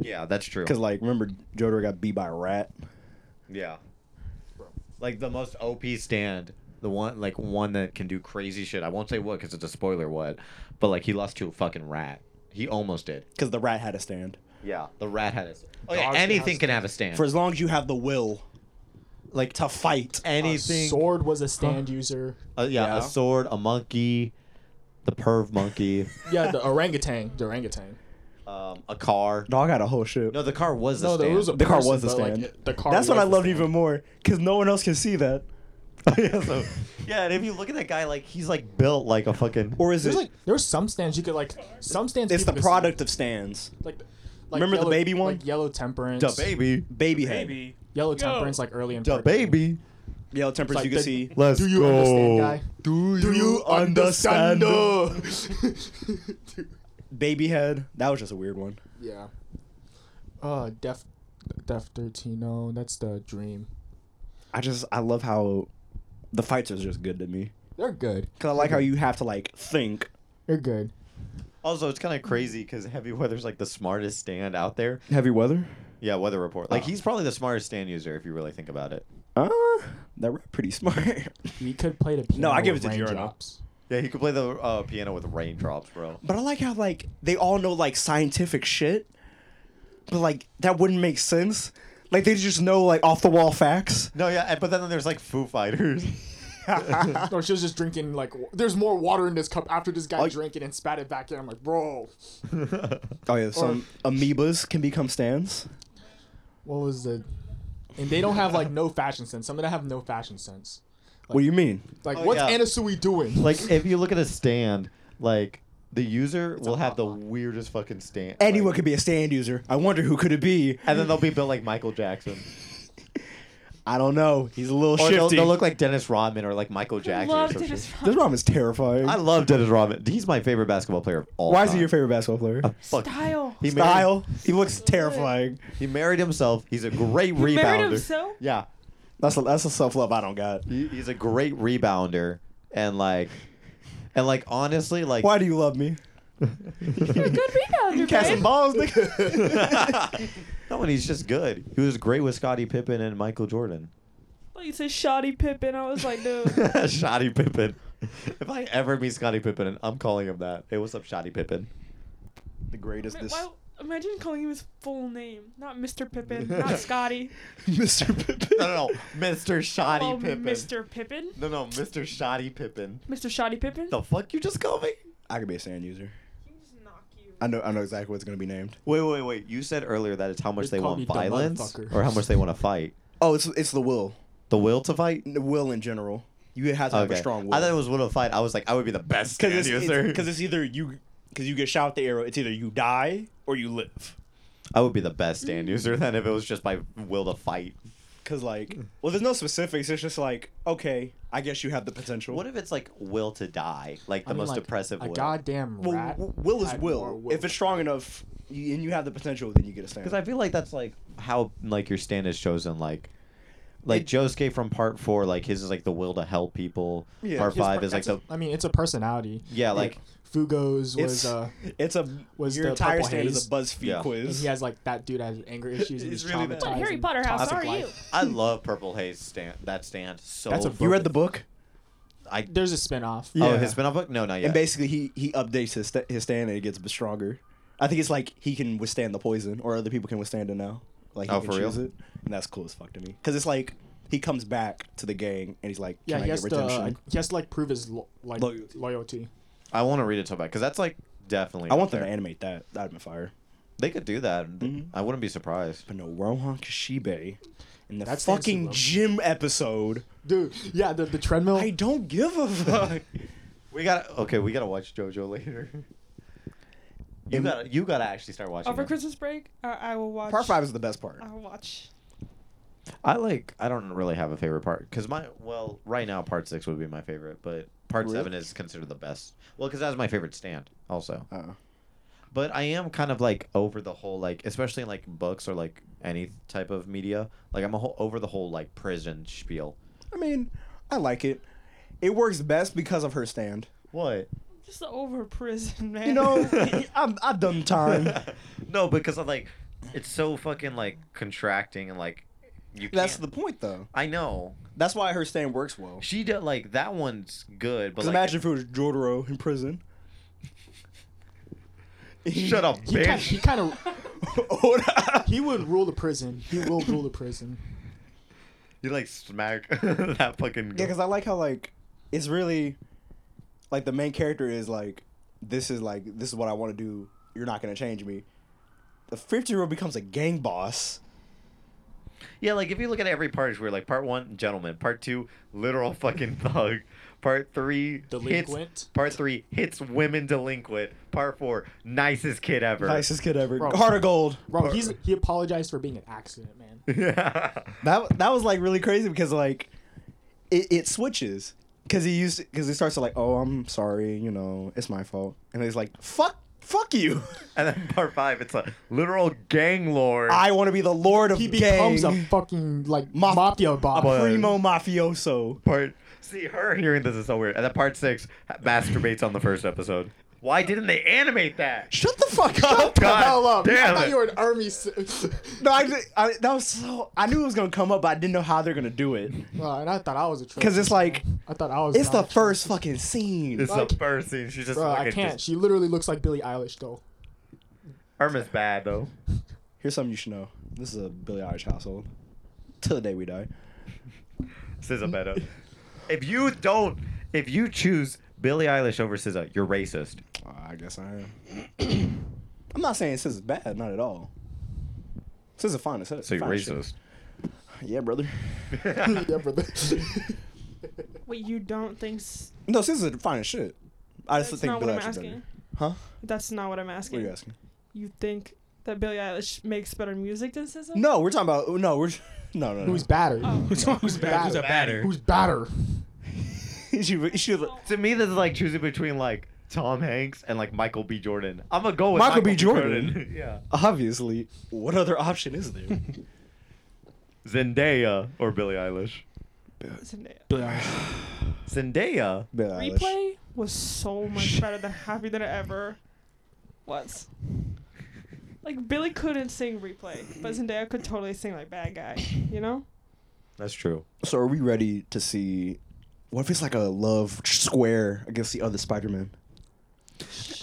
Speaker 5: Yeah, that's true.
Speaker 2: Cause like remember Jodor got beat by a rat.
Speaker 5: Yeah.
Speaker 1: Bro.
Speaker 5: Like the most OP stand, the one like one that can do crazy shit. I won't say what because it's a spoiler. What, but like he lost to a fucking rat. He almost did.
Speaker 2: Cause the rat had a stand.
Speaker 5: Yeah, the rat had a. Oh
Speaker 1: Dogs
Speaker 5: yeah,
Speaker 1: can
Speaker 5: anything
Speaker 1: have
Speaker 5: can have a stand.
Speaker 2: For as long as you have the will, like to fight.
Speaker 5: anything.
Speaker 1: Sword was a stand user.
Speaker 5: Uh, yeah,
Speaker 2: Yeah.
Speaker 5: a sword, a monkey, the perv monkey,
Speaker 1: Yeah, the orangutan. The orangutan.
Speaker 5: um, a car.
Speaker 2: Dog had a whole shit.
Speaker 5: No, the car was the
Speaker 1: No,
Speaker 5: stand.
Speaker 1: there was a
Speaker 2: The car
Speaker 1: person,
Speaker 2: was a
Speaker 1: but, like,
Speaker 2: stand.
Speaker 1: it- the car.
Speaker 2: That's what
Speaker 1: was
Speaker 2: I
Speaker 1: a
Speaker 2: loved
Speaker 1: stand.
Speaker 2: even more. Cause no one else can see that.
Speaker 5: yeah, so, yeah, and if you look at that guy, like he's like built like a fucking.
Speaker 2: Or is
Speaker 1: There's
Speaker 2: it?
Speaker 1: like there's some stands you could like some stands.
Speaker 2: it's the
Speaker 1: people could see,
Speaker 2: product of stands.
Speaker 1: Like, like
Speaker 2: Remember the
Speaker 1: yellow-
Speaker 2: baby one?
Speaker 1: Like yellow temperance.
Speaker 5: the baby,
Speaker 2: Baby head.
Speaker 4: Maybe.
Speaker 1: Yellow
Speaker 4: Yo.
Speaker 1: temperance, like early in.
Speaker 5: the baby.
Speaker 2: Yellow tempers
Speaker 1: Like
Speaker 2: you can
Speaker 1: the-
Speaker 2: see.
Speaker 5: Let's
Speaker 1: Do you
Speaker 5: go.
Speaker 1: understand, guy?
Speaker 5: Do you,
Speaker 2: Baby head. That was just a weird one.
Speaker 1: yeah. Uh, Def, Def thirteen. No, that's the dream.
Speaker 2: I just I love how the fights are just good to me.
Speaker 1: They're good.
Speaker 2: Cause I like how you have to like think.
Speaker 1: They're good.
Speaker 5: Also, it's kind of crazy because Heavy Weather's like the smartest stand out there.
Speaker 2: Heavy weather.
Speaker 5: Yeah, Weather Report. Like
Speaker 2: Oh.
Speaker 5: he's probably the smartest stand user if you really think about it.
Speaker 2: Uh, that rap pretty smart.
Speaker 1: We could play the piano.
Speaker 2: I give
Speaker 1: with
Speaker 2: it to Giorno.
Speaker 1: raindrops.
Speaker 5: Yeah, he could play the uh, piano with raindrops, bro.
Speaker 2: but I like how like they all know like scientific shit, but like that wouldn't make sense. Like they just know like off the wall facts.
Speaker 5: No, yeah, and- but then there's like Foo Fighters.
Speaker 1: No, she was just drinking like w- there's more water in this cup after this guy
Speaker 5: Like-
Speaker 1: drank it and spat it back in. I'm like, bro.
Speaker 2: Oh yeah, some amoebas can become stands.
Speaker 1: What was the and they don't have like no fashion sense. Some of them have no fashion sense.
Speaker 2: What do you mean?
Speaker 1: Like
Speaker 5: Oh,
Speaker 1: what's
Speaker 5: yeah.
Speaker 1: Anasui doing?
Speaker 5: Like if you look at a stand, like the user will
Speaker 1: a
Speaker 5: have the
Speaker 1: hotline.
Speaker 5: weirdest fucking stand.
Speaker 2: Anyone
Speaker 5: like-
Speaker 2: could be a stand user. I wonder who could it be.
Speaker 5: and then they'll be built like Michael Jackson,
Speaker 2: I don't know. He's a little
Speaker 5: or they'll,
Speaker 2: shifty.
Speaker 5: they'll look like Dennis Rodman or like Michael Jackson. Or
Speaker 3: Love
Speaker 5: some
Speaker 3: to
Speaker 5: shit.
Speaker 3: just
Speaker 2: this ramen's terrifying.
Speaker 5: I love Dennis Rodman. He's my favorite basketball player of all.
Speaker 2: Why is
Speaker 5: time.
Speaker 2: he your favorite basketball player?
Speaker 5: Fuck.
Speaker 3: style.
Speaker 5: He married-
Speaker 2: Uh, Style. He looks terrifying.
Speaker 5: He married himself. He's a great rebounder.
Speaker 3: Married himself.
Speaker 5: Yeah,
Speaker 2: That's a, that's a self love I don't got.
Speaker 5: he, he's a great rebounder, and like, and like honestly, like
Speaker 2: Why do you love me?
Speaker 3: You're a good rebounder,
Speaker 2: Casting
Speaker 3: babe.
Speaker 2: balls, nigga.
Speaker 5: no, and he's just good. He was great with Scottie Pippen and Michael Jordan.
Speaker 3: Well, you said shoddy Pippin. I was like, dude.
Speaker 5: Shoddy Pippen. If I ever meet Scottie Pippen, and I'm calling him that. Hey, what's up, Shoddy Pippen?
Speaker 2: The greatest.
Speaker 3: Why, imagine calling him his full name, not Mr. Pippin, not Scotty.
Speaker 2: Mr. Pippen.
Speaker 5: No, no, no, Mr. Shoddy
Speaker 3: oh,
Speaker 5: Pippen.
Speaker 3: Mr. Pippin,
Speaker 5: No, no, Mr. Shoddy Pippin.
Speaker 3: Mr. Shoddy Pippin.
Speaker 5: The fuck you just called me?
Speaker 2: I could be a stand user.
Speaker 3: He can just knock you.
Speaker 2: I know. I know exactly what's gonna be named.
Speaker 5: Wait, wait, wait. You said earlier that it's how much
Speaker 1: Just
Speaker 5: they
Speaker 1: call
Speaker 5: want
Speaker 1: me dumb
Speaker 5: violence
Speaker 1: motherfucker.
Speaker 5: or how much they want to fight.
Speaker 2: Oh, it's it's the will.
Speaker 5: The will to fight?
Speaker 2: The will in general. You have to have
Speaker 5: Okay.
Speaker 2: a strong will.
Speaker 5: I thought it was will to fight. I was like, I would be the best
Speaker 9: Because
Speaker 5: stand
Speaker 9: it's, it's,
Speaker 5: user.
Speaker 9: 'cause it's either you because you get shot with the arrow. It's either you die or you live.
Speaker 5: I would be the best
Speaker 3: Mm.
Speaker 5: stand user then if it was just my will to fight.
Speaker 2: Cause like, well, there's no specifics. It's just like, okay, I guess you have the potential.
Speaker 5: What if it's like will to die? Like the
Speaker 1: I mean,
Speaker 5: most
Speaker 1: like,
Speaker 5: depressive
Speaker 1: A
Speaker 5: will.
Speaker 1: goddamn
Speaker 2: well,
Speaker 1: rat.
Speaker 2: w- will is
Speaker 1: I'd more
Speaker 2: will.
Speaker 1: will.
Speaker 2: If it's strong enough you, and you have the potential, then you get a stand.
Speaker 5: Because I feel like that's like how like your stand is chosen. Like, like Josuke from Part Four, like his is like the will to help people.
Speaker 2: Yeah,
Speaker 5: part
Speaker 2: his
Speaker 5: Five
Speaker 1: But
Speaker 5: is like
Speaker 1: that's a-
Speaker 5: the
Speaker 1: I mean, it's a personality.
Speaker 5: yeah, like
Speaker 1: Fugo's
Speaker 2: It's-
Speaker 1: was uh,
Speaker 2: it's a
Speaker 1: Was
Speaker 2: your
Speaker 1: the
Speaker 2: entire
Speaker 1: purple
Speaker 2: stand
Speaker 1: haze?
Speaker 2: is a BuzzFeed
Speaker 5: Yeah.
Speaker 1: and
Speaker 2: quiz.
Speaker 1: he has like that dude has anger issues. and
Speaker 2: It's
Speaker 1: he's
Speaker 2: really bad.
Speaker 1: traumatized.
Speaker 2: What,
Speaker 3: Harry
Speaker 1: and
Speaker 3: Potter house
Speaker 1: toxic
Speaker 3: are you?
Speaker 1: life.
Speaker 5: I love Purple Haze stand that stand so.
Speaker 1: That's a-
Speaker 2: You read the book,
Speaker 5: I
Speaker 1: There's a spinoff.
Speaker 2: Yeah.
Speaker 5: oh his spin-off book no not yet.
Speaker 2: and basically he he updates his sta his stand and it gets stronger. I think it's like he can withstand the poison, or other people can withstand it now. Like he
Speaker 5: Oh,
Speaker 2: can
Speaker 5: for real?
Speaker 2: choose it, and that's cool as fuck to me. Cause it's like he comes back to the gang and he's like,
Speaker 1: Yeah,
Speaker 2: "Can
Speaker 1: he
Speaker 2: I
Speaker 1: has
Speaker 2: get
Speaker 1: to.
Speaker 2: redemption?"
Speaker 1: Uh, he has to like prove his lo- like
Speaker 2: Loyalty.
Speaker 1: loyalty.
Speaker 5: I want to read it so bad because that's like definitely.
Speaker 2: I
Speaker 5: up
Speaker 2: want them
Speaker 5: there.
Speaker 2: to animate that. That'd be fire.
Speaker 5: They could do that.
Speaker 2: Mhm.
Speaker 5: I wouldn't be surprised.
Speaker 2: But no, Rohan Kashibe in the
Speaker 1: That's the
Speaker 2: fucking
Speaker 1: Instagram.
Speaker 2: gym episode.
Speaker 1: Dude, yeah, the, the treadmill.
Speaker 2: I don't give a fuck.
Speaker 5: We got to okay. We gotta watch JoJo later. You
Speaker 2: And-
Speaker 5: gotta you gotta actually start watching.
Speaker 3: Over
Speaker 5: it.
Speaker 3: Oh, Christmas break, I, I will watch.
Speaker 2: Part five is the best part.
Speaker 1: Oh.
Speaker 3: I will watch.
Speaker 5: I like. I don't really have a favorite part because my well, right now part six would be my favorite, but part
Speaker 2: Really?
Speaker 5: seven is considered the best. Well, because that's my favorite stand also.
Speaker 2: Uh,
Speaker 5: But I am kind of like over the whole like, especially in like books or like any type of media. Like I'm a whole over the whole like prison spiel.
Speaker 2: I mean, I like it. It works best because of her stand.
Speaker 5: What?
Speaker 3: Just the over prison, man.
Speaker 2: You know, I've, I've done time.
Speaker 5: no, because I'm like, it's so fucking like contracting and like you.
Speaker 2: That's
Speaker 5: can't-
Speaker 2: the point, though.
Speaker 5: I know
Speaker 2: That's why her stand works well.
Speaker 5: she did like that one's good, but
Speaker 2: Because
Speaker 5: like,
Speaker 2: imagine if it was Jotaro in prison.
Speaker 5: shut up,
Speaker 1: He kind,
Speaker 5: bitch.
Speaker 1: he kind of
Speaker 2: Oda.
Speaker 1: he would rule the prison. He will rule the prison.
Speaker 5: You like smack that fucking.
Speaker 2: Yeah, because I like how like it's really like the main character is like this is like this is what I want to do. You're not gonna change me. The fifty year old becomes a gang boss.
Speaker 5: Yeah, like if you look at every part, it's weird. Like part one, gentleman. Part two, literal fucking thug. Part three, Hits,
Speaker 1: Delinquent.
Speaker 5: part three hits women delinquent. Part four, nicest kid ever.
Speaker 2: Nicest kid ever.
Speaker 1: Bro.
Speaker 2: Heart of gold.
Speaker 1: Bro, he's he apologized for being an accident, man.
Speaker 2: That that was like really crazy because like it, it switches because he used because he starts to like oh I'm sorry you know it's my fault and he's like fuck fuck you
Speaker 5: and then part five, it's a literal gang lord.
Speaker 2: I want to be the lord of
Speaker 1: He
Speaker 2: gang. Oh,
Speaker 1: becomes a fucking like
Speaker 2: Maf-
Speaker 1: mafia
Speaker 2: a
Speaker 1: boss.
Speaker 2: primo mafioso.
Speaker 5: part. See, her hearing this is so weird. And then part six, masturbates on the first episode. Why didn't they animate that?
Speaker 2: Shut the fuck up.
Speaker 5: God
Speaker 1: Hell up! I
Speaker 5: damn
Speaker 1: thought
Speaker 5: it.
Speaker 1: you were an army. s-
Speaker 2: No, I, just- I that was so. I knew it was gonna come up, but I didn't know how they're gonna do it.
Speaker 1: Well, and I thought I was a traitor.
Speaker 2: 'Cause it's like-
Speaker 1: I thought I was.
Speaker 2: It's the
Speaker 1: not a
Speaker 2: first fucking scene.
Speaker 5: It's
Speaker 1: Like-
Speaker 5: the first scene. She's just
Speaker 1: traitor. Bro, I
Speaker 5: fucking.
Speaker 1: can't.
Speaker 5: Just,
Speaker 1: She literally looks like Billie Eilish though.
Speaker 5: Irma's bad though.
Speaker 2: Here's something you should know. This is a Billy Eilish household. Till the day we die.
Speaker 5: SZA better. if you don't, if you choose Billie Eilish over SZA, you're racist.
Speaker 2: Uh, I guess I am. I'm not saying this is bad, not at all. This is a fine. This is
Speaker 5: So you're
Speaker 2: fine shit.
Speaker 5: racist.
Speaker 2: Yeah, brother.
Speaker 1: yeah, brother.
Speaker 3: Wait, you don't think s-
Speaker 2: No, Caesar's fine as shit. I just
Speaker 3: that's
Speaker 2: think
Speaker 3: not what
Speaker 2: Billie
Speaker 3: I'm
Speaker 2: Eilish is
Speaker 3: asking?
Speaker 2: better. Huh?
Speaker 3: That's not what I'm asking.
Speaker 2: What are you asking?
Speaker 3: You think that Billie Eilish makes better music than SZA?
Speaker 2: No, we're talking about no. We're no no. no.
Speaker 1: Who's batter?
Speaker 3: Oh.
Speaker 4: Who's, who's bad? Who's a batter?
Speaker 1: Who's batter?
Speaker 2: she, she,
Speaker 5: To me, this is like choosing between like Tom Hanks and like Michael B. Jordan. I'm gonna go with
Speaker 2: Michael B.
Speaker 5: yeah.
Speaker 2: obviously, what other option is there?
Speaker 5: Zendaya or Billie Eilish.
Speaker 3: Zendaya.
Speaker 5: Zendaya.
Speaker 2: Billie Eilish.
Speaker 3: Replay was so much better than Happy Than It Ever was. Like Billy couldn't sing replay, but Zendaya could totally sing like bad guy, you know?
Speaker 5: That's true.
Speaker 2: So are we ready to see? What if it's like a love square against the other Spider-Man?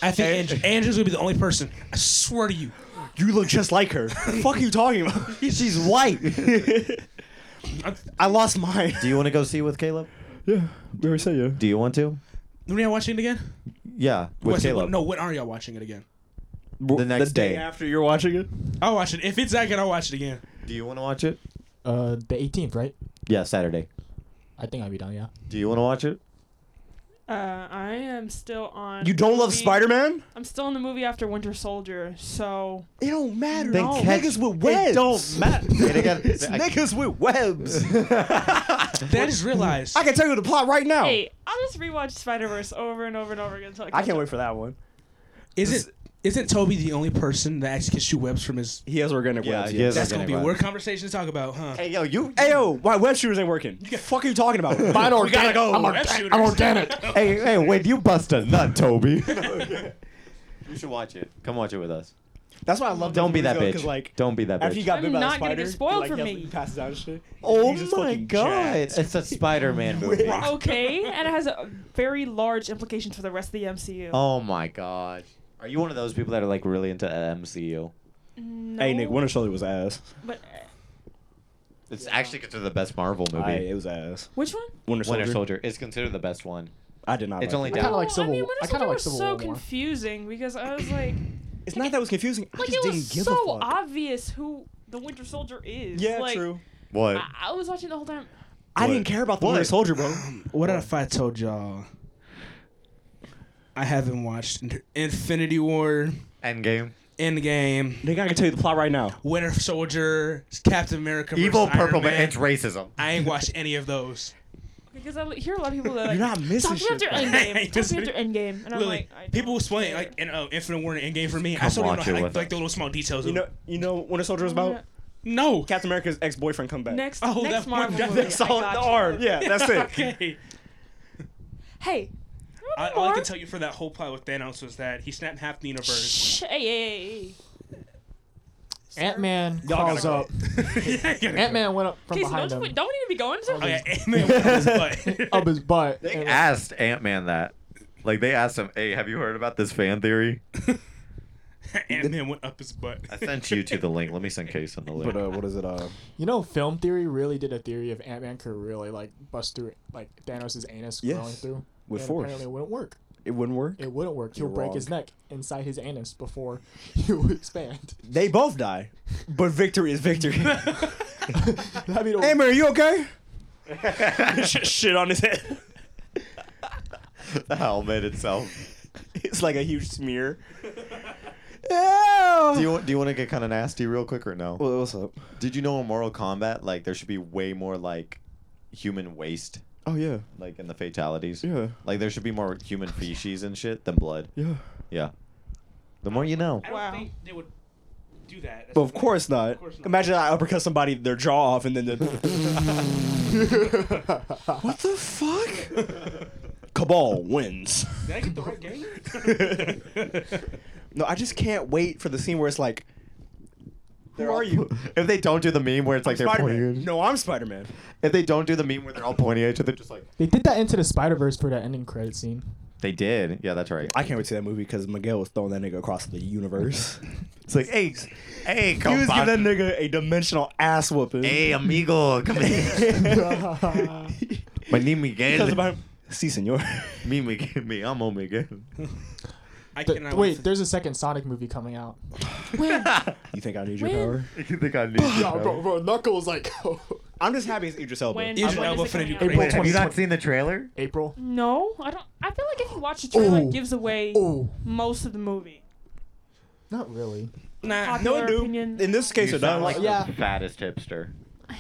Speaker 4: I think Andrew, Andrew's gonna be the only person. I swear to you.
Speaker 2: You look just like her. fuck you talking about? She's white. I lost mine.
Speaker 5: Do you want to go see with Caleb?
Speaker 2: Yeah, we already said yeah.
Speaker 5: Do you want to?
Speaker 4: When are y'all watching it again?
Speaker 5: Yeah, with
Speaker 4: What's it-
Speaker 5: Caleb.
Speaker 4: no, when are y'all watching it again?
Speaker 5: the next day.
Speaker 2: after you're watching it.
Speaker 4: I'll watch it. If it's that good, I'll watch it again.
Speaker 5: Do you want to watch it?
Speaker 1: Uh, the 18th, right?
Speaker 5: Yeah, Saturday.
Speaker 1: I think I'll be down. Yeah.
Speaker 5: Do you want to watch it?
Speaker 3: Uh, I am still on.
Speaker 2: You don't
Speaker 3: the
Speaker 2: love
Speaker 3: movie-
Speaker 2: Spider-Man?
Speaker 3: I'm still in the movie after Winter Soldier, so
Speaker 2: It don't matter.
Speaker 5: Then
Speaker 2: no.
Speaker 5: catch-
Speaker 2: niggas with webs.
Speaker 5: It don't matter. And again,
Speaker 2: it's
Speaker 5: I-
Speaker 2: niggas with webs.
Speaker 4: That is realized.
Speaker 2: I can tell you the plot right now.
Speaker 3: hey, I'll just rewatch Spider Verse over and over and over again until
Speaker 2: Oh.
Speaker 3: I,
Speaker 2: I
Speaker 3: catch
Speaker 2: can't
Speaker 3: up.
Speaker 2: wait for that one.
Speaker 4: Isn't isn't Toby the only person that actually can shoot webs from his?
Speaker 2: He has organic
Speaker 5: Yeah,
Speaker 2: webs.
Speaker 5: he has-
Speaker 4: That's
Speaker 5: Doesn't
Speaker 4: gonna be a
Speaker 5: work.
Speaker 4: weird conversation to talk about, huh?
Speaker 5: Hey, yo, you.
Speaker 2: Hey yo, my web shooters ain't working. You fuck are you talking about?
Speaker 1: Mine
Speaker 2: We
Speaker 1: organic.
Speaker 2: gotta go.
Speaker 1: I'm,
Speaker 4: Web
Speaker 1: orga-
Speaker 4: shooters.
Speaker 1: I'm organic.
Speaker 5: hey, hey, wait, you bust a nut, Toby. you should watch it. Come watch it with us.
Speaker 2: That's why I love.
Speaker 5: Don't be
Speaker 2: those
Speaker 5: that
Speaker 2: movies, though,
Speaker 5: bitch.
Speaker 2: 'cause, Like
Speaker 5: Don't be that
Speaker 2: after
Speaker 5: bitch.
Speaker 2: you got
Speaker 3: I'm
Speaker 2: bit by the
Speaker 3: not gonna
Speaker 2: spider,
Speaker 3: get spoiled
Speaker 2: like,
Speaker 3: for
Speaker 2: he has-
Speaker 3: me.
Speaker 2: He passes out and shit.
Speaker 5: oh
Speaker 2: He's just
Speaker 5: my
Speaker 2: fucking
Speaker 5: god.
Speaker 2: jacked.
Speaker 5: It's a Spider Man movie.
Speaker 3: Okay, and it has a very large implications for the rest of the MCU.
Speaker 5: Oh my god. Are you one of those people that are like really into MCU?
Speaker 3: no,
Speaker 2: Hey Nick, Winter Soldier was ass.
Speaker 3: But uh,
Speaker 5: It's actually considered the best Marvel movie.
Speaker 2: I, it was ass.
Speaker 3: which one?
Speaker 2: Winter Soldier.
Speaker 5: Winter Soldier is considered the best one.
Speaker 2: I did not.
Speaker 5: It's
Speaker 2: like
Speaker 5: only
Speaker 2: it.
Speaker 5: down-
Speaker 1: kinda like
Speaker 3: Oh,
Speaker 1: Civil
Speaker 3: I mean,
Speaker 1: War.
Speaker 3: Winter
Speaker 1: I kinda
Speaker 3: Soldier
Speaker 1: like
Speaker 3: was
Speaker 1: Civil
Speaker 3: so
Speaker 1: War more.
Speaker 3: confusing because I was like,
Speaker 2: It's not that it was confusing. I
Speaker 3: like
Speaker 2: just
Speaker 3: it
Speaker 2: didn't
Speaker 3: was
Speaker 2: give
Speaker 3: so
Speaker 2: a fuck.
Speaker 3: obvious who the Winter Soldier is.
Speaker 2: Yeah,
Speaker 3: like,
Speaker 2: true.
Speaker 5: What?
Speaker 3: I, I was watching the whole time.
Speaker 2: I didn't care about the Winter Soldier, bro.
Speaker 4: What if I told y'all I haven't watched Infinity War,
Speaker 5: Endgame.
Speaker 4: Endgame,
Speaker 2: Nigga, I can tell you the plot right now.
Speaker 4: Winter Soldier, Captain America,
Speaker 5: Evil
Speaker 4: versus Iron
Speaker 5: Purple Man.
Speaker 4: Man.
Speaker 5: It's racism.
Speaker 4: I ain't watched any of those.
Speaker 3: Because I li- hear a lot of people that are like,
Speaker 2: You're not missing
Speaker 3: talk me
Speaker 2: shit.
Speaker 3: after
Speaker 2: bro.
Speaker 3: Endgame. Talk me after Endgame. And I'm
Speaker 4: Literally,
Speaker 3: like, I don't
Speaker 4: people was playing
Speaker 3: care.
Speaker 4: like in uh, Infinite War and Endgame for me. I
Speaker 5: Come
Speaker 4: still don't know
Speaker 5: watch it
Speaker 4: how, like,
Speaker 5: with
Speaker 4: like
Speaker 5: us.
Speaker 4: the little small details.
Speaker 2: You
Speaker 4: of
Speaker 2: know, you know, what Winter Soldier was about
Speaker 4: no,
Speaker 2: Captain America's ex-boyfriend come back.
Speaker 3: Next,
Speaker 4: Oh,
Speaker 3: next
Speaker 4: that one-
Speaker 3: Marvel
Speaker 4: that-
Speaker 3: movie.
Speaker 4: that's
Speaker 3: I
Speaker 2: all
Speaker 3: got
Speaker 2: the
Speaker 3: you.
Speaker 2: arm. Yeah, that's it.
Speaker 4: okay.
Speaker 3: Hey,
Speaker 4: I,
Speaker 3: more.
Speaker 4: all I can tell you for that whole plot with Thanos was that he snapped half the universe.
Speaker 3: Shh, hey, hey, hey, hey.
Speaker 1: Ant Man
Speaker 4: gotta
Speaker 1: calls
Speaker 4: go.
Speaker 1: up.
Speaker 4: yeah,
Speaker 1: Ant Man went up from
Speaker 3: Okay, so
Speaker 1: behind
Speaker 3: don't,
Speaker 1: him,
Speaker 3: you, don't we need to be going to?
Speaker 4: Oh, yeah, Ant-Man went up his butt.
Speaker 1: up his butt.
Speaker 5: They
Speaker 1: and-
Speaker 5: asked Ant Man that. Like they asked him, "Hey, have you heard about this fan theory?"
Speaker 4: Ant-Man went up his butt.
Speaker 5: I sent you to the link. Let me send Case in the link.
Speaker 2: But uh, what is it? Uh,
Speaker 1: You know, film theory really did a theory of Ant Man could really like bust through like Thanos' anus
Speaker 2: Yes.
Speaker 1: growing through.
Speaker 2: With
Speaker 1: and
Speaker 2: force.
Speaker 1: apparently it wouldn't work.
Speaker 2: it wouldn't work.
Speaker 1: It wouldn't work. He'll
Speaker 2: You're
Speaker 1: break
Speaker 2: wrong.
Speaker 1: his neck inside his anus before he would expand.
Speaker 2: They both die, but victory is victory.
Speaker 1: I mean,
Speaker 2: Hey, man, are you okay? Shit on his head.
Speaker 5: the helmet itself.
Speaker 2: It's like a huge smear. Ew.
Speaker 5: Do you do you want to get kind of nasty real quick or no?
Speaker 2: Wha- What's up?
Speaker 5: Did you know in Mortal Kombat, like there should be way more like human waste,
Speaker 2: Oh yeah,
Speaker 5: like in the fatalities.
Speaker 2: yeah,
Speaker 5: Like there should be more human feces and shit than blood.
Speaker 2: yeah.
Speaker 5: Yeah. The more you know.
Speaker 4: I don't
Speaker 3: Wow.
Speaker 4: think they would do that.
Speaker 2: But of course not.
Speaker 4: Of course not.
Speaker 2: Imagine I uppercut somebody their jaw off and then the. what the fuck? Cabal wins.
Speaker 4: Did I get the right game?
Speaker 2: No, I just can't wait for the scene where it's like, who are you?
Speaker 5: If they don't do the meme where it's like they're
Speaker 2: Spider-Man.
Speaker 5: pointing,
Speaker 2: No, I'm Spider-Man.
Speaker 5: if they don't do the meme where they're all pointing at each other, just like
Speaker 1: they did that into the Spider Verse for that ending credit scene.
Speaker 5: they did. Yeah, that's right.
Speaker 2: I can't wait to see that movie because Miguel was throwing that nigga across the universe.
Speaker 5: It's like, hey, hey,
Speaker 2: he
Speaker 5: come
Speaker 2: was giving that nigga a dimensional ass whooping.
Speaker 5: Hey, amigo, come here. My name Miguel.
Speaker 2: Because about him. Si, senor.
Speaker 5: Me, Miguel. Me, amo Miguel.
Speaker 4: I
Speaker 1: Th-
Speaker 4: cannot
Speaker 1: wait, there's a second Sonic movie coming out.
Speaker 2: you think I need your
Speaker 3: When?
Speaker 2: power?
Speaker 5: You think I need you, bro?
Speaker 1: Knuckles like
Speaker 2: I'm just happy it's Idris Elba.
Speaker 3: When,
Speaker 4: Idris
Speaker 3: when
Speaker 4: Elba
Speaker 3: is it
Speaker 4: finna
Speaker 3: coming
Speaker 4: do
Speaker 3: out?
Speaker 1: April
Speaker 5: Wait, have you not
Speaker 1: 2020.
Speaker 5: seen the trailer?
Speaker 1: April.
Speaker 3: No, I don't. I feel like if you watch the trailer,
Speaker 1: Oh.
Speaker 3: it gives away
Speaker 1: Oh,
Speaker 3: most of the movie.
Speaker 1: not really.
Speaker 4: Nah,
Speaker 3: Popular
Speaker 2: no, dude.
Speaker 3: opinion.
Speaker 2: In this case,
Speaker 6: You
Speaker 2: it does.
Speaker 6: sound like
Speaker 1: Yeah.
Speaker 6: the fattest hipster.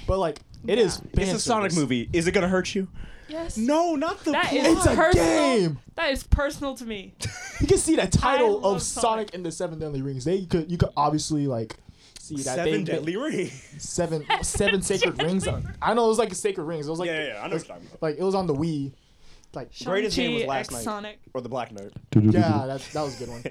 Speaker 1: But like, it is.
Speaker 2: it's a
Speaker 1: fan
Speaker 2: Sonic
Speaker 1: service.
Speaker 2: movie. Is it gonna hurt you?
Speaker 3: Yes.
Speaker 2: No, not the.
Speaker 3: That is
Speaker 2: plot.
Speaker 1: It's a
Speaker 3: personal.
Speaker 1: game.
Speaker 3: That is personal to me.
Speaker 1: You can see the title
Speaker 3: love
Speaker 1: of
Speaker 3: Sonic.
Speaker 1: Sonic and the Seven Deadly Rings. They could. You could obviously like see that
Speaker 2: Seven
Speaker 1: they,
Speaker 2: Deadly Rings.
Speaker 1: seven seven sacred rings. I know it was like sacred rings. It was like
Speaker 9: yeah, yeah, yeah, I know what you're talking about.
Speaker 1: like it was on the Wii. Like
Speaker 2: Greatest game was
Speaker 3: Shang-Chi,
Speaker 2: last
Speaker 3: X
Speaker 2: night.
Speaker 3: Sonic.
Speaker 2: Or the Black Knight.
Speaker 1: yeah, that that was a good one.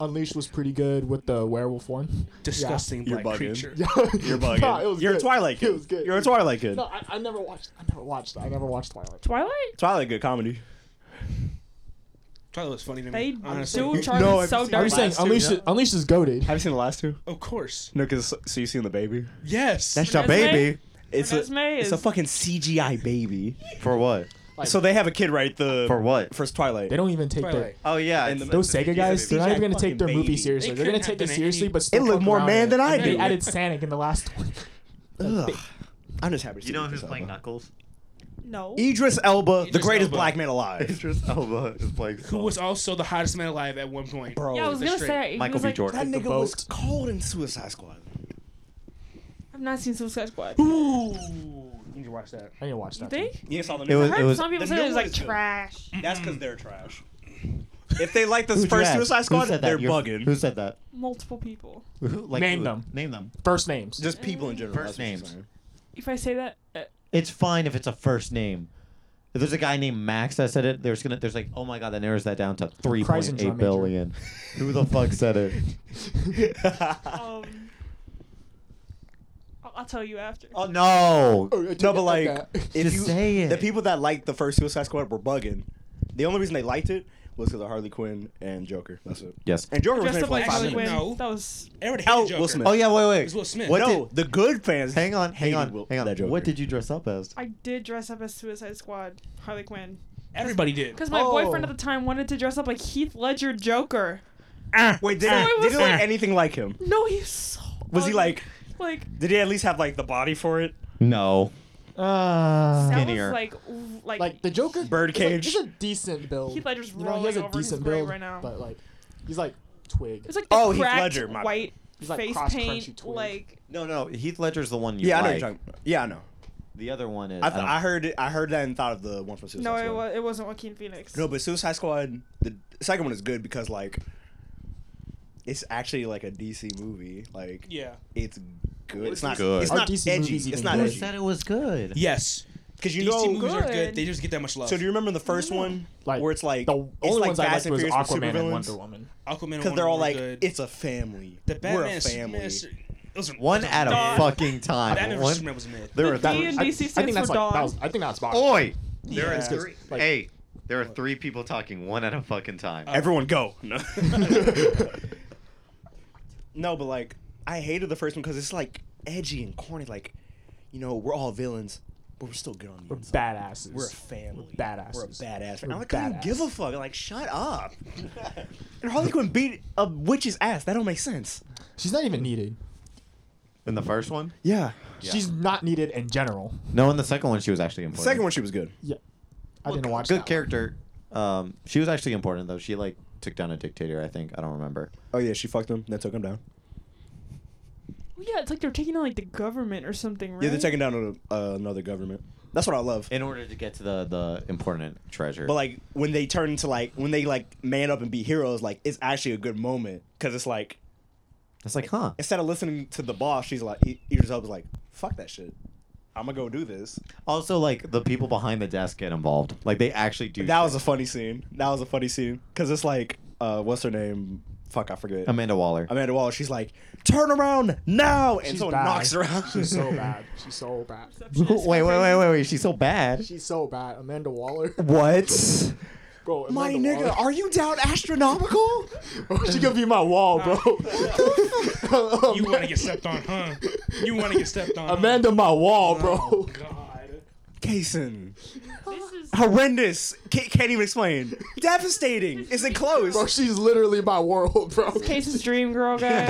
Speaker 1: Unleashed was pretty good with the werewolf one.
Speaker 4: disgusting
Speaker 2: You're
Speaker 4: black
Speaker 2: bugging.
Speaker 4: creature.
Speaker 1: You're
Speaker 2: bugging.
Speaker 1: Nah, it was
Speaker 2: You're a
Speaker 1: good.
Speaker 2: Twilight kid.
Speaker 1: It was good.
Speaker 2: You're a Twilight kid.
Speaker 1: No, I, I never watched. I never watched. I never watched Twilight.
Speaker 3: Twilight?
Speaker 2: Twilight good comedy.
Speaker 4: Charlie was funny to
Speaker 3: They
Speaker 4: me. honestly.
Speaker 3: do Charlie
Speaker 2: No, I've
Speaker 3: so
Speaker 2: seen-
Speaker 1: Are you
Speaker 3: dirty.
Speaker 1: saying
Speaker 4: Last two,
Speaker 1: Unleashed?
Speaker 4: yeah.
Speaker 1: is- Unleashed is goaded.
Speaker 2: Have you seen the last two?
Speaker 4: Of course.
Speaker 2: No, cause so you seen the baby.
Speaker 4: Yes.
Speaker 2: That's
Speaker 3: your
Speaker 2: your
Speaker 3: Renesmee?
Speaker 2: baby.
Speaker 3: baby.
Speaker 2: It's a,
Speaker 3: Renesmee
Speaker 2: it's a
Speaker 3: is-
Speaker 2: fucking CGI baby.
Speaker 5: For what?
Speaker 2: so they have a kid, right? The
Speaker 5: For what?
Speaker 2: First Twilight.
Speaker 1: They don't even take their
Speaker 4: Twilight.
Speaker 5: Oh yeah,
Speaker 2: And
Speaker 5: it's-
Speaker 2: the-
Speaker 1: those Sega guys. They're not
Speaker 2: CGI
Speaker 1: even gonna take their
Speaker 2: fucking
Speaker 1: movie
Speaker 2: baby.
Speaker 1: seriously. They
Speaker 4: They
Speaker 1: are gonna
Speaker 4: couldn't
Speaker 1: take
Speaker 4: have
Speaker 1: it
Speaker 4: done
Speaker 1: seriously,
Speaker 4: any-
Speaker 1: but still
Speaker 2: It looked
Speaker 1: fuck
Speaker 2: more
Speaker 1: around
Speaker 2: man
Speaker 1: with it.
Speaker 2: than I
Speaker 1: They
Speaker 2: did.
Speaker 1: added Sanic in the last one.
Speaker 2: Ugh. I'm just happy. To see
Speaker 5: you know
Speaker 2: Idris
Speaker 5: who's playing
Speaker 2: Elba.
Speaker 5: Knuckles?
Speaker 3: No.
Speaker 2: Idris Elba, the
Speaker 4: Idris
Speaker 2: greatest
Speaker 4: Elba.
Speaker 2: black man alive.
Speaker 5: Idris Elba is playing.
Speaker 4: Who was also the hottest man alive at one point.
Speaker 2: Bro,
Speaker 3: yeah, I was
Speaker 4: the
Speaker 3: gonna
Speaker 4: straight-
Speaker 3: say. he
Speaker 5: Michael
Speaker 3: was
Speaker 5: B.
Speaker 3: like,
Speaker 5: Jordan.
Speaker 2: that
Speaker 1: the
Speaker 2: nigga was
Speaker 1: boat.
Speaker 2: cold in Suicide Squad.
Speaker 3: I've not seen Suicide Squad.
Speaker 4: Ooh. You need to watch that.
Speaker 1: I didn't watch that.
Speaker 3: You think?
Speaker 2: You saw the
Speaker 5: It was-
Speaker 3: I heard some people
Speaker 2: the
Speaker 3: say
Speaker 2: new
Speaker 3: it was
Speaker 2: one
Speaker 3: like
Speaker 2: is good.
Speaker 3: trash.
Speaker 2: That's because they're trash. If they like this
Speaker 5: Who'd you
Speaker 2: first
Speaker 5: ask?
Speaker 2: Suicide
Speaker 5: Who
Speaker 2: Squad,
Speaker 5: said that?
Speaker 2: they're
Speaker 5: Your-
Speaker 2: bugging.
Speaker 5: Who said that?
Speaker 3: Multiple people.
Speaker 5: like,
Speaker 1: Name
Speaker 5: who-
Speaker 1: them.
Speaker 5: Name them.
Speaker 1: First names.
Speaker 2: Just people in general.
Speaker 5: First
Speaker 2: that's what I'm
Speaker 5: names.
Speaker 2: saying.
Speaker 3: If I say that, uh,
Speaker 5: It's fine if it's a first name. If there's a guy named Max that said it, there's gonna there's like, oh my god, that narrows that down to three
Speaker 1: Cries and drum
Speaker 5: point eight
Speaker 1: major.
Speaker 5: billion. Who the fuck said it?
Speaker 2: Ah.
Speaker 3: um, I'll, I'll tell you after.
Speaker 5: Oh no.
Speaker 2: no, but like, if
Speaker 5: Just
Speaker 2: you,
Speaker 5: say it.
Speaker 2: the people that liked the first Suicide Squad were bugging. The only reason they liked it was because of Harley Quinn and Joker. That's it.
Speaker 5: Yes.
Speaker 2: And Joker was
Speaker 3: Dressed
Speaker 2: made
Speaker 3: up
Speaker 2: for like
Speaker 3: like
Speaker 2: five
Speaker 3: Harley
Speaker 4: Actually,
Speaker 2: minutes.
Speaker 3: Quinn.
Speaker 4: no.
Speaker 3: That was.
Speaker 4: Everybody
Speaker 2: Oh,
Speaker 4: hated
Speaker 2: Will
Speaker 4: Joker.
Speaker 2: Smith.
Speaker 5: Oh yeah, wait, wait.
Speaker 4: It's Will Smith.
Speaker 5: What
Speaker 2: no,
Speaker 5: did-
Speaker 2: the good fans.
Speaker 5: Hang on, hang
Speaker 2: hated
Speaker 5: on,
Speaker 2: Will-
Speaker 5: hang
Speaker 2: that
Speaker 5: on.
Speaker 2: Joker.
Speaker 5: What did you dress up as?
Speaker 3: I did dress up as Suicide Squad Harley Quinn
Speaker 4: Everybody did.
Speaker 3: because my
Speaker 1: Oh.
Speaker 3: boyfriend at the time wanted to dress up like Heath Ledger Joker.
Speaker 2: Wait, did
Speaker 3: So
Speaker 2: he,
Speaker 3: it
Speaker 2: did
Speaker 3: was
Speaker 2: he look
Speaker 3: like-
Speaker 2: anything like him?
Speaker 3: No, he's so.
Speaker 2: Was he
Speaker 3: ugly.
Speaker 2: like?
Speaker 3: like
Speaker 9: Did he at least have like the body for it?
Speaker 5: No.
Speaker 1: Uh,
Speaker 3: that
Speaker 5: skinnier.
Speaker 3: was like ooh, like
Speaker 1: like the Joker.
Speaker 2: Birdcage.
Speaker 1: It's like, it's a decent build.
Speaker 3: Heath Ledger's
Speaker 1: You know, he has
Speaker 3: rolling
Speaker 1: a
Speaker 3: over his
Speaker 1: decent
Speaker 3: grave
Speaker 1: build
Speaker 3: right now.
Speaker 1: But like, he's like twig.
Speaker 3: It's like the
Speaker 2: Oh,
Speaker 3: oh,
Speaker 2: Heath
Speaker 3: cracked
Speaker 2: Ledger, my bad.
Speaker 3: white
Speaker 1: He's like
Speaker 3: face
Speaker 1: cross crunchy
Speaker 3: paint.
Speaker 1: twig.
Speaker 3: Like
Speaker 5: No, no. Heath Ledger's the one you
Speaker 2: Yeah, I know.
Speaker 5: like.
Speaker 2: You're talking about. Yeah, I know.
Speaker 5: The other one is.
Speaker 2: I,
Speaker 5: I
Speaker 2: th-
Speaker 5: don't-
Speaker 2: I, heard it. I heard that and thought of the one from Suicide
Speaker 3: no,
Speaker 2: Squad.
Speaker 3: it, was, it wasn't Joaquin Phoenix.
Speaker 2: No, but Suicide Squad, the second one is good because like, it's actually like a DC movie. Like,
Speaker 4: Yeah.
Speaker 2: it's good. It's, not
Speaker 5: good.
Speaker 2: It's
Speaker 1: Are
Speaker 2: not
Speaker 1: DC
Speaker 2: edgy.
Speaker 1: movies
Speaker 2: It's
Speaker 1: even
Speaker 2: not
Speaker 1: good?
Speaker 5: Who
Speaker 2: edgy.
Speaker 5: said it was good?
Speaker 4: Yes.
Speaker 2: Because you
Speaker 4: DC
Speaker 2: know,
Speaker 4: movies are
Speaker 3: good.
Speaker 4: good. They just get that much love.
Speaker 2: so do you remember the first one
Speaker 1: like
Speaker 2: where it's like
Speaker 1: the
Speaker 2: it's
Speaker 1: only
Speaker 2: like
Speaker 1: ones I
Speaker 2: Fast
Speaker 1: liked
Speaker 2: and
Speaker 1: was
Speaker 2: Furious with
Speaker 1: Aquaman and Wonder
Speaker 2: supervillains?
Speaker 1: Woman.
Speaker 4: Aquaman. and
Speaker 2: Because they're all
Speaker 4: Wonder
Speaker 2: like,
Speaker 4: Woman were good.
Speaker 2: it's a family.
Speaker 4: Oh the Batman.
Speaker 2: We're a
Speaker 4: and
Speaker 2: family.
Speaker 4: Superman is- those are-
Speaker 5: One
Speaker 4: those are
Speaker 5: at a
Speaker 4: mid.
Speaker 5: fucking time.
Speaker 4: Batman
Speaker 5: One-
Speaker 4: vs Superman was mid.
Speaker 5: there are
Speaker 3: The D
Speaker 5: three.
Speaker 3: and
Speaker 1: I, I
Speaker 3: DC
Speaker 1: think
Speaker 3: stands
Speaker 1: that's
Speaker 3: for
Speaker 1: like that
Speaker 3: Dawn.
Speaker 1: was, I think that's bottom.
Speaker 5: Oi! There
Speaker 4: Yeah.
Speaker 5: is three.
Speaker 1: Like-
Speaker 5: hey, there are three people talking one at a fucking time.
Speaker 2: Uh,
Speaker 9: Everyone go. No.
Speaker 2: No, but like I hated the first one because it's like edgy and corny. Like, you know, we're all villains, but we're still good on the
Speaker 1: We're
Speaker 2: inside.
Speaker 1: badasses.
Speaker 2: We're a family.
Speaker 1: We're badasses.
Speaker 2: We're a badass.
Speaker 1: We're
Speaker 2: I'm like, I don't
Speaker 1: badass.
Speaker 2: give a fuck. Like, shut up. and Harley Quinn beat a witch's ass. That don't make sense.
Speaker 1: She's not even needed.
Speaker 5: in the first one?
Speaker 2: Yeah.
Speaker 1: She's not needed in general.
Speaker 5: No, in the second one she was actually important.
Speaker 2: Second one, she was good.
Speaker 1: Yeah, I didn't watch.
Speaker 5: Good
Speaker 1: that
Speaker 5: character. Um, she was actually important though. She like took down a dictator. I think I don't remember.
Speaker 2: Oh yeah, she fucked him. Then took him down.
Speaker 3: Well, yeah, it's like they're taking on like the government or something, right?
Speaker 2: Yeah, they're taking down a, uh, another government. That's what I love.
Speaker 5: In order to get to the the important treasure.
Speaker 2: But like when they turn into like when they like man up and be heroes, like it's actually a good moment because it's like
Speaker 5: it's like, huh?
Speaker 2: instead of listening to the boss, she's like, E- Idris Elba's like, fuck that shit. I'm gonna go do this.
Speaker 5: Also, like the people behind the desk get involved. Like they actually do.
Speaker 2: That was a
Speaker 5: shit.
Speaker 2: funny scene. That was a funny scene because it's like, uh, what's her name? Fuck, I forget.
Speaker 5: Amanda Waller.
Speaker 2: Amanda Waller. She's like, turn around now, and
Speaker 1: She's
Speaker 2: someone
Speaker 1: bad.
Speaker 2: knocks her out.
Speaker 1: She's so bad. She's so bad.
Speaker 3: Receptionist,
Speaker 5: wait, wait, wait,
Speaker 3: crazy.
Speaker 5: wait, wait. She's so bad.
Speaker 1: She's so bad. Amanda Waller.
Speaker 2: What?
Speaker 1: Bro,
Speaker 2: My
Speaker 1: Amanda
Speaker 2: nigga,
Speaker 1: Waller.
Speaker 2: are you down astronomical?
Speaker 1: she could be my wall, bro.
Speaker 4: You want to get stepped on, huh? You want to get stepped on. huh?
Speaker 1: Amanda, Oh, my wall, bro.
Speaker 4: God.
Speaker 2: Cason.
Speaker 3: This is
Speaker 2: Horrendous. Can't, can't even explain. Devastating. Isn't close.
Speaker 1: Bro, she's literally my world, bro.
Speaker 3: Case's dream girl, guys.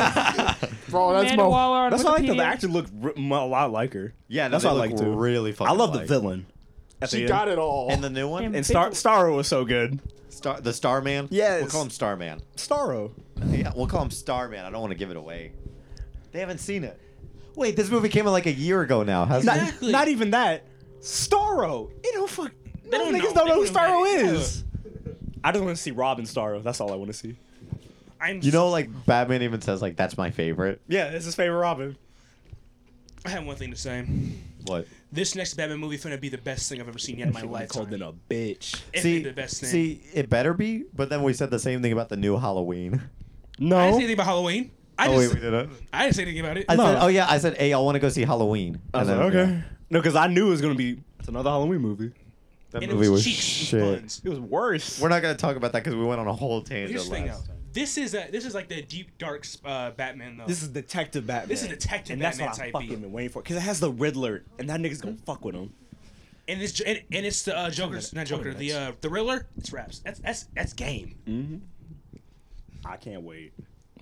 Speaker 1: Bro, that's
Speaker 3: Amanda
Speaker 1: my.
Speaker 3: Waller on
Speaker 2: That's why I like
Speaker 3: Wikipedia.
Speaker 2: the the actor looked r- m- a lot like her.
Speaker 5: Yeah, no,
Speaker 2: that's
Speaker 5: they
Speaker 2: what I
Speaker 5: look
Speaker 2: like too.
Speaker 5: Really fucking.
Speaker 2: I love the
Speaker 5: alike.
Speaker 2: villain. At
Speaker 1: She
Speaker 2: the
Speaker 1: got
Speaker 2: end.
Speaker 1: it all.
Speaker 5: And the new one,
Speaker 2: And Star Starro was so good.
Speaker 5: Star, the Starman. we'll
Speaker 2: Yes.
Speaker 5: call him Starman.
Speaker 2: Starro.
Speaker 5: Yeah, we'll call him Starman. I don't want to give it away. They haven't seen it. Wait, this movie came out like a year ago now. Hasn't
Speaker 2: Not,
Speaker 5: it?
Speaker 4: Exactly.
Speaker 2: not even that. Starro. You don't fuck. They
Speaker 4: don't
Speaker 2: niggas
Speaker 4: know.
Speaker 2: don't know who
Speaker 4: They don't know
Speaker 2: Starro
Speaker 4: that.
Speaker 2: is. I just want to see Robin Starro. That's all I want to see.
Speaker 4: I'm
Speaker 5: You know, like Batman even says, like that's my favorite.
Speaker 2: Yeah, it's his favorite Robin.
Speaker 4: I have one thing to say.
Speaker 5: What?
Speaker 4: This next Batman movie is gonna be the best thing I've ever seen yet in my life.
Speaker 2: Called in a bitch.
Speaker 4: It
Speaker 5: see,
Speaker 4: made the best thing.
Speaker 5: see, it better be. But then we said the same thing about the new Halloween.
Speaker 4: I didn't
Speaker 2: No.
Speaker 4: say anything about Halloween. I
Speaker 5: oh
Speaker 4: just,
Speaker 5: wait, we didn't.
Speaker 4: I didn't say anything about it.
Speaker 5: I
Speaker 2: No.
Speaker 5: said, oh yeah, I said, hey, I want to go see Halloween.
Speaker 2: I was
Speaker 5: And
Speaker 2: like,
Speaker 5: then-
Speaker 2: okay. No, because I knew it was gonna be. It's another Halloween movie.
Speaker 5: That
Speaker 4: and it
Speaker 5: movie
Speaker 4: was
Speaker 5: was
Speaker 4: cheeks and
Speaker 5: shit.
Speaker 4: buns.
Speaker 2: It was worse.
Speaker 5: We're not gonna talk about that because we went on a whole tangent.
Speaker 4: Here's the thing,
Speaker 5: last
Speaker 4: though. This is a, this is like the deep dark uh, Batman though.
Speaker 2: This is Detective Batman. Mm.
Speaker 4: This is Detective
Speaker 2: and that's
Speaker 4: Batman
Speaker 2: what I
Speaker 4: type
Speaker 2: fucking
Speaker 4: beat.
Speaker 2: been waiting for. Because it has the Riddler, and that nigga's gonna fuck with him.
Speaker 4: and it's and, and it's the uh, Joker's not Joker, the
Speaker 2: minutes.
Speaker 4: uh, the Riddler. It's raps. That's that's that's game.
Speaker 2: Mm-hmm. I can't wait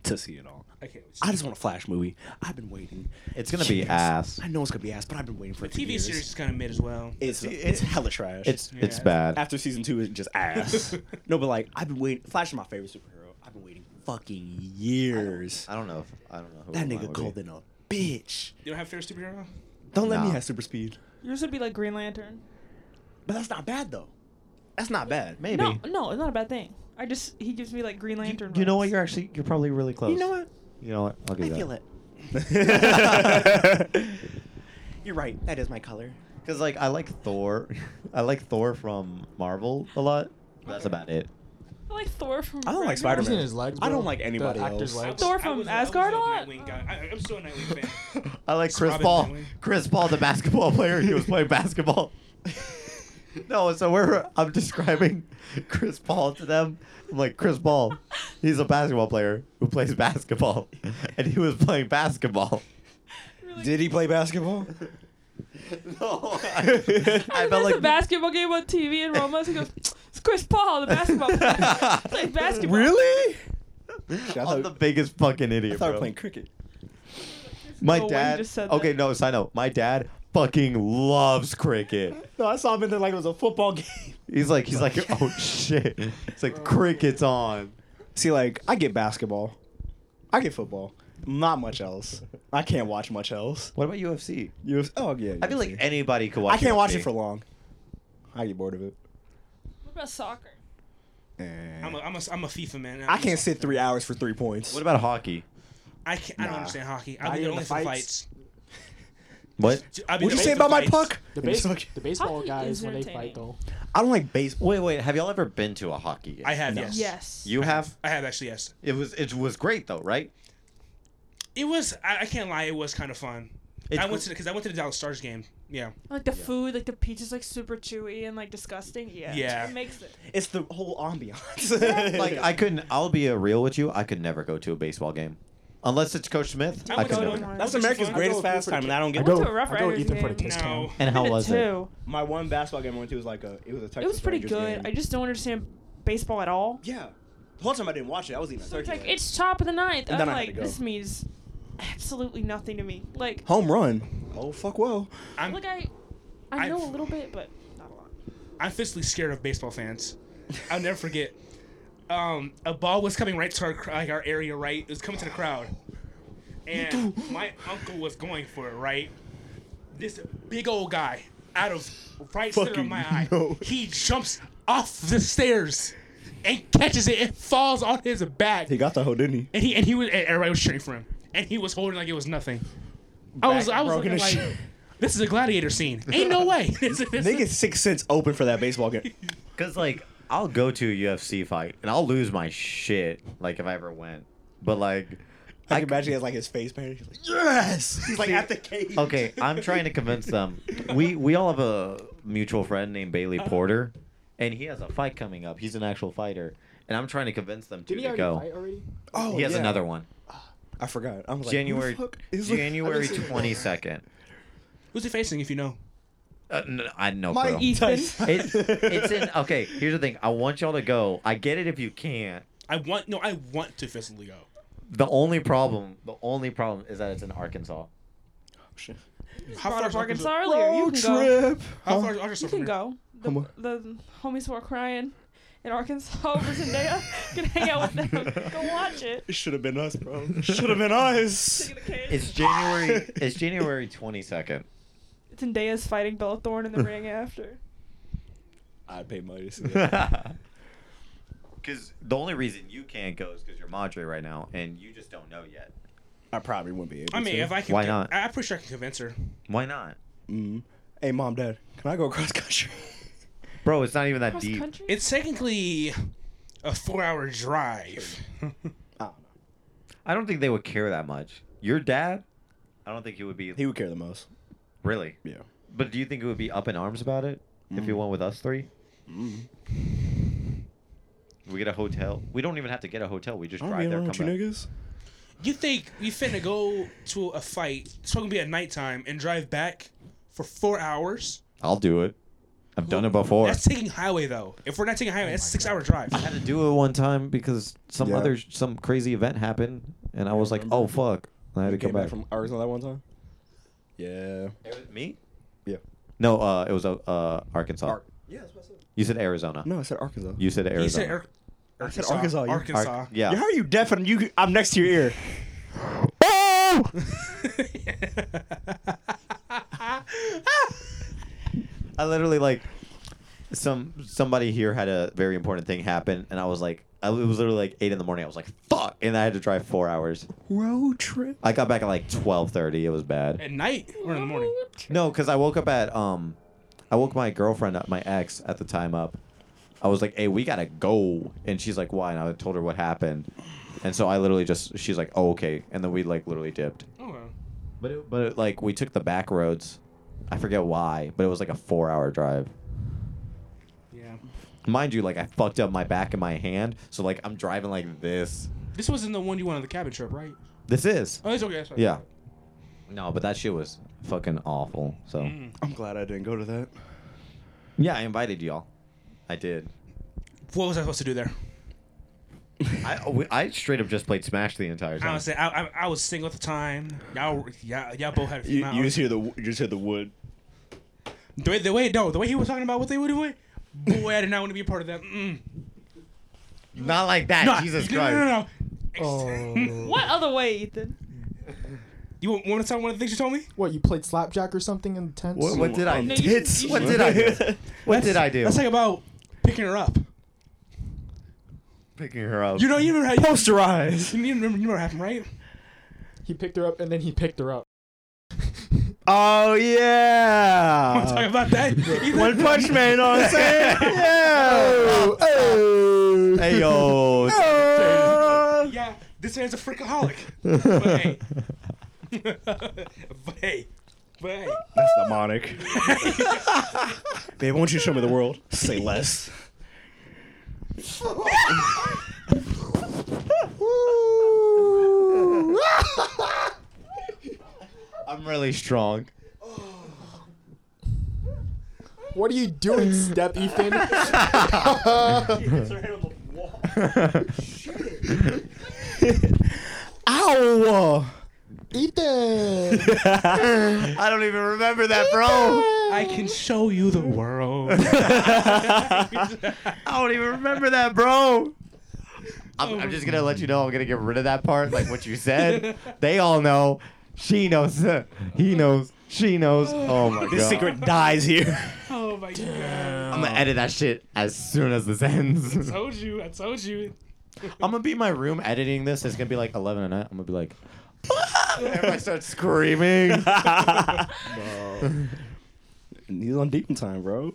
Speaker 2: to see it all.
Speaker 4: I can't wait. to see
Speaker 2: I
Speaker 4: it.
Speaker 2: just want a Flash movie. I've been waiting.
Speaker 5: It's gonna be
Speaker 2: Years.
Speaker 5: ass.
Speaker 2: I know it's gonna be ass, but I've been waiting for it.
Speaker 4: the TV series is kind of mid as well.
Speaker 2: It's it's hella trash.
Speaker 5: It's it's
Speaker 4: Yeah.
Speaker 5: bad.
Speaker 2: after season two is just ass. no, but like I've been waiting. Flash is my favorite superhero. I've been waiting fucking years.
Speaker 5: I don't know. If, I don't know who
Speaker 2: That
Speaker 5: mine
Speaker 2: nigga
Speaker 5: would
Speaker 2: called
Speaker 5: be.
Speaker 2: in a bitch.
Speaker 4: You don't have favorite superhero?
Speaker 2: Don't let me
Speaker 5: Nah.
Speaker 2: have super speed.
Speaker 3: Yours would be like Green Lantern.
Speaker 2: But that's not bad though. That's not bad.
Speaker 5: Maybe.
Speaker 3: No, no, it's not a bad thing. I just he gives me like Green Lantern.
Speaker 5: You know
Speaker 3: vibes.
Speaker 5: what? You're actually you're probably really close.
Speaker 2: You know what?
Speaker 5: You know what? I'll give
Speaker 2: I
Speaker 5: you that.
Speaker 2: feel it. You're right. That is my color.
Speaker 5: Because like I like Thor, I like Thor from Marvel a lot. That's about it.
Speaker 3: I like Thor from.
Speaker 2: I don't like
Speaker 3: Ragnarok.
Speaker 2: Spider-Man.
Speaker 1: Seen his legs,
Speaker 2: I
Speaker 1: bro?
Speaker 2: don't like
Speaker 1: The
Speaker 2: anybody
Speaker 1: actor's
Speaker 2: else.
Speaker 4: I
Speaker 1: legs.
Speaker 4: was- I
Speaker 3: Thor
Speaker 4: was-
Speaker 3: from
Speaker 4: I was a
Speaker 3: Asgard a lot?
Speaker 4: Nightwing guy. I, I'm still a Nightwing fan.
Speaker 5: I like Chris
Speaker 4: Robin
Speaker 5: Paul.
Speaker 4: Finley.
Speaker 5: Chris Paul, the basketball player. He was playing basketball. no, so we're I'm describing Chris Paul to them. I'm like Chris Paul. He's a basketball player who plays basketball, and he was playing basketball.
Speaker 3: You're like,
Speaker 2: Did he play basketball?
Speaker 5: No, I, I felt
Speaker 3: There's a
Speaker 5: like
Speaker 3: basketball game on TV in Roma. So he goes, "It's Chris Paul, the basketball player. plays basketball."
Speaker 2: Really?
Speaker 5: I'm the biggest fucking idiot.
Speaker 2: I thought we were
Speaker 5: bro.
Speaker 2: playing cricket.
Speaker 5: My
Speaker 3: Oh, wait, you
Speaker 5: dad.
Speaker 3: just said
Speaker 5: okay,
Speaker 3: that.
Speaker 5: no, sign up. My dad fucking loves cricket.
Speaker 2: No, I saw him in there like it was a football game.
Speaker 5: He's like, he's like, oh shit. It's like crickets on.
Speaker 2: See, like I get basketball, I get football, not much else. I can't watch much else.
Speaker 5: What about UFC?
Speaker 2: You, oh yeah.
Speaker 5: I feel like anybody could watch.
Speaker 2: I can't watch
Speaker 5: UFC.
Speaker 2: it for long. I get bored of it.
Speaker 3: What about soccer?
Speaker 4: I'm a, I'm a, I'm a FIFA man. I'm
Speaker 2: I can't
Speaker 4: just-
Speaker 2: sit three hours for three points.
Speaker 5: What about hockey?
Speaker 4: I can't. I don't
Speaker 2: Nah.
Speaker 4: understand hockey.
Speaker 2: Not
Speaker 4: I'll be there
Speaker 2: even
Speaker 4: only
Speaker 2: the
Speaker 4: for
Speaker 2: fights?
Speaker 4: fights.
Speaker 5: What?
Speaker 4: I'll be
Speaker 2: What'd you
Speaker 4: there
Speaker 2: say
Speaker 4: only for
Speaker 2: about my
Speaker 4: fights.
Speaker 2: puck?
Speaker 1: The,
Speaker 2: It's
Speaker 1: base,
Speaker 2: like-
Speaker 1: the baseball
Speaker 3: Hockey
Speaker 1: guys
Speaker 3: is
Speaker 1: when they fight
Speaker 3: entertaining.
Speaker 1: though.
Speaker 2: I don't like baseball.
Speaker 5: Wait, wait. Have y'all ever been to a hockey game?
Speaker 4: I have yes.
Speaker 3: Yes.
Speaker 5: You have.
Speaker 4: I have actually yes.
Speaker 5: It was it was great though, right?
Speaker 4: It was. I, I can't lie. It was kind of fun.
Speaker 5: It's
Speaker 4: I went
Speaker 5: cool.
Speaker 4: to because I went to the Dallas Stars game. Yeah.
Speaker 3: like the food, like the peach is like super chewy and like disgusting. Yeah.
Speaker 4: Yeah.
Speaker 3: It makes it.
Speaker 2: It's the whole ambiance.
Speaker 5: Like I couldn't. I'll be a real with you. I could never go to a baseball game unless it's Coach Smith. I,
Speaker 4: went
Speaker 5: could
Speaker 4: to
Speaker 5: never.
Speaker 4: one.
Speaker 2: that's
Speaker 4: I went to
Speaker 2: America's
Speaker 4: one.
Speaker 2: greatest pastime, and I don't
Speaker 1: I
Speaker 2: get.
Speaker 1: go,
Speaker 3: to a Rough
Speaker 1: I go
Speaker 3: Riders
Speaker 1: Ethan for the
Speaker 3: game.
Speaker 1: kiss cam.
Speaker 4: No.
Speaker 5: And
Speaker 3: I
Speaker 5: how
Speaker 3: did
Speaker 5: was it?
Speaker 3: too.
Speaker 2: My one basketball game I went to was like a. It was a Texas.
Speaker 3: It was pretty
Speaker 2: Rangers
Speaker 3: good.
Speaker 2: game.
Speaker 3: I just don't understand baseball at all.
Speaker 2: yeah. The whole time I didn't watch it. I was eating a
Speaker 3: So it's
Speaker 2: turkey.
Speaker 3: like
Speaker 2: leg.
Speaker 3: it's top of the ninth.
Speaker 2: And
Speaker 3: I'm
Speaker 2: then I had to
Speaker 3: like,
Speaker 2: go.
Speaker 3: this means absolutely nothing to me. Like,
Speaker 2: home run. Oh fuck! Well,
Speaker 4: I'm
Speaker 3: look, I, I
Speaker 4: I-
Speaker 3: know a little bit, but not a lot.
Speaker 4: I'm physically scared of baseball fans. I'll never forget. Um, a ball was coming right to our cr- like our area, right? It was coming to the crowd, and my uncle was going for it, right? This big old guy, out of right center of
Speaker 2: Fucking
Speaker 4: my eye,
Speaker 2: no.
Speaker 4: he jumps off the stairs and catches it. It falls on his back,
Speaker 2: he got the hoe, didn't he?
Speaker 4: and he and he was and everybody was cheering for him, and he was holding like it was nothing. I was I was
Speaker 2: broken
Speaker 4: looking
Speaker 2: as
Speaker 4: like,
Speaker 2: shit.
Speaker 4: this is a gladiator scene. Ain't no way. This is- this
Speaker 2: They
Speaker 4: is-
Speaker 2: get six cents open for that baseball game.
Speaker 5: Cause like I'll go to a UFC fight and I'll lose my shit. Like if I ever went, but like
Speaker 2: I can imagine he has like his face painted. He's like, yes. He's like at the cage.
Speaker 5: okay, Uh, I'm trying to convince them. We we all have a mutual friend named Bailey Porter, and he has a fight coming up. He's an actual fighter, and I'm trying to convince them
Speaker 1: Did
Speaker 5: two
Speaker 1: he
Speaker 5: to
Speaker 1: already
Speaker 5: go.
Speaker 1: fight already?
Speaker 2: Oh,
Speaker 5: He has
Speaker 2: yeah.
Speaker 5: another one,
Speaker 2: I forgot. I'm like who the
Speaker 5: January
Speaker 2: fuck is-
Speaker 5: January
Speaker 2: I didn't see it.
Speaker 5: 22nd.
Speaker 4: Who's he facing? If you know.
Speaker 5: Uh, n- I know.
Speaker 3: My
Speaker 5: bro.
Speaker 3: Ethan.
Speaker 5: It, it's in. Okay, here's the thing. I want y'all to go. I get it if you can't.
Speaker 4: I want no, I want to physically go.
Speaker 5: The only problem, the only problem is that it's in Arkansas.
Speaker 4: How
Speaker 3: brought
Speaker 4: far
Speaker 3: up
Speaker 4: is Arkansas?
Speaker 3: Arkansas earlier. You can go.
Speaker 4: How far is Arkansas
Speaker 3: You
Speaker 4: from
Speaker 3: can
Speaker 4: here?
Speaker 3: go.
Speaker 2: Come
Speaker 3: The,
Speaker 2: on.
Speaker 3: the homies who are crying in Arkansas over Zendaya can hang out with them. Go watch it.
Speaker 2: It should have been us, bro. Should have been us.
Speaker 3: Look at the kids.
Speaker 5: It's January. it's January 22nd.
Speaker 3: Zendaya's fighting Bella Thorne in the ring after.
Speaker 2: I'd pay money to see that.
Speaker 5: Because the only reason you can't go is because you're Madre right now, and you just don't know yet.
Speaker 2: I probably wouldn't be able.
Speaker 4: I mean,
Speaker 2: to.
Speaker 4: if I can,
Speaker 5: Why not?
Speaker 4: I, I'm pretty sure I can convince her.
Speaker 5: Why not,
Speaker 2: Mm. Hey, mom, dad, can I go cross country?
Speaker 5: bro? It's not even that
Speaker 3: Cross
Speaker 5: deep.
Speaker 3: country?
Speaker 4: It's technically a four-hour drive.
Speaker 2: I don't know.
Speaker 5: I don't think they would care that much. Your dad, I don't think he would be
Speaker 2: He would care the most.
Speaker 5: really.
Speaker 2: Yeah.
Speaker 5: But do you think it would be up in arms about it if you went with us three? Mm. We get a hotel. We don't even have to get a hotel. We just
Speaker 2: I don't
Speaker 5: drive
Speaker 2: be
Speaker 5: there.
Speaker 2: alone
Speaker 5: Come
Speaker 2: with you
Speaker 5: back.
Speaker 2: niggas.
Speaker 4: You think we finna go to a fight? It's gonna be at nighttime and drive back for four hours.
Speaker 6: I'll do it. I've done it before.
Speaker 4: That's taking highway though. If we're not taking highway, that's a six-hour drive.
Speaker 5: I had to do it one time because some
Speaker 2: Yeah.
Speaker 5: other some crazy event happened, and I was like, "Oh fuck!" And I had
Speaker 2: You
Speaker 5: to
Speaker 2: came
Speaker 5: come
Speaker 2: back.
Speaker 5: back.
Speaker 2: from Arizona that one time. Yeah.
Speaker 5: me?
Speaker 2: Yeah.
Speaker 5: No, uh, it was uh, uh, Arkansas.
Speaker 2: Ar- yeah, that's what I said.
Speaker 5: you said Arizona.
Speaker 2: No, I said Arkansas.
Speaker 5: You said Arizona.
Speaker 4: He said Ar-
Speaker 2: I said
Speaker 4: Arkansas.
Speaker 2: Arkansas, you-
Speaker 4: Arkansas.
Speaker 5: Ar- yeah.
Speaker 2: How are you deaf and you? I'm next to your ear.
Speaker 5: I literally like some somebody here had a very important thing happen, and I was like, I, it was literally like eight in the morning. I was like, "Fuck!" And I had to drive four hours.
Speaker 2: Road trip.
Speaker 5: I got back at like twelve thirty. It was bad.
Speaker 4: At night or in the morning?
Speaker 5: No, because I woke up at um, I woke my girlfriend up, my ex at the time up. I was like, "Hey, we gotta go," and she's like, "Why?" And I told her what happened, and so I literally just she's like, "Oh, okay," and then we like literally dipped.
Speaker 4: Oh, well.
Speaker 5: But it, but it, like we took the back roads. I forget why, but it was like a four hour drive.
Speaker 4: yeah.
Speaker 5: Mind you, like I fucked up my back and my hand, so like I'm driving like this.
Speaker 4: This wasn't the one you went on the cabin trip, right?
Speaker 5: This is.
Speaker 4: Oh, it's okay. That's fine.
Speaker 5: Yeah. No, but that shit was fucking awful. So
Speaker 4: Mm.
Speaker 2: I'm glad I didn't go to that.
Speaker 5: yeah, I invited y'all. I did.
Speaker 4: What was I supposed to do there?
Speaker 5: I oh, we, I straight up just played Smash the entire time.
Speaker 4: Honestly, I, I, I was single at the time. Y'all, y'all, y'all both had a few
Speaker 2: You, you
Speaker 4: hours.
Speaker 2: just hear the you just hear the wood.
Speaker 4: The way, the way, no, the way he was talking about what they were doing, boy, I did not want to be a part of that. Mm.
Speaker 5: Not like that.
Speaker 4: No,
Speaker 5: Jesus
Speaker 4: no,
Speaker 5: Christ.
Speaker 4: No, no, no.
Speaker 3: What other way, Ethan?
Speaker 4: You want, want to tell me one of the things you told me?
Speaker 1: What you played slapjack or something in the tents?
Speaker 5: What, what did I?
Speaker 3: No, you should-
Speaker 5: Tits.
Speaker 3: you
Speaker 5: What
Speaker 3: should-
Speaker 5: did I do? What did I do?
Speaker 4: That's like about picking her up.
Speaker 5: picking her up.
Speaker 4: You know, you remember how
Speaker 2: Posterize.
Speaker 4: you, you remember, you remember what happened, right?
Speaker 1: He picked her up and then he picked her up.
Speaker 2: Oh
Speaker 4: Want to talk
Speaker 2: yeah.
Speaker 4: about that?
Speaker 2: Uh, One Punch Man. You know what I'm saying? yeah.
Speaker 5: Oh,
Speaker 4: Oh,
Speaker 5: hey yo.
Speaker 4: Oh. yeah, this man's a freakaholic. but hey, but hey, but hey,
Speaker 2: That's demonic. Babe, won't you show me the world? Say less.
Speaker 5: I'm really strong.
Speaker 1: What are you doing, Step Ethan?
Speaker 2: Ow!
Speaker 1: Ethan.
Speaker 5: I don't even remember that, bro.
Speaker 4: I can show you the world. Oh
Speaker 5: I don't even remember that, bro. I'm, I'm just gonna let you know. I'm gonna get rid of that part, like what you said. They all know. She knows. He knows. She knows. Oh my
Speaker 2: This
Speaker 5: god.
Speaker 2: secret dies here.
Speaker 4: oh my god!
Speaker 5: I'm gonna edit that shit as soon as this ends.
Speaker 4: told you, I told you.
Speaker 5: I'm gonna be in my room editing this. It's gonna be like 11 at night. I'm gonna be like, everybody starts screaming.
Speaker 2: He's on deep in time, bro.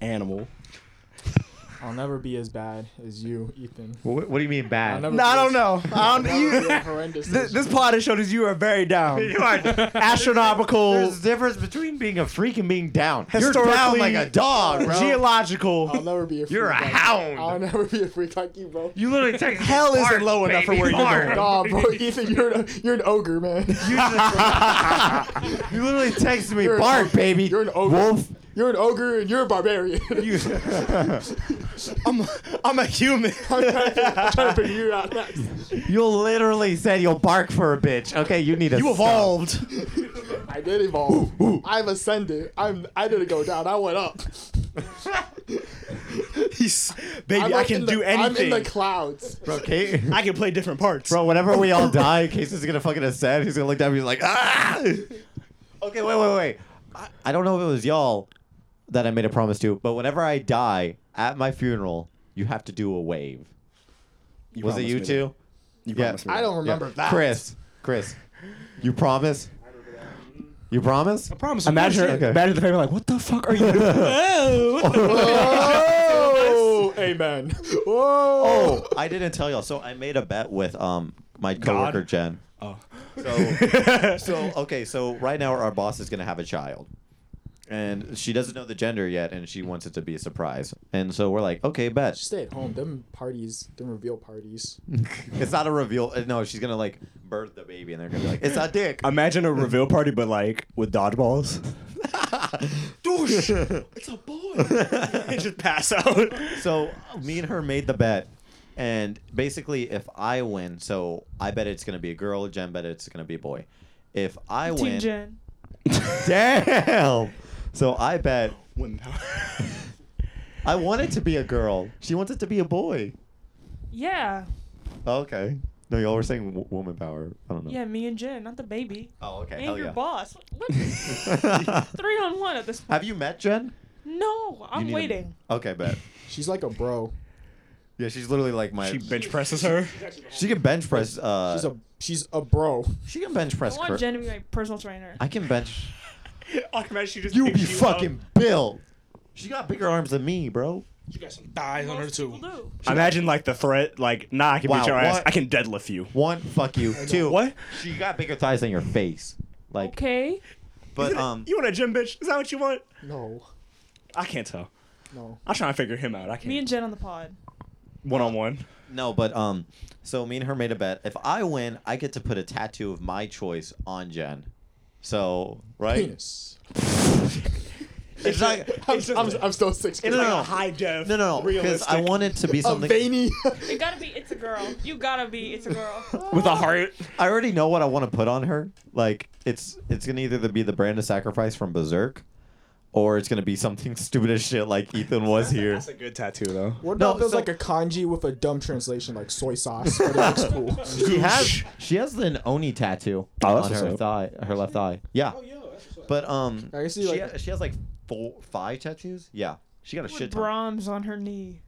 Speaker 2: Animal.
Speaker 1: I'll never be as bad as you, Ethan.
Speaker 5: What, what do you mean
Speaker 1: I'll
Speaker 5: bad?
Speaker 1: never
Speaker 2: No,
Speaker 1: be
Speaker 2: I don't
Speaker 1: as-
Speaker 2: know. I
Speaker 1: I'll
Speaker 2: don't.
Speaker 1: never be
Speaker 2: You,
Speaker 1: a horrendous.
Speaker 2: this,
Speaker 1: as you.
Speaker 2: this pod has showed us you are very down.
Speaker 5: You are-
Speaker 2: Astronomical,
Speaker 5: There's a difference between being a freak and being down. You're down
Speaker 2: Historically-
Speaker 5: like a dog, bro.
Speaker 1: I'll
Speaker 2: geological.
Speaker 1: never be a.
Speaker 5: You're a
Speaker 1: freak like-
Speaker 5: hound.
Speaker 1: I'll never be a freak like you, bro.
Speaker 5: you literally take
Speaker 2: Hell isn't
Speaker 5: bark,
Speaker 2: low enough for
Speaker 5: baby,
Speaker 2: where you
Speaker 5: bark.
Speaker 2: go.
Speaker 1: Nah, bro, Ethan, you're an, you're an ogre, man.
Speaker 5: You literally text me,
Speaker 1: You're an
Speaker 5: bark,
Speaker 1: ogre.
Speaker 5: baby.
Speaker 1: You're an ogre.
Speaker 5: Wolf.
Speaker 1: You're an ogre and you're a barbarian.
Speaker 5: You-
Speaker 2: I'm, I'm a human.
Speaker 1: I'm trying to- I'm trying to figure you out next.
Speaker 5: you literally said you'll bark for a bitch. Okay, you need to.
Speaker 2: You
Speaker 5: stop.
Speaker 2: evolved.
Speaker 1: I did evolve. I've ascended. I'm. I didn't go down. I went up.
Speaker 2: He's, baby,
Speaker 1: I'm
Speaker 2: I
Speaker 1: up
Speaker 2: can
Speaker 1: in the-
Speaker 2: do
Speaker 1: I'm in
Speaker 2: anything.
Speaker 1: the clouds.
Speaker 5: bro. Kate,
Speaker 2: I can play different parts.
Speaker 5: bro. Whenever we all die, Casey's gonna fucking ascend. He's gonna look down. He's like, ah. Okay, wait, wait, wait. I, I don't know if it was y'all that I made a promise to, but whenever I die at my funeral, you have to do a wave. was it
Speaker 9: promised
Speaker 5: you
Speaker 9: me
Speaker 5: two?
Speaker 9: You
Speaker 5: Yeah.
Speaker 9: promised me
Speaker 1: I
Speaker 9: that.
Speaker 1: don't remember that.
Speaker 5: Chris, Chris, you promise? You promise?
Speaker 4: I promise. of
Speaker 2: Imagine,
Speaker 4: course,
Speaker 5: Okay.
Speaker 2: imagine the family like, what the fuck are you doing? oh, what the
Speaker 1: Oh, amen. Whoa.
Speaker 5: Oh, I didn't tell y'all. So I made a bet with um my coworker Jen.
Speaker 2: Oh.
Speaker 5: So so okay, so right now our boss is gonna have a child. And she doesn't know the gender yet and she wants it to be a surprise. And so we're like, okay, bet.
Speaker 1: Stay at home. Them parties. Them reveal parties.
Speaker 5: It's not a reveal. uh, No, she's gonna like birth the baby and they're gonna be like, It's a dick.
Speaker 2: Imagine a reveal party, but like with dodgeballs. Douche! it's a boy. and just pass out.
Speaker 5: so me and her made the bet and basically if i win so i bet it's going to be a girl jen bet it's going to be a boy if i
Speaker 3: Team
Speaker 5: win
Speaker 3: Jen.
Speaker 5: damn so i bet
Speaker 2: When-
Speaker 5: i want it to be a girl she wants it to be a boy Oh,
Speaker 3: Yeah.
Speaker 5: okay no y'all were saying w- woman power i don't know
Speaker 3: Yeah, me and Jen, not the baby.
Speaker 5: oh okay
Speaker 3: and
Speaker 5: hell
Speaker 3: your
Speaker 5: yeah
Speaker 3: boss. What? Three on one at this point.
Speaker 5: have you met jen
Speaker 3: No, I'm
Speaker 5: need a-
Speaker 3: waiting.
Speaker 5: okay bet
Speaker 1: She's like a bro.
Speaker 5: yeah she's literally like my
Speaker 2: she
Speaker 5: she,
Speaker 2: bench presses her.
Speaker 5: can bench press uh
Speaker 1: She's a. She's a bro.
Speaker 5: she can bench
Speaker 3: I
Speaker 5: press
Speaker 3: want
Speaker 5: cur-
Speaker 3: Jen to be my personal trainer.
Speaker 5: i can bench
Speaker 2: Automatically, she just
Speaker 5: you
Speaker 2: picks
Speaker 5: be fucking built she got bigger arms than me bro
Speaker 4: You got some thighs on her
Speaker 3: Most people
Speaker 4: too.
Speaker 3: do.
Speaker 2: up. Imagine like the threat, like, nah, I can
Speaker 5: Wow,
Speaker 2: beat your ass.
Speaker 5: what?
Speaker 2: I can deadlift you.
Speaker 5: One, fuck you. Two,
Speaker 2: What?
Speaker 5: She got bigger thighs than your face. Like,
Speaker 3: Okay.
Speaker 5: but um,
Speaker 2: You want a gym bitch? Is that what you want?
Speaker 1: No.
Speaker 2: I can't tell.
Speaker 1: No.
Speaker 2: I'm trying to figure him out. I can't.
Speaker 3: Me and Jen on the pod.
Speaker 2: one on one.
Speaker 5: no, but um, so me and her made a bet. If I win, I get to put a tattoo of my choice on Jen. So right?
Speaker 1: Penis.
Speaker 5: It's not.
Speaker 1: I'm, I'm, I'm still six.
Speaker 5: No, no, no.
Speaker 2: High def.
Speaker 5: No, no, no. Because I want it to be
Speaker 1: A
Speaker 5: something.
Speaker 1: veiny.
Speaker 3: It gotta be it's a girl. You gotta be it's a girl.
Speaker 2: With a heart.
Speaker 5: I already know what I want to put on her. Like, it's it's gonna either be the brand of sacrifice from Berserk, or it's gonna be something stupid as shit like Ethan was here.
Speaker 2: That's a good tattoo though.
Speaker 1: What
Speaker 5: No,
Speaker 1: about there's
Speaker 5: so-
Speaker 1: like a kanji with a dumb translation, like soy sauce? But it looks cool.
Speaker 5: She has she has an oni tattoo
Speaker 2: Oh, that's
Speaker 5: on
Speaker 2: what's
Speaker 5: her
Speaker 2: up.
Speaker 5: thigh, her left thigh. Yeah.
Speaker 4: Oh,
Speaker 5: But um,
Speaker 1: I see,
Speaker 5: she,
Speaker 1: like-
Speaker 5: ha- she has like four, five tattoos. Yeah, she got a
Speaker 3: With
Speaker 5: shit ton.
Speaker 3: Brahms on her knee.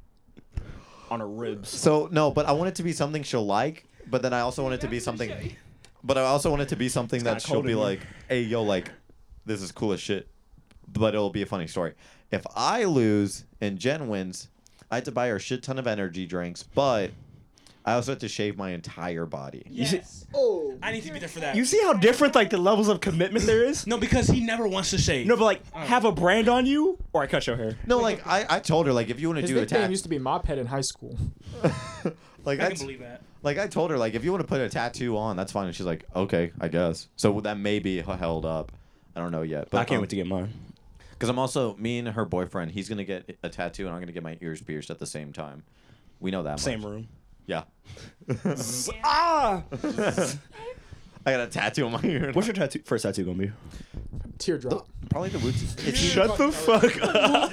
Speaker 2: On her ribs.
Speaker 5: So no, but I want it to be something she'll like. But then I also want it to be something. But I also want it to be something that
Speaker 2: kinda
Speaker 5: she'll
Speaker 2: cold
Speaker 5: be
Speaker 2: in here.
Speaker 5: like, "Hey, yo, like, this is cool as shit." But it'll be a funny story. If I lose and Jen wins, I have to buy her a shit ton of energy drinks. But I also have to shave my entire body.
Speaker 3: Yes.
Speaker 1: Oh.
Speaker 4: I need to be there for that.
Speaker 2: You see how different like the levels of commitment there is?
Speaker 4: No, because he never wants to shave.
Speaker 2: No, but like have a brand on you or I cut your hair.
Speaker 5: No, like I, I told her like if you want to
Speaker 1: His
Speaker 5: do a
Speaker 1: nickname
Speaker 5: tattoo,
Speaker 1: used to be my pet in high school.
Speaker 5: like
Speaker 4: I can
Speaker 5: that's
Speaker 4: believe that.
Speaker 5: Like I told her, like if you want to put a tattoo on, that's fine. And she's like, okay, I guess. So that may be h- held up. I don't know yet. But
Speaker 2: I can't wait to get mine.
Speaker 5: Because I'm also me and her boyfriend. He's gonna get a tattoo, and I'm gonna get my ears pierced at the same time. We know that.
Speaker 2: Same
Speaker 5: much.
Speaker 2: room.
Speaker 5: Yeah.
Speaker 2: Ah!
Speaker 5: I got a tattoo on my ear.
Speaker 2: What's your tattoo first tattoo gonna be?
Speaker 1: Teardrop.
Speaker 5: Probably the Woods. It's
Speaker 2: Shut the fuck up.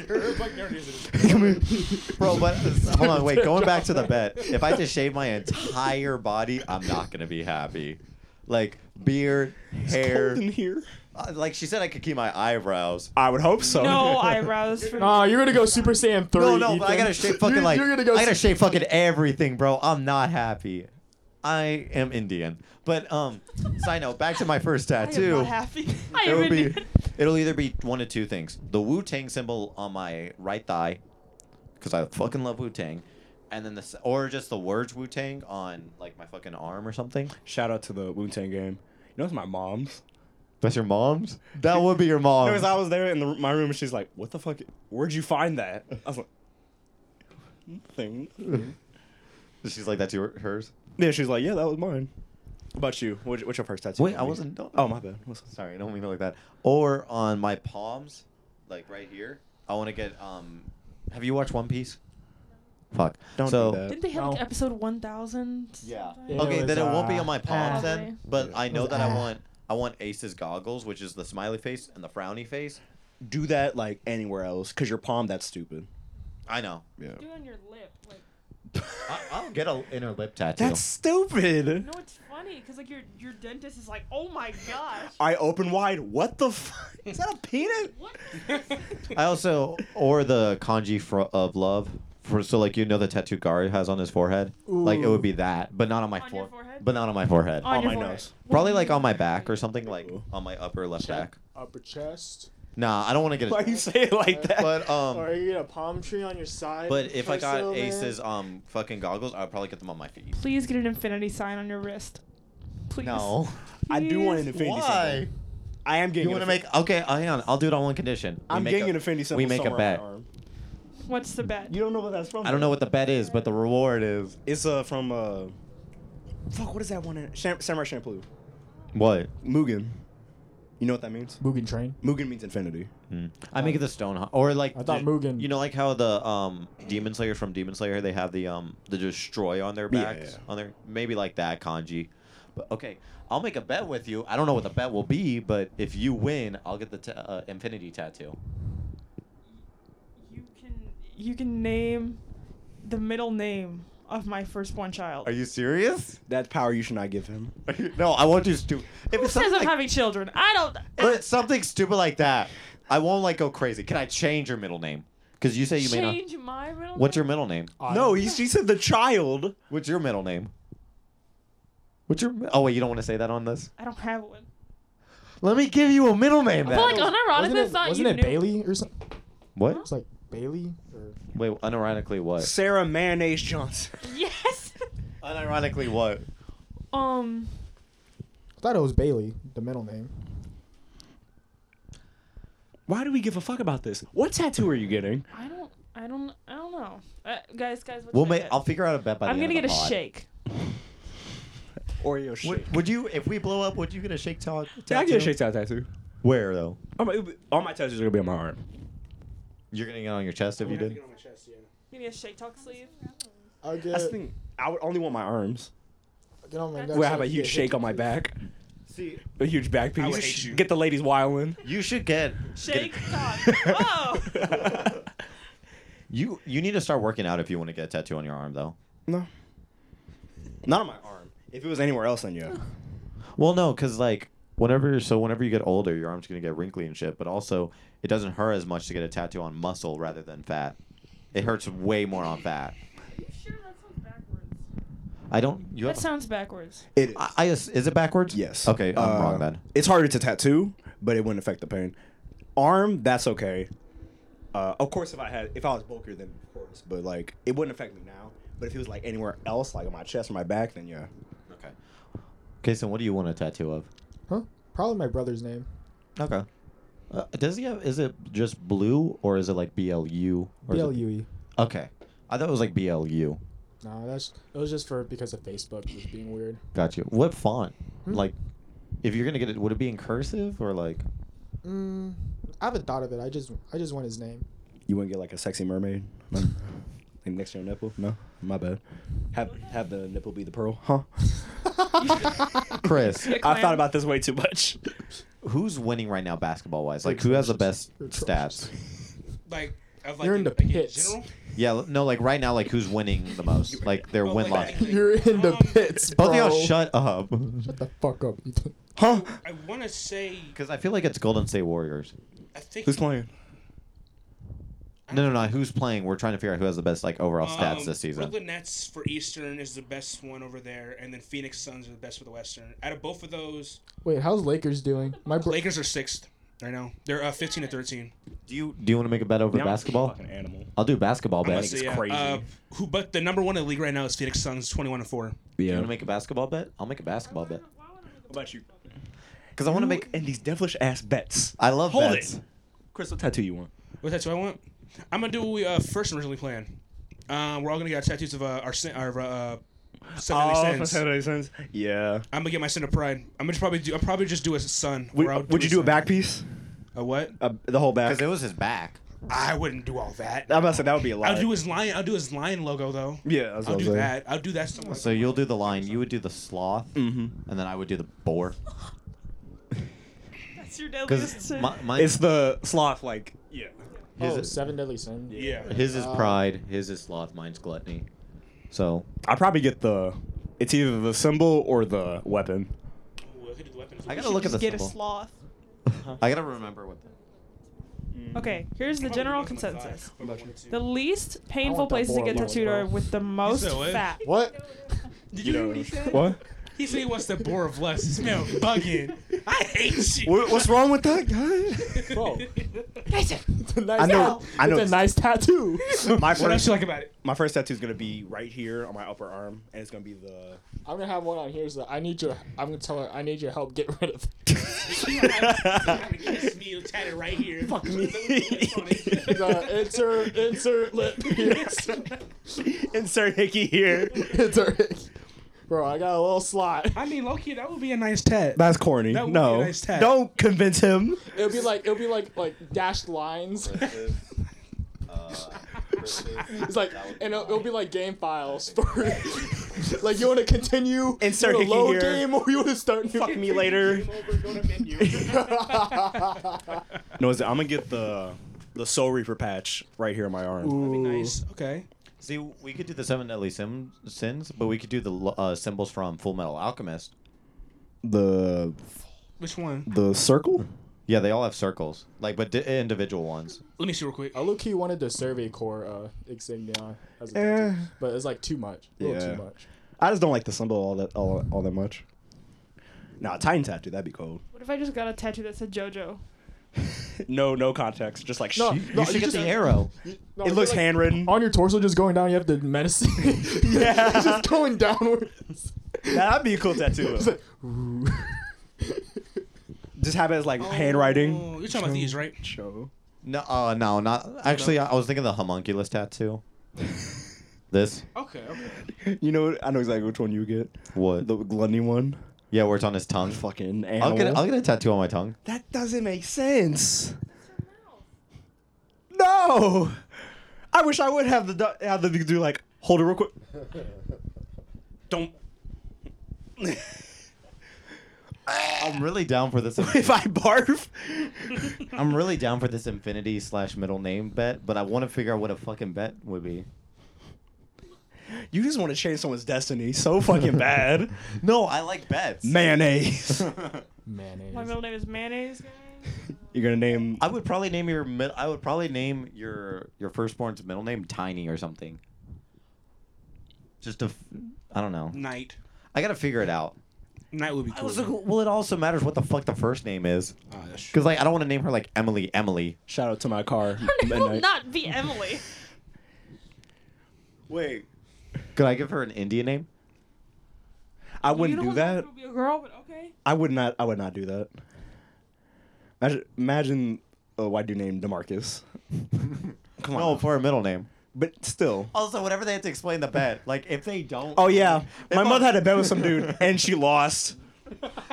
Speaker 5: bro. But uh, hold on, wait. Going back to the bet. If I just shave my entire body, I'm not gonna be happy. Like beard, hair.
Speaker 2: Cold in here.
Speaker 5: uh, Like she said, I could keep my eyebrows.
Speaker 2: I would hope
Speaker 5: Oh.
Speaker 2: so.
Speaker 3: No eyebrows for
Speaker 1: Nah, you're gonna go Super Saiyan three.
Speaker 5: No, no, but I
Speaker 1: Ethan.
Speaker 5: gotta shave fucking
Speaker 1: You're-
Speaker 5: like
Speaker 1: you're gonna go
Speaker 5: I gotta
Speaker 1: s-
Speaker 5: shave fucking everything, bro. I'm not happy. I am Indian, but um, side note, back to my first
Speaker 3: I am
Speaker 5: tattoo.
Speaker 3: not happy. I
Speaker 5: It'll
Speaker 3: am
Speaker 5: be,
Speaker 3: be...
Speaker 5: it'll either be one of two things: the Wu Tang symbol on my right thigh, because I fucking love Wu Tang, and then the s- or just the words Wu Tang on like my fucking arm or something.
Speaker 2: Shout out to the Wu Tang game. You know, it's my mom's.
Speaker 10: That's your mom's. That would be your
Speaker 2: There was-
Speaker 5: Um,
Speaker 10: mom's.
Speaker 2: I was there in the, my room, and she's like, "What the fuck? Where'd you find that?" I was like, "Thing."
Speaker 10: She's like, that's your hers.
Speaker 2: Yeah, she's like, "Yeah, that was mine." What about you? What, what's your first tattoo?
Speaker 10: Wait, I wasn't done.
Speaker 2: Oh my bad. What's-
Speaker 10: Sorry, I don't mean it
Speaker 5: like
Speaker 10: like
Speaker 5: that. Or on my palms, like right here. I want to get. Um, have you watched One Piece? Fuck.
Speaker 2: Don't do
Speaker 5: so,
Speaker 2: that.
Speaker 3: Didn't they have like
Speaker 1: No.
Speaker 3: episode one thousand?
Speaker 5: Yeah.
Speaker 1: It
Speaker 5: okay,
Speaker 1: was,
Speaker 5: then it won't be
Speaker 1: uh,
Speaker 5: on my palms then.
Speaker 3: Probably.
Speaker 5: But
Speaker 10: Yeah.
Speaker 5: I know
Speaker 1: was,
Speaker 5: that I
Speaker 1: uh,
Speaker 5: want. I want Ace's goggles, which is the smiley face and the frowny face.
Speaker 2: Do that like anywhere else, cause your palm that's stupid.
Speaker 5: I know.
Speaker 2: Yeah.
Speaker 3: Do it on your lip. Like,
Speaker 5: I, I'll get an inner lip tattoo.
Speaker 2: That's stupid.
Speaker 3: no, it's funny because like your your dentist is like, oh my gosh,
Speaker 2: I open wide. What the? F- is that a peanut?
Speaker 3: what?
Speaker 5: I also or the kanji fro of love. For, so like you know the tattoo Gary has on his forehead, like it would be that, but not on my
Speaker 3: On your
Speaker 5: fore-
Speaker 3: forehead?
Speaker 5: but not on my forehead.
Speaker 3: on your
Speaker 2: my
Speaker 3: forehead.
Speaker 2: nose.
Speaker 5: Probably like on my back or something, like on my upper left back.
Speaker 1: Upper chest.
Speaker 5: Nah, I don't want to get.
Speaker 2: Why
Speaker 5: A,
Speaker 2: you say it like that?
Speaker 5: but
Speaker 1: or
Speaker 5: um,
Speaker 1: you get a palm tree on your side.
Speaker 5: but if I got
Speaker 1: Priscilla, man.
Speaker 5: Ace's um fucking goggles, I'd probably get them on my feet.
Speaker 3: Please get an infinity sign on your wrist. Please.
Speaker 5: No.
Speaker 2: I do want an
Speaker 3: Please.
Speaker 2: infinity. symbol. I am getting.
Speaker 5: You want to make okay, Ion? I'll do it on one condition. We
Speaker 2: I'm
Speaker 5: make
Speaker 2: getting
Speaker 5: a,
Speaker 2: an infinity symbol.
Speaker 5: We make a
Speaker 2: somewhere on
Speaker 5: bet.
Speaker 2: my arm.
Speaker 3: What's the bet?
Speaker 2: You don't know what that's from.
Speaker 5: I don't know what the bet is, but the reward is
Speaker 2: It's uh from uh. Fuck! What is that one? In Sham- Samurai Champloo.
Speaker 5: what?
Speaker 2: Mugen. You know what that means?
Speaker 1: Mugen Train.
Speaker 2: Mugen means infinity.
Speaker 5: Hmm. I make it the stone Ho- or like
Speaker 1: I thought
Speaker 5: the-
Speaker 1: Mugen-
Speaker 5: You know, like how the um Demon Slayers from Demon Slayer they have the um the destroy on their
Speaker 2: Yeah,
Speaker 5: backs
Speaker 2: yeah.
Speaker 5: on their maybe like that kanji. But okay, I'll make a bet with you. I don't know what the bet will be, but if you win, I'll get the ta uh, infinity tattoo.
Speaker 3: You can you can name the middle name of my firstborn child.
Speaker 10: Are you serious?
Speaker 2: That power you should not give him.
Speaker 10: no, I want you to. If
Speaker 3: Who
Speaker 10: it's
Speaker 3: says I'm
Speaker 10: something, like,
Speaker 3: having children? I don't.
Speaker 5: But it's something stupid like that, I won't like go crazy. Can I change your middle name? Because you say you may not.
Speaker 3: change my middle.
Speaker 5: What's your
Speaker 3: name?
Speaker 5: middle name?
Speaker 2: No, he, she said the child.
Speaker 5: What's your middle name? What's your? Oh wait, you don't want to say that on this.
Speaker 3: I don't have one.
Speaker 5: Let me give you a middle name.
Speaker 3: I feel like
Speaker 5: Then.
Speaker 1: Wasn't
Speaker 3: unironically,
Speaker 1: it,
Speaker 3: it's not
Speaker 1: wasn't
Speaker 3: you.
Speaker 1: it
Speaker 3: knew-
Speaker 1: Bailey or something?
Speaker 5: What?
Speaker 1: It's like Bailey or
Speaker 5: Wait, unironically what?
Speaker 2: Sarah Mayonnaise Johnson.
Speaker 3: Yes.
Speaker 5: Unironically what?
Speaker 3: um.
Speaker 1: I thought it was Bailey, the middle name.
Speaker 2: Why do we give a fuck about this? What tattoo are you getting?
Speaker 3: I don't. I don't. I don't know. Uh, guys, guys. What
Speaker 5: We'll
Speaker 3: should
Speaker 5: make.
Speaker 3: I get?
Speaker 5: I'll figure out a bet by
Speaker 3: I'm
Speaker 5: the
Speaker 3: gonna
Speaker 5: end
Speaker 3: get a
Speaker 5: of the pod.
Speaker 3: shake.
Speaker 2: Oreo shake.
Speaker 5: Would, would you, if we blow up, would you get a shake talk?
Speaker 2: Yeah, I get a shake tattoo.
Speaker 5: Where though?
Speaker 2: All my, all my tattoos are gonna be on my arm.
Speaker 5: You're getting it on your chest if you did.
Speaker 3: Give me a shake talk sleeve.
Speaker 1: I get,
Speaker 2: That's the thing. I would only want my arms.
Speaker 1: get on my
Speaker 3: Wait,
Speaker 1: neck
Speaker 2: Where I
Speaker 1: so
Speaker 2: have a
Speaker 1: can
Speaker 2: huge
Speaker 1: get
Speaker 2: shake
Speaker 1: hit.
Speaker 2: on my back,
Speaker 5: See,
Speaker 2: a huge back piece.
Speaker 4: I would hate you.
Speaker 2: Get the ladies wildin'.
Speaker 5: you should get
Speaker 3: Shake
Speaker 5: Get,
Speaker 3: talk. Oh.
Speaker 5: you you need to start working out if you want to get a tattoo on your arm though.
Speaker 2: No. Not on my arm. If it was anywhere else, then yeah.
Speaker 5: Well, no, because like whenever so whenever you get older, your arm's gonna get wrinkly and shit. But also, it doesn't hurt as much to get a tattoo on muscle rather than fat. It hurts way more on fat.
Speaker 3: You sure that sounds backwards?
Speaker 5: I don't. You
Speaker 3: That
Speaker 5: have,
Speaker 3: sounds backwards.
Speaker 2: It is.
Speaker 5: I, I is it backwards?
Speaker 2: yes.
Speaker 5: Okay, I'm
Speaker 2: Uh,
Speaker 5: wrong then.
Speaker 2: It's harder to tattoo, but it wouldn't affect the pain. Arm, that's okay. Uh, of course, if I had, if I was bulkier, then of course. But like, it wouldn't affect me now. But if it was like anywhere else, like on my chest or my back, then yeah.
Speaker 5: Okay. Kason, what do you want a tattoo of?
Speaker 1: Huh? Probably my brother's name.
Speaker 5: Okay. Uh, does he have? Is it just blue or is it like BLU? Or
Speaker 1: B
Speaker 5: is it-
Speaker 1: L U E.
Speaker 5: Okay, I thought it was like BLU.
Speaker 1: No, that's it was just for because of Facebook was being weird.
Speaker 5: Gotcha. What font?
Speaker 4: Hmm?
Speaker 5: Like, if you're gonna get it, would it be in cursive or like?
Speaker 1: Mm, I haven't thought of it. I just I just want his name.
Speaker 2: You wouldn't get like a sexy mermaid, No? like next to your nipple. No, my bad. Have have the nipple be the pearl, huh?
Speaker 5: Chris,
Speaker 2: I've thought about this way too much.
Speaker 5: who's winning right now basketball wise? Like who has the best
Speaker 1: You're atrocious.
Speaker 5: stats?
Speaker 4: Like, of like,
Speaker 1: You're in the
Speaker 4: like
Speaker 1: pits.
Speaker 4: in general.
Speaker 5: Yeah, l- no, like right now, like who's winning the most? Like their
Speaker 4: Oh,
Speaker 5: win
Speaker 4: like,
Speaker 5: loss.
Speaker 4: like,
Speaker 1: You're in the
Speaker 4: um,
Speaker 1: pits, bro.
Speaker 5: Both of y'all shut up.
Speaker 1: Shut the fuck up. Ethan.
Speaker 2: Huh?
Speaker 4: Oh, I want to say,
Speaker 5: Because I feel like it's Golden State Warriors.
Speaker 4: I think
Speaker 2: Who's playing?
Speaker 5: No, no, no. Who's playing? We're trying to figure out who has the best like overall stats
Speaker 4: um,
Speaker 5: this season.
Speaker 4: Brooklyn Nets for Eastern is the best one over there, and then Phoenix Suns are the best for the Western. Out of both of those,
Speaker 1: Wait, how's Lakers doing? My bro-
Speaker 4: Lakers are sixth. right now. They're uh, 15 to 13.
Speaker 5: Do you do you want to make a bet over
Speaker 9: Now I'm a
Speaker 5: basketball?
Speaker 9: Fucking animal.
Speaker 5: I'll do basketball
Speaker 9: gonna
Speaker 5: bet.
Speaker 9: say-
Speaker 5: Do
Speaker 9: it's
Speaker 4: yeah,
Speaker 9: crazy.
Speaker 4: Uh, who? But the number one in the league right now is Phoenix Suns, 21 to four.
Speaker 5: you want to make a basketball bet? I'll make a basketball bet
Speaker 9: What about you?
Speaker 5: because I want to make.
Speaker 9: and these devilish ass bets.
Speaker 5: I love
Speaker 9: Hold
Speaker 5: bets.
Speaker 9: it. Chris, what tattoo you want?
Speaker 4: What tattoo I want? I'm gonna do what we uh, first originally planned. Uh, we're all gonna get our tattoos of uh, our sin, our uh, Seven
Speaker 2: Oh,
Speaker 4: Days Sins.
Speaker 9: Yeah.
Speaker 4: I'm gonna get my sin of pride. I'm gonna probably do. I'll probably just do a sun.
Speaker 2: Would,
Speaker 4: where I'll
Speaker 2: would you do a
Speaker 4: sun.
Speaker 2: back piece?
Speaker 4: A what?
Speaker 2: Uh, the whole back.
Speaker 5: Because it was his back.
Speaker 4: I wouldn't do all that.
Speaker 2: I'm about to say that would be a lot.
Speaker 4: I'll do his lion. I'll do his lion logo though.
Speaker 2: yeah, that's what
Speaker 4: I'll
Speaker 2: I'm
Speaker 4: do
Speaker 2: saying.
Speaker 4: that. I'll do that. Somewhere.
Speaker 5: So you'll do the lion. You would do the sloth,
Speaker 2: Mm-hmm.
Speaker 5: and then I would do the boar.
Speaker 3: That's your deadliest
Speaker 5: Because
Speaker 3: sin.
Speaker 5: mine,
Speaker 2: It's the sloth, like yeah.
Speaker 5: his,
Speaker 1: oh, seven deadly sins.
Speaker 4: yeah.
Speaker 5: his is
Speaker 1: Uh,
Speaker 5: pride, his is sloth, mine's gluttony. So
Speaker 2: I probably get the. It's either the symbol or the weapon.
Speaker 4: Ooh, I could do the weapons.
Speaker 5: I gotta
Speaker 3: Should
Speaker 5: look at
Speaker 3: just
Speaker 5: the
Speaker 3: get a
Speaker 5: symbol.
Speaker 3: sloth.
Speaker 1: Uh-huh.
Speaker 5: I gotta remember what. The,
Speaker 3: Okay, here's the
Speaker 4: Probably
Speaker 3: general
Speaker 4: one from five.
Speaker 3: consensus.
Speaker 4: Or one or two.
Speaker 3: The least
Speaker 1: I
Speaker 3: painful
Speaker 1: want that
Speaker 3: places to
Speaker 1: boar
Speaker 3: get
Speaker 1: one,
Speaker 3: tattooed
Speaker 1: bro.
Speaker 3: are with the most
Speaker 4: said what?
Speaker 3: fat.
Speaker 1: What?
Speaker 4: Did you hear what he said?
Speaker 2: What?
Speaker 4: He said he wants the bore of lust. This man bugging. I hate you.
Speaker 2: What's wrong with that guy?
Speaker 1: Bro.
Speaker 2: I know. I know.
Speaker 1: It's a nice tattoo.
Speaker 2: my
Speaker 4: What else
Speaker 2: first,
Speaker 4: you like about it?
Speaker 2: my first tattoo is gonna be right here on my upper arm, and it's gonna be the.
Speaker 1: I'm gonna have one on here. So I need your. I'm gonna tell her I need your help. Get rid of.
Speaker 4: kiss me, you tatted right here. Fuck
Speaker 1: The insert insert lip. Yes.
Speaker 2: Insert hickey here.
Speaker 1: insert. Bro, I got a little slot.
Speaker 4: I mean, Loki, that would be a nice tat.
Speaker 2: That's corny.
Speaker 4: That would
Speaker 2: no,
Speaker 4: be a nice tat.
Speaker 2: don't convince him.
Speaker 1: It'll be like it'll be like like dashed lines.
Speaker 5: Uh,
Speaker 1: It's like and it'll, it'll be like game files for like you want to continue
Speaker 2: Insert
Speaker 1: you wanna
Speaker 2: hickey
Speaker 1: load
Speaker 2: here.
Speaker 1: game or you want to start new.
Speaker 2: Fuck me later.
Speaker 1: That'd
Speaker 2: No, is it, I'm gonna get the the Soul Reaper patch right here on my arm.
Speaker 4: That'd be nice. Okay.
Speaker 5: see, we could do the seven deadly sim, sins, but we could do the lo- uh, symbols from Full Metal Alchemist.
Speaker 2: The
Speaker 4: Which one?
Speaker 2: the circle.
Speaker 5: Yeah, they all have circles, like but di- individual ones.
Speaker 4: Let me see real quick.
Speaker 1: I low key wanted the Survey Corps uh, insignia as a
Speaker 2: Eh.
Speaker 1: tattoo, but it's like too much. A little
Speaker 2: Yeah.
Speaker 1: too much.
Speaker 2: I just don't like the symbol all that all, all that much. Nah, Titan tattoo that'd be cool.
Speaker 3: What if I just got a tattoo that said JoJo?
Speaker 2: No, no context. Just like
Speaker 1: No,
Speaker 2: she-
Speaker 1: no,
Speaker 5: You should
Speaker 1: you
Speaker 5: get
Speaker 1: just-
Speaker 5: the
Speaker 1: No,
Speaker 5: arrow.
Speaker 1: I
Speaker 2: it
Speaker 1: feel
Speaker 2: looks
Speaker 1: like
Speaker 2: handwritten.
Speaker 1: on your torso, just going down. You have the medicine.
Speaker 2: Yeah.
Speaker 1: it's just going downwards.
Speaker 2: That'd be a cool tattoo.
Speaker 1: It's
Speaker 2: though.
Speaker 1: like, ooh.
Speaker 2: just have it as like handwriting.
Speaker 4: Oh, you're talking about these, right?
Speaker 2: Show.
Speaker 5: No, uh, no, not actually. I I was thinking the homunculus tattoo. this
Speaker 4: Okay. Okay.
Speaker 2: You know, I know exactly which one you would get.
Speaker 5: what?
Speaker 2: The gluttony one.
Speaker 5: yeah, where it's on his tongue.
Speaker 2: Fucking animal.
Speaker 5: I'll get I'll get a tattoo on my tongue.
Speaker 2: That doesn't make sense. No. I wish I would have the du- have the do like hold it real quick.
Speaker 4: Don't.
Speaker 5: I'm really down for this.
Speaker 2: if I barf.
Speaker 5: I'm really down for this infinity slash middle name bet, but I want to figure out what a fucking bet would be.
Speaker 2: You just want to change someone's destiny so fucking bad.
Speaker 5: No, Oh, I like bets.
Speaker 2: Mayonnaise.
Speaker 1: Mayonnaise.
Speaker 3: My middle name is Mayonnaise, guys.
Speaker 2: You're gonna name
Speaker 5: I would probably name your mid- I would probably name your your firstborn's middle name Tiny or something. Just to, f- I don't know.
Speaker 4: Night.
Speaker 5: I gotta figure it out.
Speaker 4: Night would be
Speaker 5: I
Speaker 4: cool.
Speaker 5: was like, well, it also matters what the fuck the first name is,
Speaker 4: Ah, that's true.
Speaker 5: because like I don't want to name her like Emily. Emily.
Speaker 2: shout out to my car.
Speaker 3: It will
Speaker 2: Midnight.
Speaker 3: not be Emily.
Speaker 2: Wait,
Speaker 5: Could I give her an Indian name?
Speaker 2: I
Speaker 3: You
Speaker 2: wouldn't
Speaker 3: don't
Speaker 2: do
Speaker 3: want to
Speaker 2: that.
Speaker 3: Be a girl, but okay.
Speaker 2: I would not. I would not do that. Imagine, imagine oh, a white dude named Demarcus. Come on,
Speaker 5: No, for a middle name.
Speaker 2: but still.
Speaker 5: Also, whenever they have to explain the bet, like if they don't.
Speaker 2: Oh yeah, my
Speaker 5: If I-
Speaker 2: mother had a bet with some dude and she lost.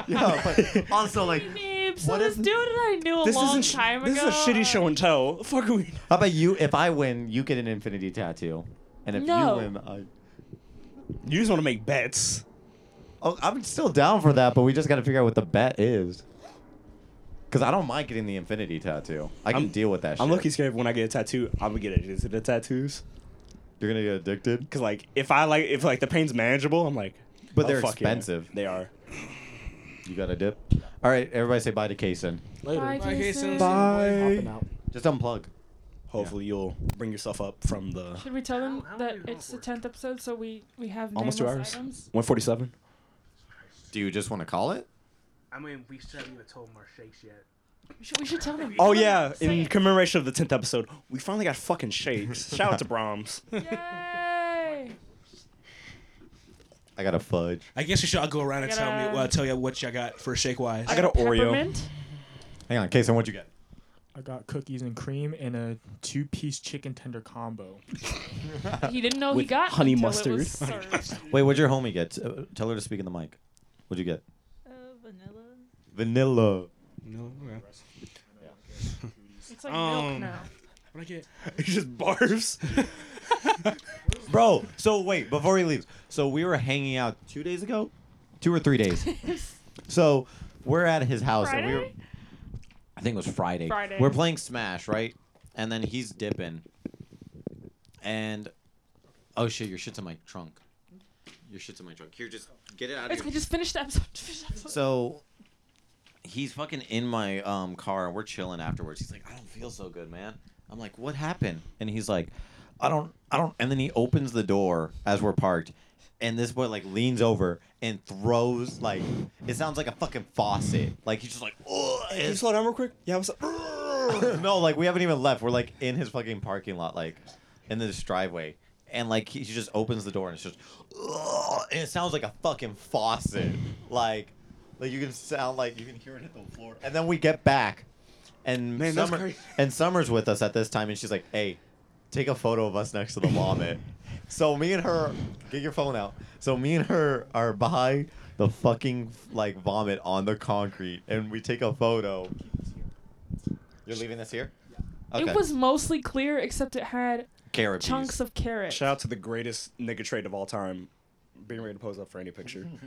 Speaker 5: Yeah, but also like,
Speaker 3: Hey, babe, so
Speaker 5: What
Speaker 3: this
Speaker 5: if-
Speaker 3: dude that I knew a
Speaker 2: This
Speaker 3: long
Speaker 2: isn't. sh-
Speaker 3: time
Speaker 2: this
Speaker 3: ago.
Speaker 2: is a shitty show
Speaker 3: uh,
Speaker 2: and tell. The Fuck are we.
Speaker 5: how about you? If I win, you get an infinity tattoo, and if
Speaker 3: No.
Speaker 5: you win, I.
Speaker 2: You just want to make bets.
Speaker 5: Oh, I'm still down for that, but we just got to figure out what the bet is. Because I don't mind getting the infinity tattoo. I can
Speaker 2: I'm-
Speaker 5: deal with that shit.
Speaker 2: I'm looking scared when I get a tattoo. I'm gonna get addicted to the tattoos.
Speaker 5: You're going to get addicted?
Speaker 2: Cause like if I like if like the pain's manageable, I'm like.
Speaker 5: But
Speaker 2: oh,
Speaker 5: they're
Speaker 2: fuck yeah.
Speaker 5: expensive.
Speaker 2: They are.
Speaker 5: You got a dip? All right, everybody say bye to Kason.
Speaker 1: Later.
Speaker 3: Bye,
Speaker 4: Bye,
Speaker 3: Jason.
Speaker 4: Jason.
Speaker 1: Popping out.
Speaker 5: Just unplug.
Speaker 2: Hopefully you'll bring yourself up from the
Speaker 3: Should we tell them that it's the tenth episode, so we we have
Speaker 2: Almost two
Speaker 3: nameless
Speaker 2: hours.
Speaker 3: items?
Speaker 2: 147.
Speaker 5: Do you just want to call it?
Speaker 4: I mean, we still haven't even told him our shakes yet.
Speaker 3: We should, we should tell them.
Speaker 2: Oh yeah, in
Speaker 3: Say
Speaker 2: commemoration of the tenth episode, we finally got fucking shakes. Shout out to Brahms.
Speaker 3: it. Yay!
Speaker 5: I got a fudge.
Speaker 4: I guess you should all go around and
Speaker 3: I
Speaker 4: tell me,
Speaker 3: gotta-
Speaker 4: well, tell you what y'all got for shake wise.
Speaker 2: I got an Oreo.
Speaker 3: Peppermint.
Speaker 5: Hang on, Kason, what'd you get?
Speaker 1: I got cookies and cream and a two-piece chicken tender combo.
Speaker 3: He didn't know he
Speaker 2: With
Speaker 3: got
Speaker 2: honey
Speaker 3: until it was
Speaker 2: mustard.
Speaker 3: served.
Speaker 5: Wait, what'd your homie get? Uh, tell her to speak in the mic. What'd you get?
Speaker 3: Uh, vanilla.
Speaker 5: Vanilla.
Speaker 4: No, okay.
Speaker 3: It's like milk
Speaker 4: Um,
Speaker 3: now.
Speaker 4: What I get?
Speaker 2: he just barfs.
Speaker 5: Bro, so wait, before he leaves. So we were hanging out two days ago? Two or three days. so we're at his house and we were
Speaker 3: Friday?
Speaker 5: I think it was Friday.
Speaker 3: Friday.
Speaker 5: We're playing Smash, right? And then he's dipping. And oh shit, your shit's in my trunk. Your shit's in my trunk. Here, just get it out of
Speaker 3: It's,
Speaker 5: here.
Speaker 3: I just finished the episode. Finished the episode.
Speaker 5: So he's fucking in my um, car and we're chilling afterwards. He's like, I don't feel so good, man. I'm like, what happened? And he's like, I don't, I don't. And then he opens the door as we're parked, and this boy like leans over and throws like it sounds like a fucking faucet. Like he's just like, oh,
Speaker 2: Can you slow down real quick? Yeah, what's up?
Speaker 5: no, like we haven't even left. We're like in his fucking parking lot, like in this driveway, and like he, he just opens the door and it's just, "Ugh," and it sounds like a fucking faucet, like, like you can sound like you can hear it hit the floor. And then we get back, and
Speaker 2: Man, that's
Speaker 5: Summer
Speaker 2: crazy.
Speaker 5: and Summer's with us at this time, and she's like, "Hey, take a photo of us next to the vomit." so me and her, get your phone out. So me and her are behind the fucking like vomit on the concrete, and we take a photo. You're leaving this here? Yeah.
Speaker 3: It was mostly clear, except it had
Speaker 5: carrot
Speaker 3: chunks of carrot.
Speaker 2: Shout out to the greatest nigga trade of all time, being ready to pose up for any picture.
Speaker 5: Mm-hmm.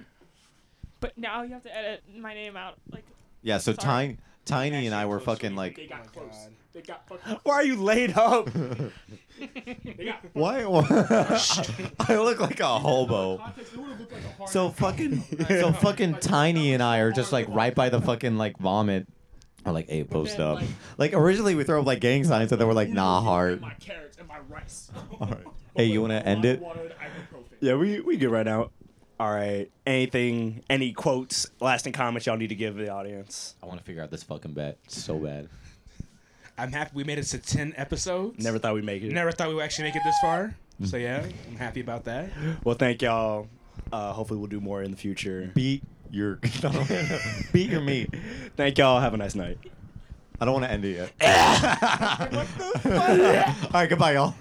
Speaker 3: But now you have to edit my name out. Like
Speaker 5: Yeah, so
Speaker 3: Sorry.
Speaker 5: Tiny, Tiny and I were fucking like,
Speaker 1: got close. Oh They got fucking.
Speaker 2: Why are you laid up?
Speaker 1: They got
Speaker 5: why? I look like a hobo.
Speaker 1: context. It would have looked like a hard.
Speaker 5: So fucking, so fucking Tiny and I are just like right by the fucking like vomit. Or like a post
Speaker 1: then,
Speaker 5: up.
Speaker 1: like-
Speaker 5: Like originally we throw up like gang signs and then we're like nah heart.
Speaker 1: My carrots and my rice.
Speaker 5: Hey, you wanna end it?
Speaker 2: yeah, we we good right now. All right. Anything? Any quotes? Lasting comments y'all need to give the audience?
Speaker 5: I want to figure out this fucking bet so bad.
Speaker 4: I'm happy we made it to 10 episodes.
Speaker 2: Never thought we'd make it.
Speaker 4: Never thought we would actually make it this far. So yeah, I'm happy about that.
Speaker 2: Well, thank y'all. Uh, hopefully, we'll do more in the future.
Speaker 5: Beat your, beat your meat.
Speaker 2: Thank y'all. Have a nice night.
Speaker 5: I don't want to end it yet. All right, goodbye, y'all.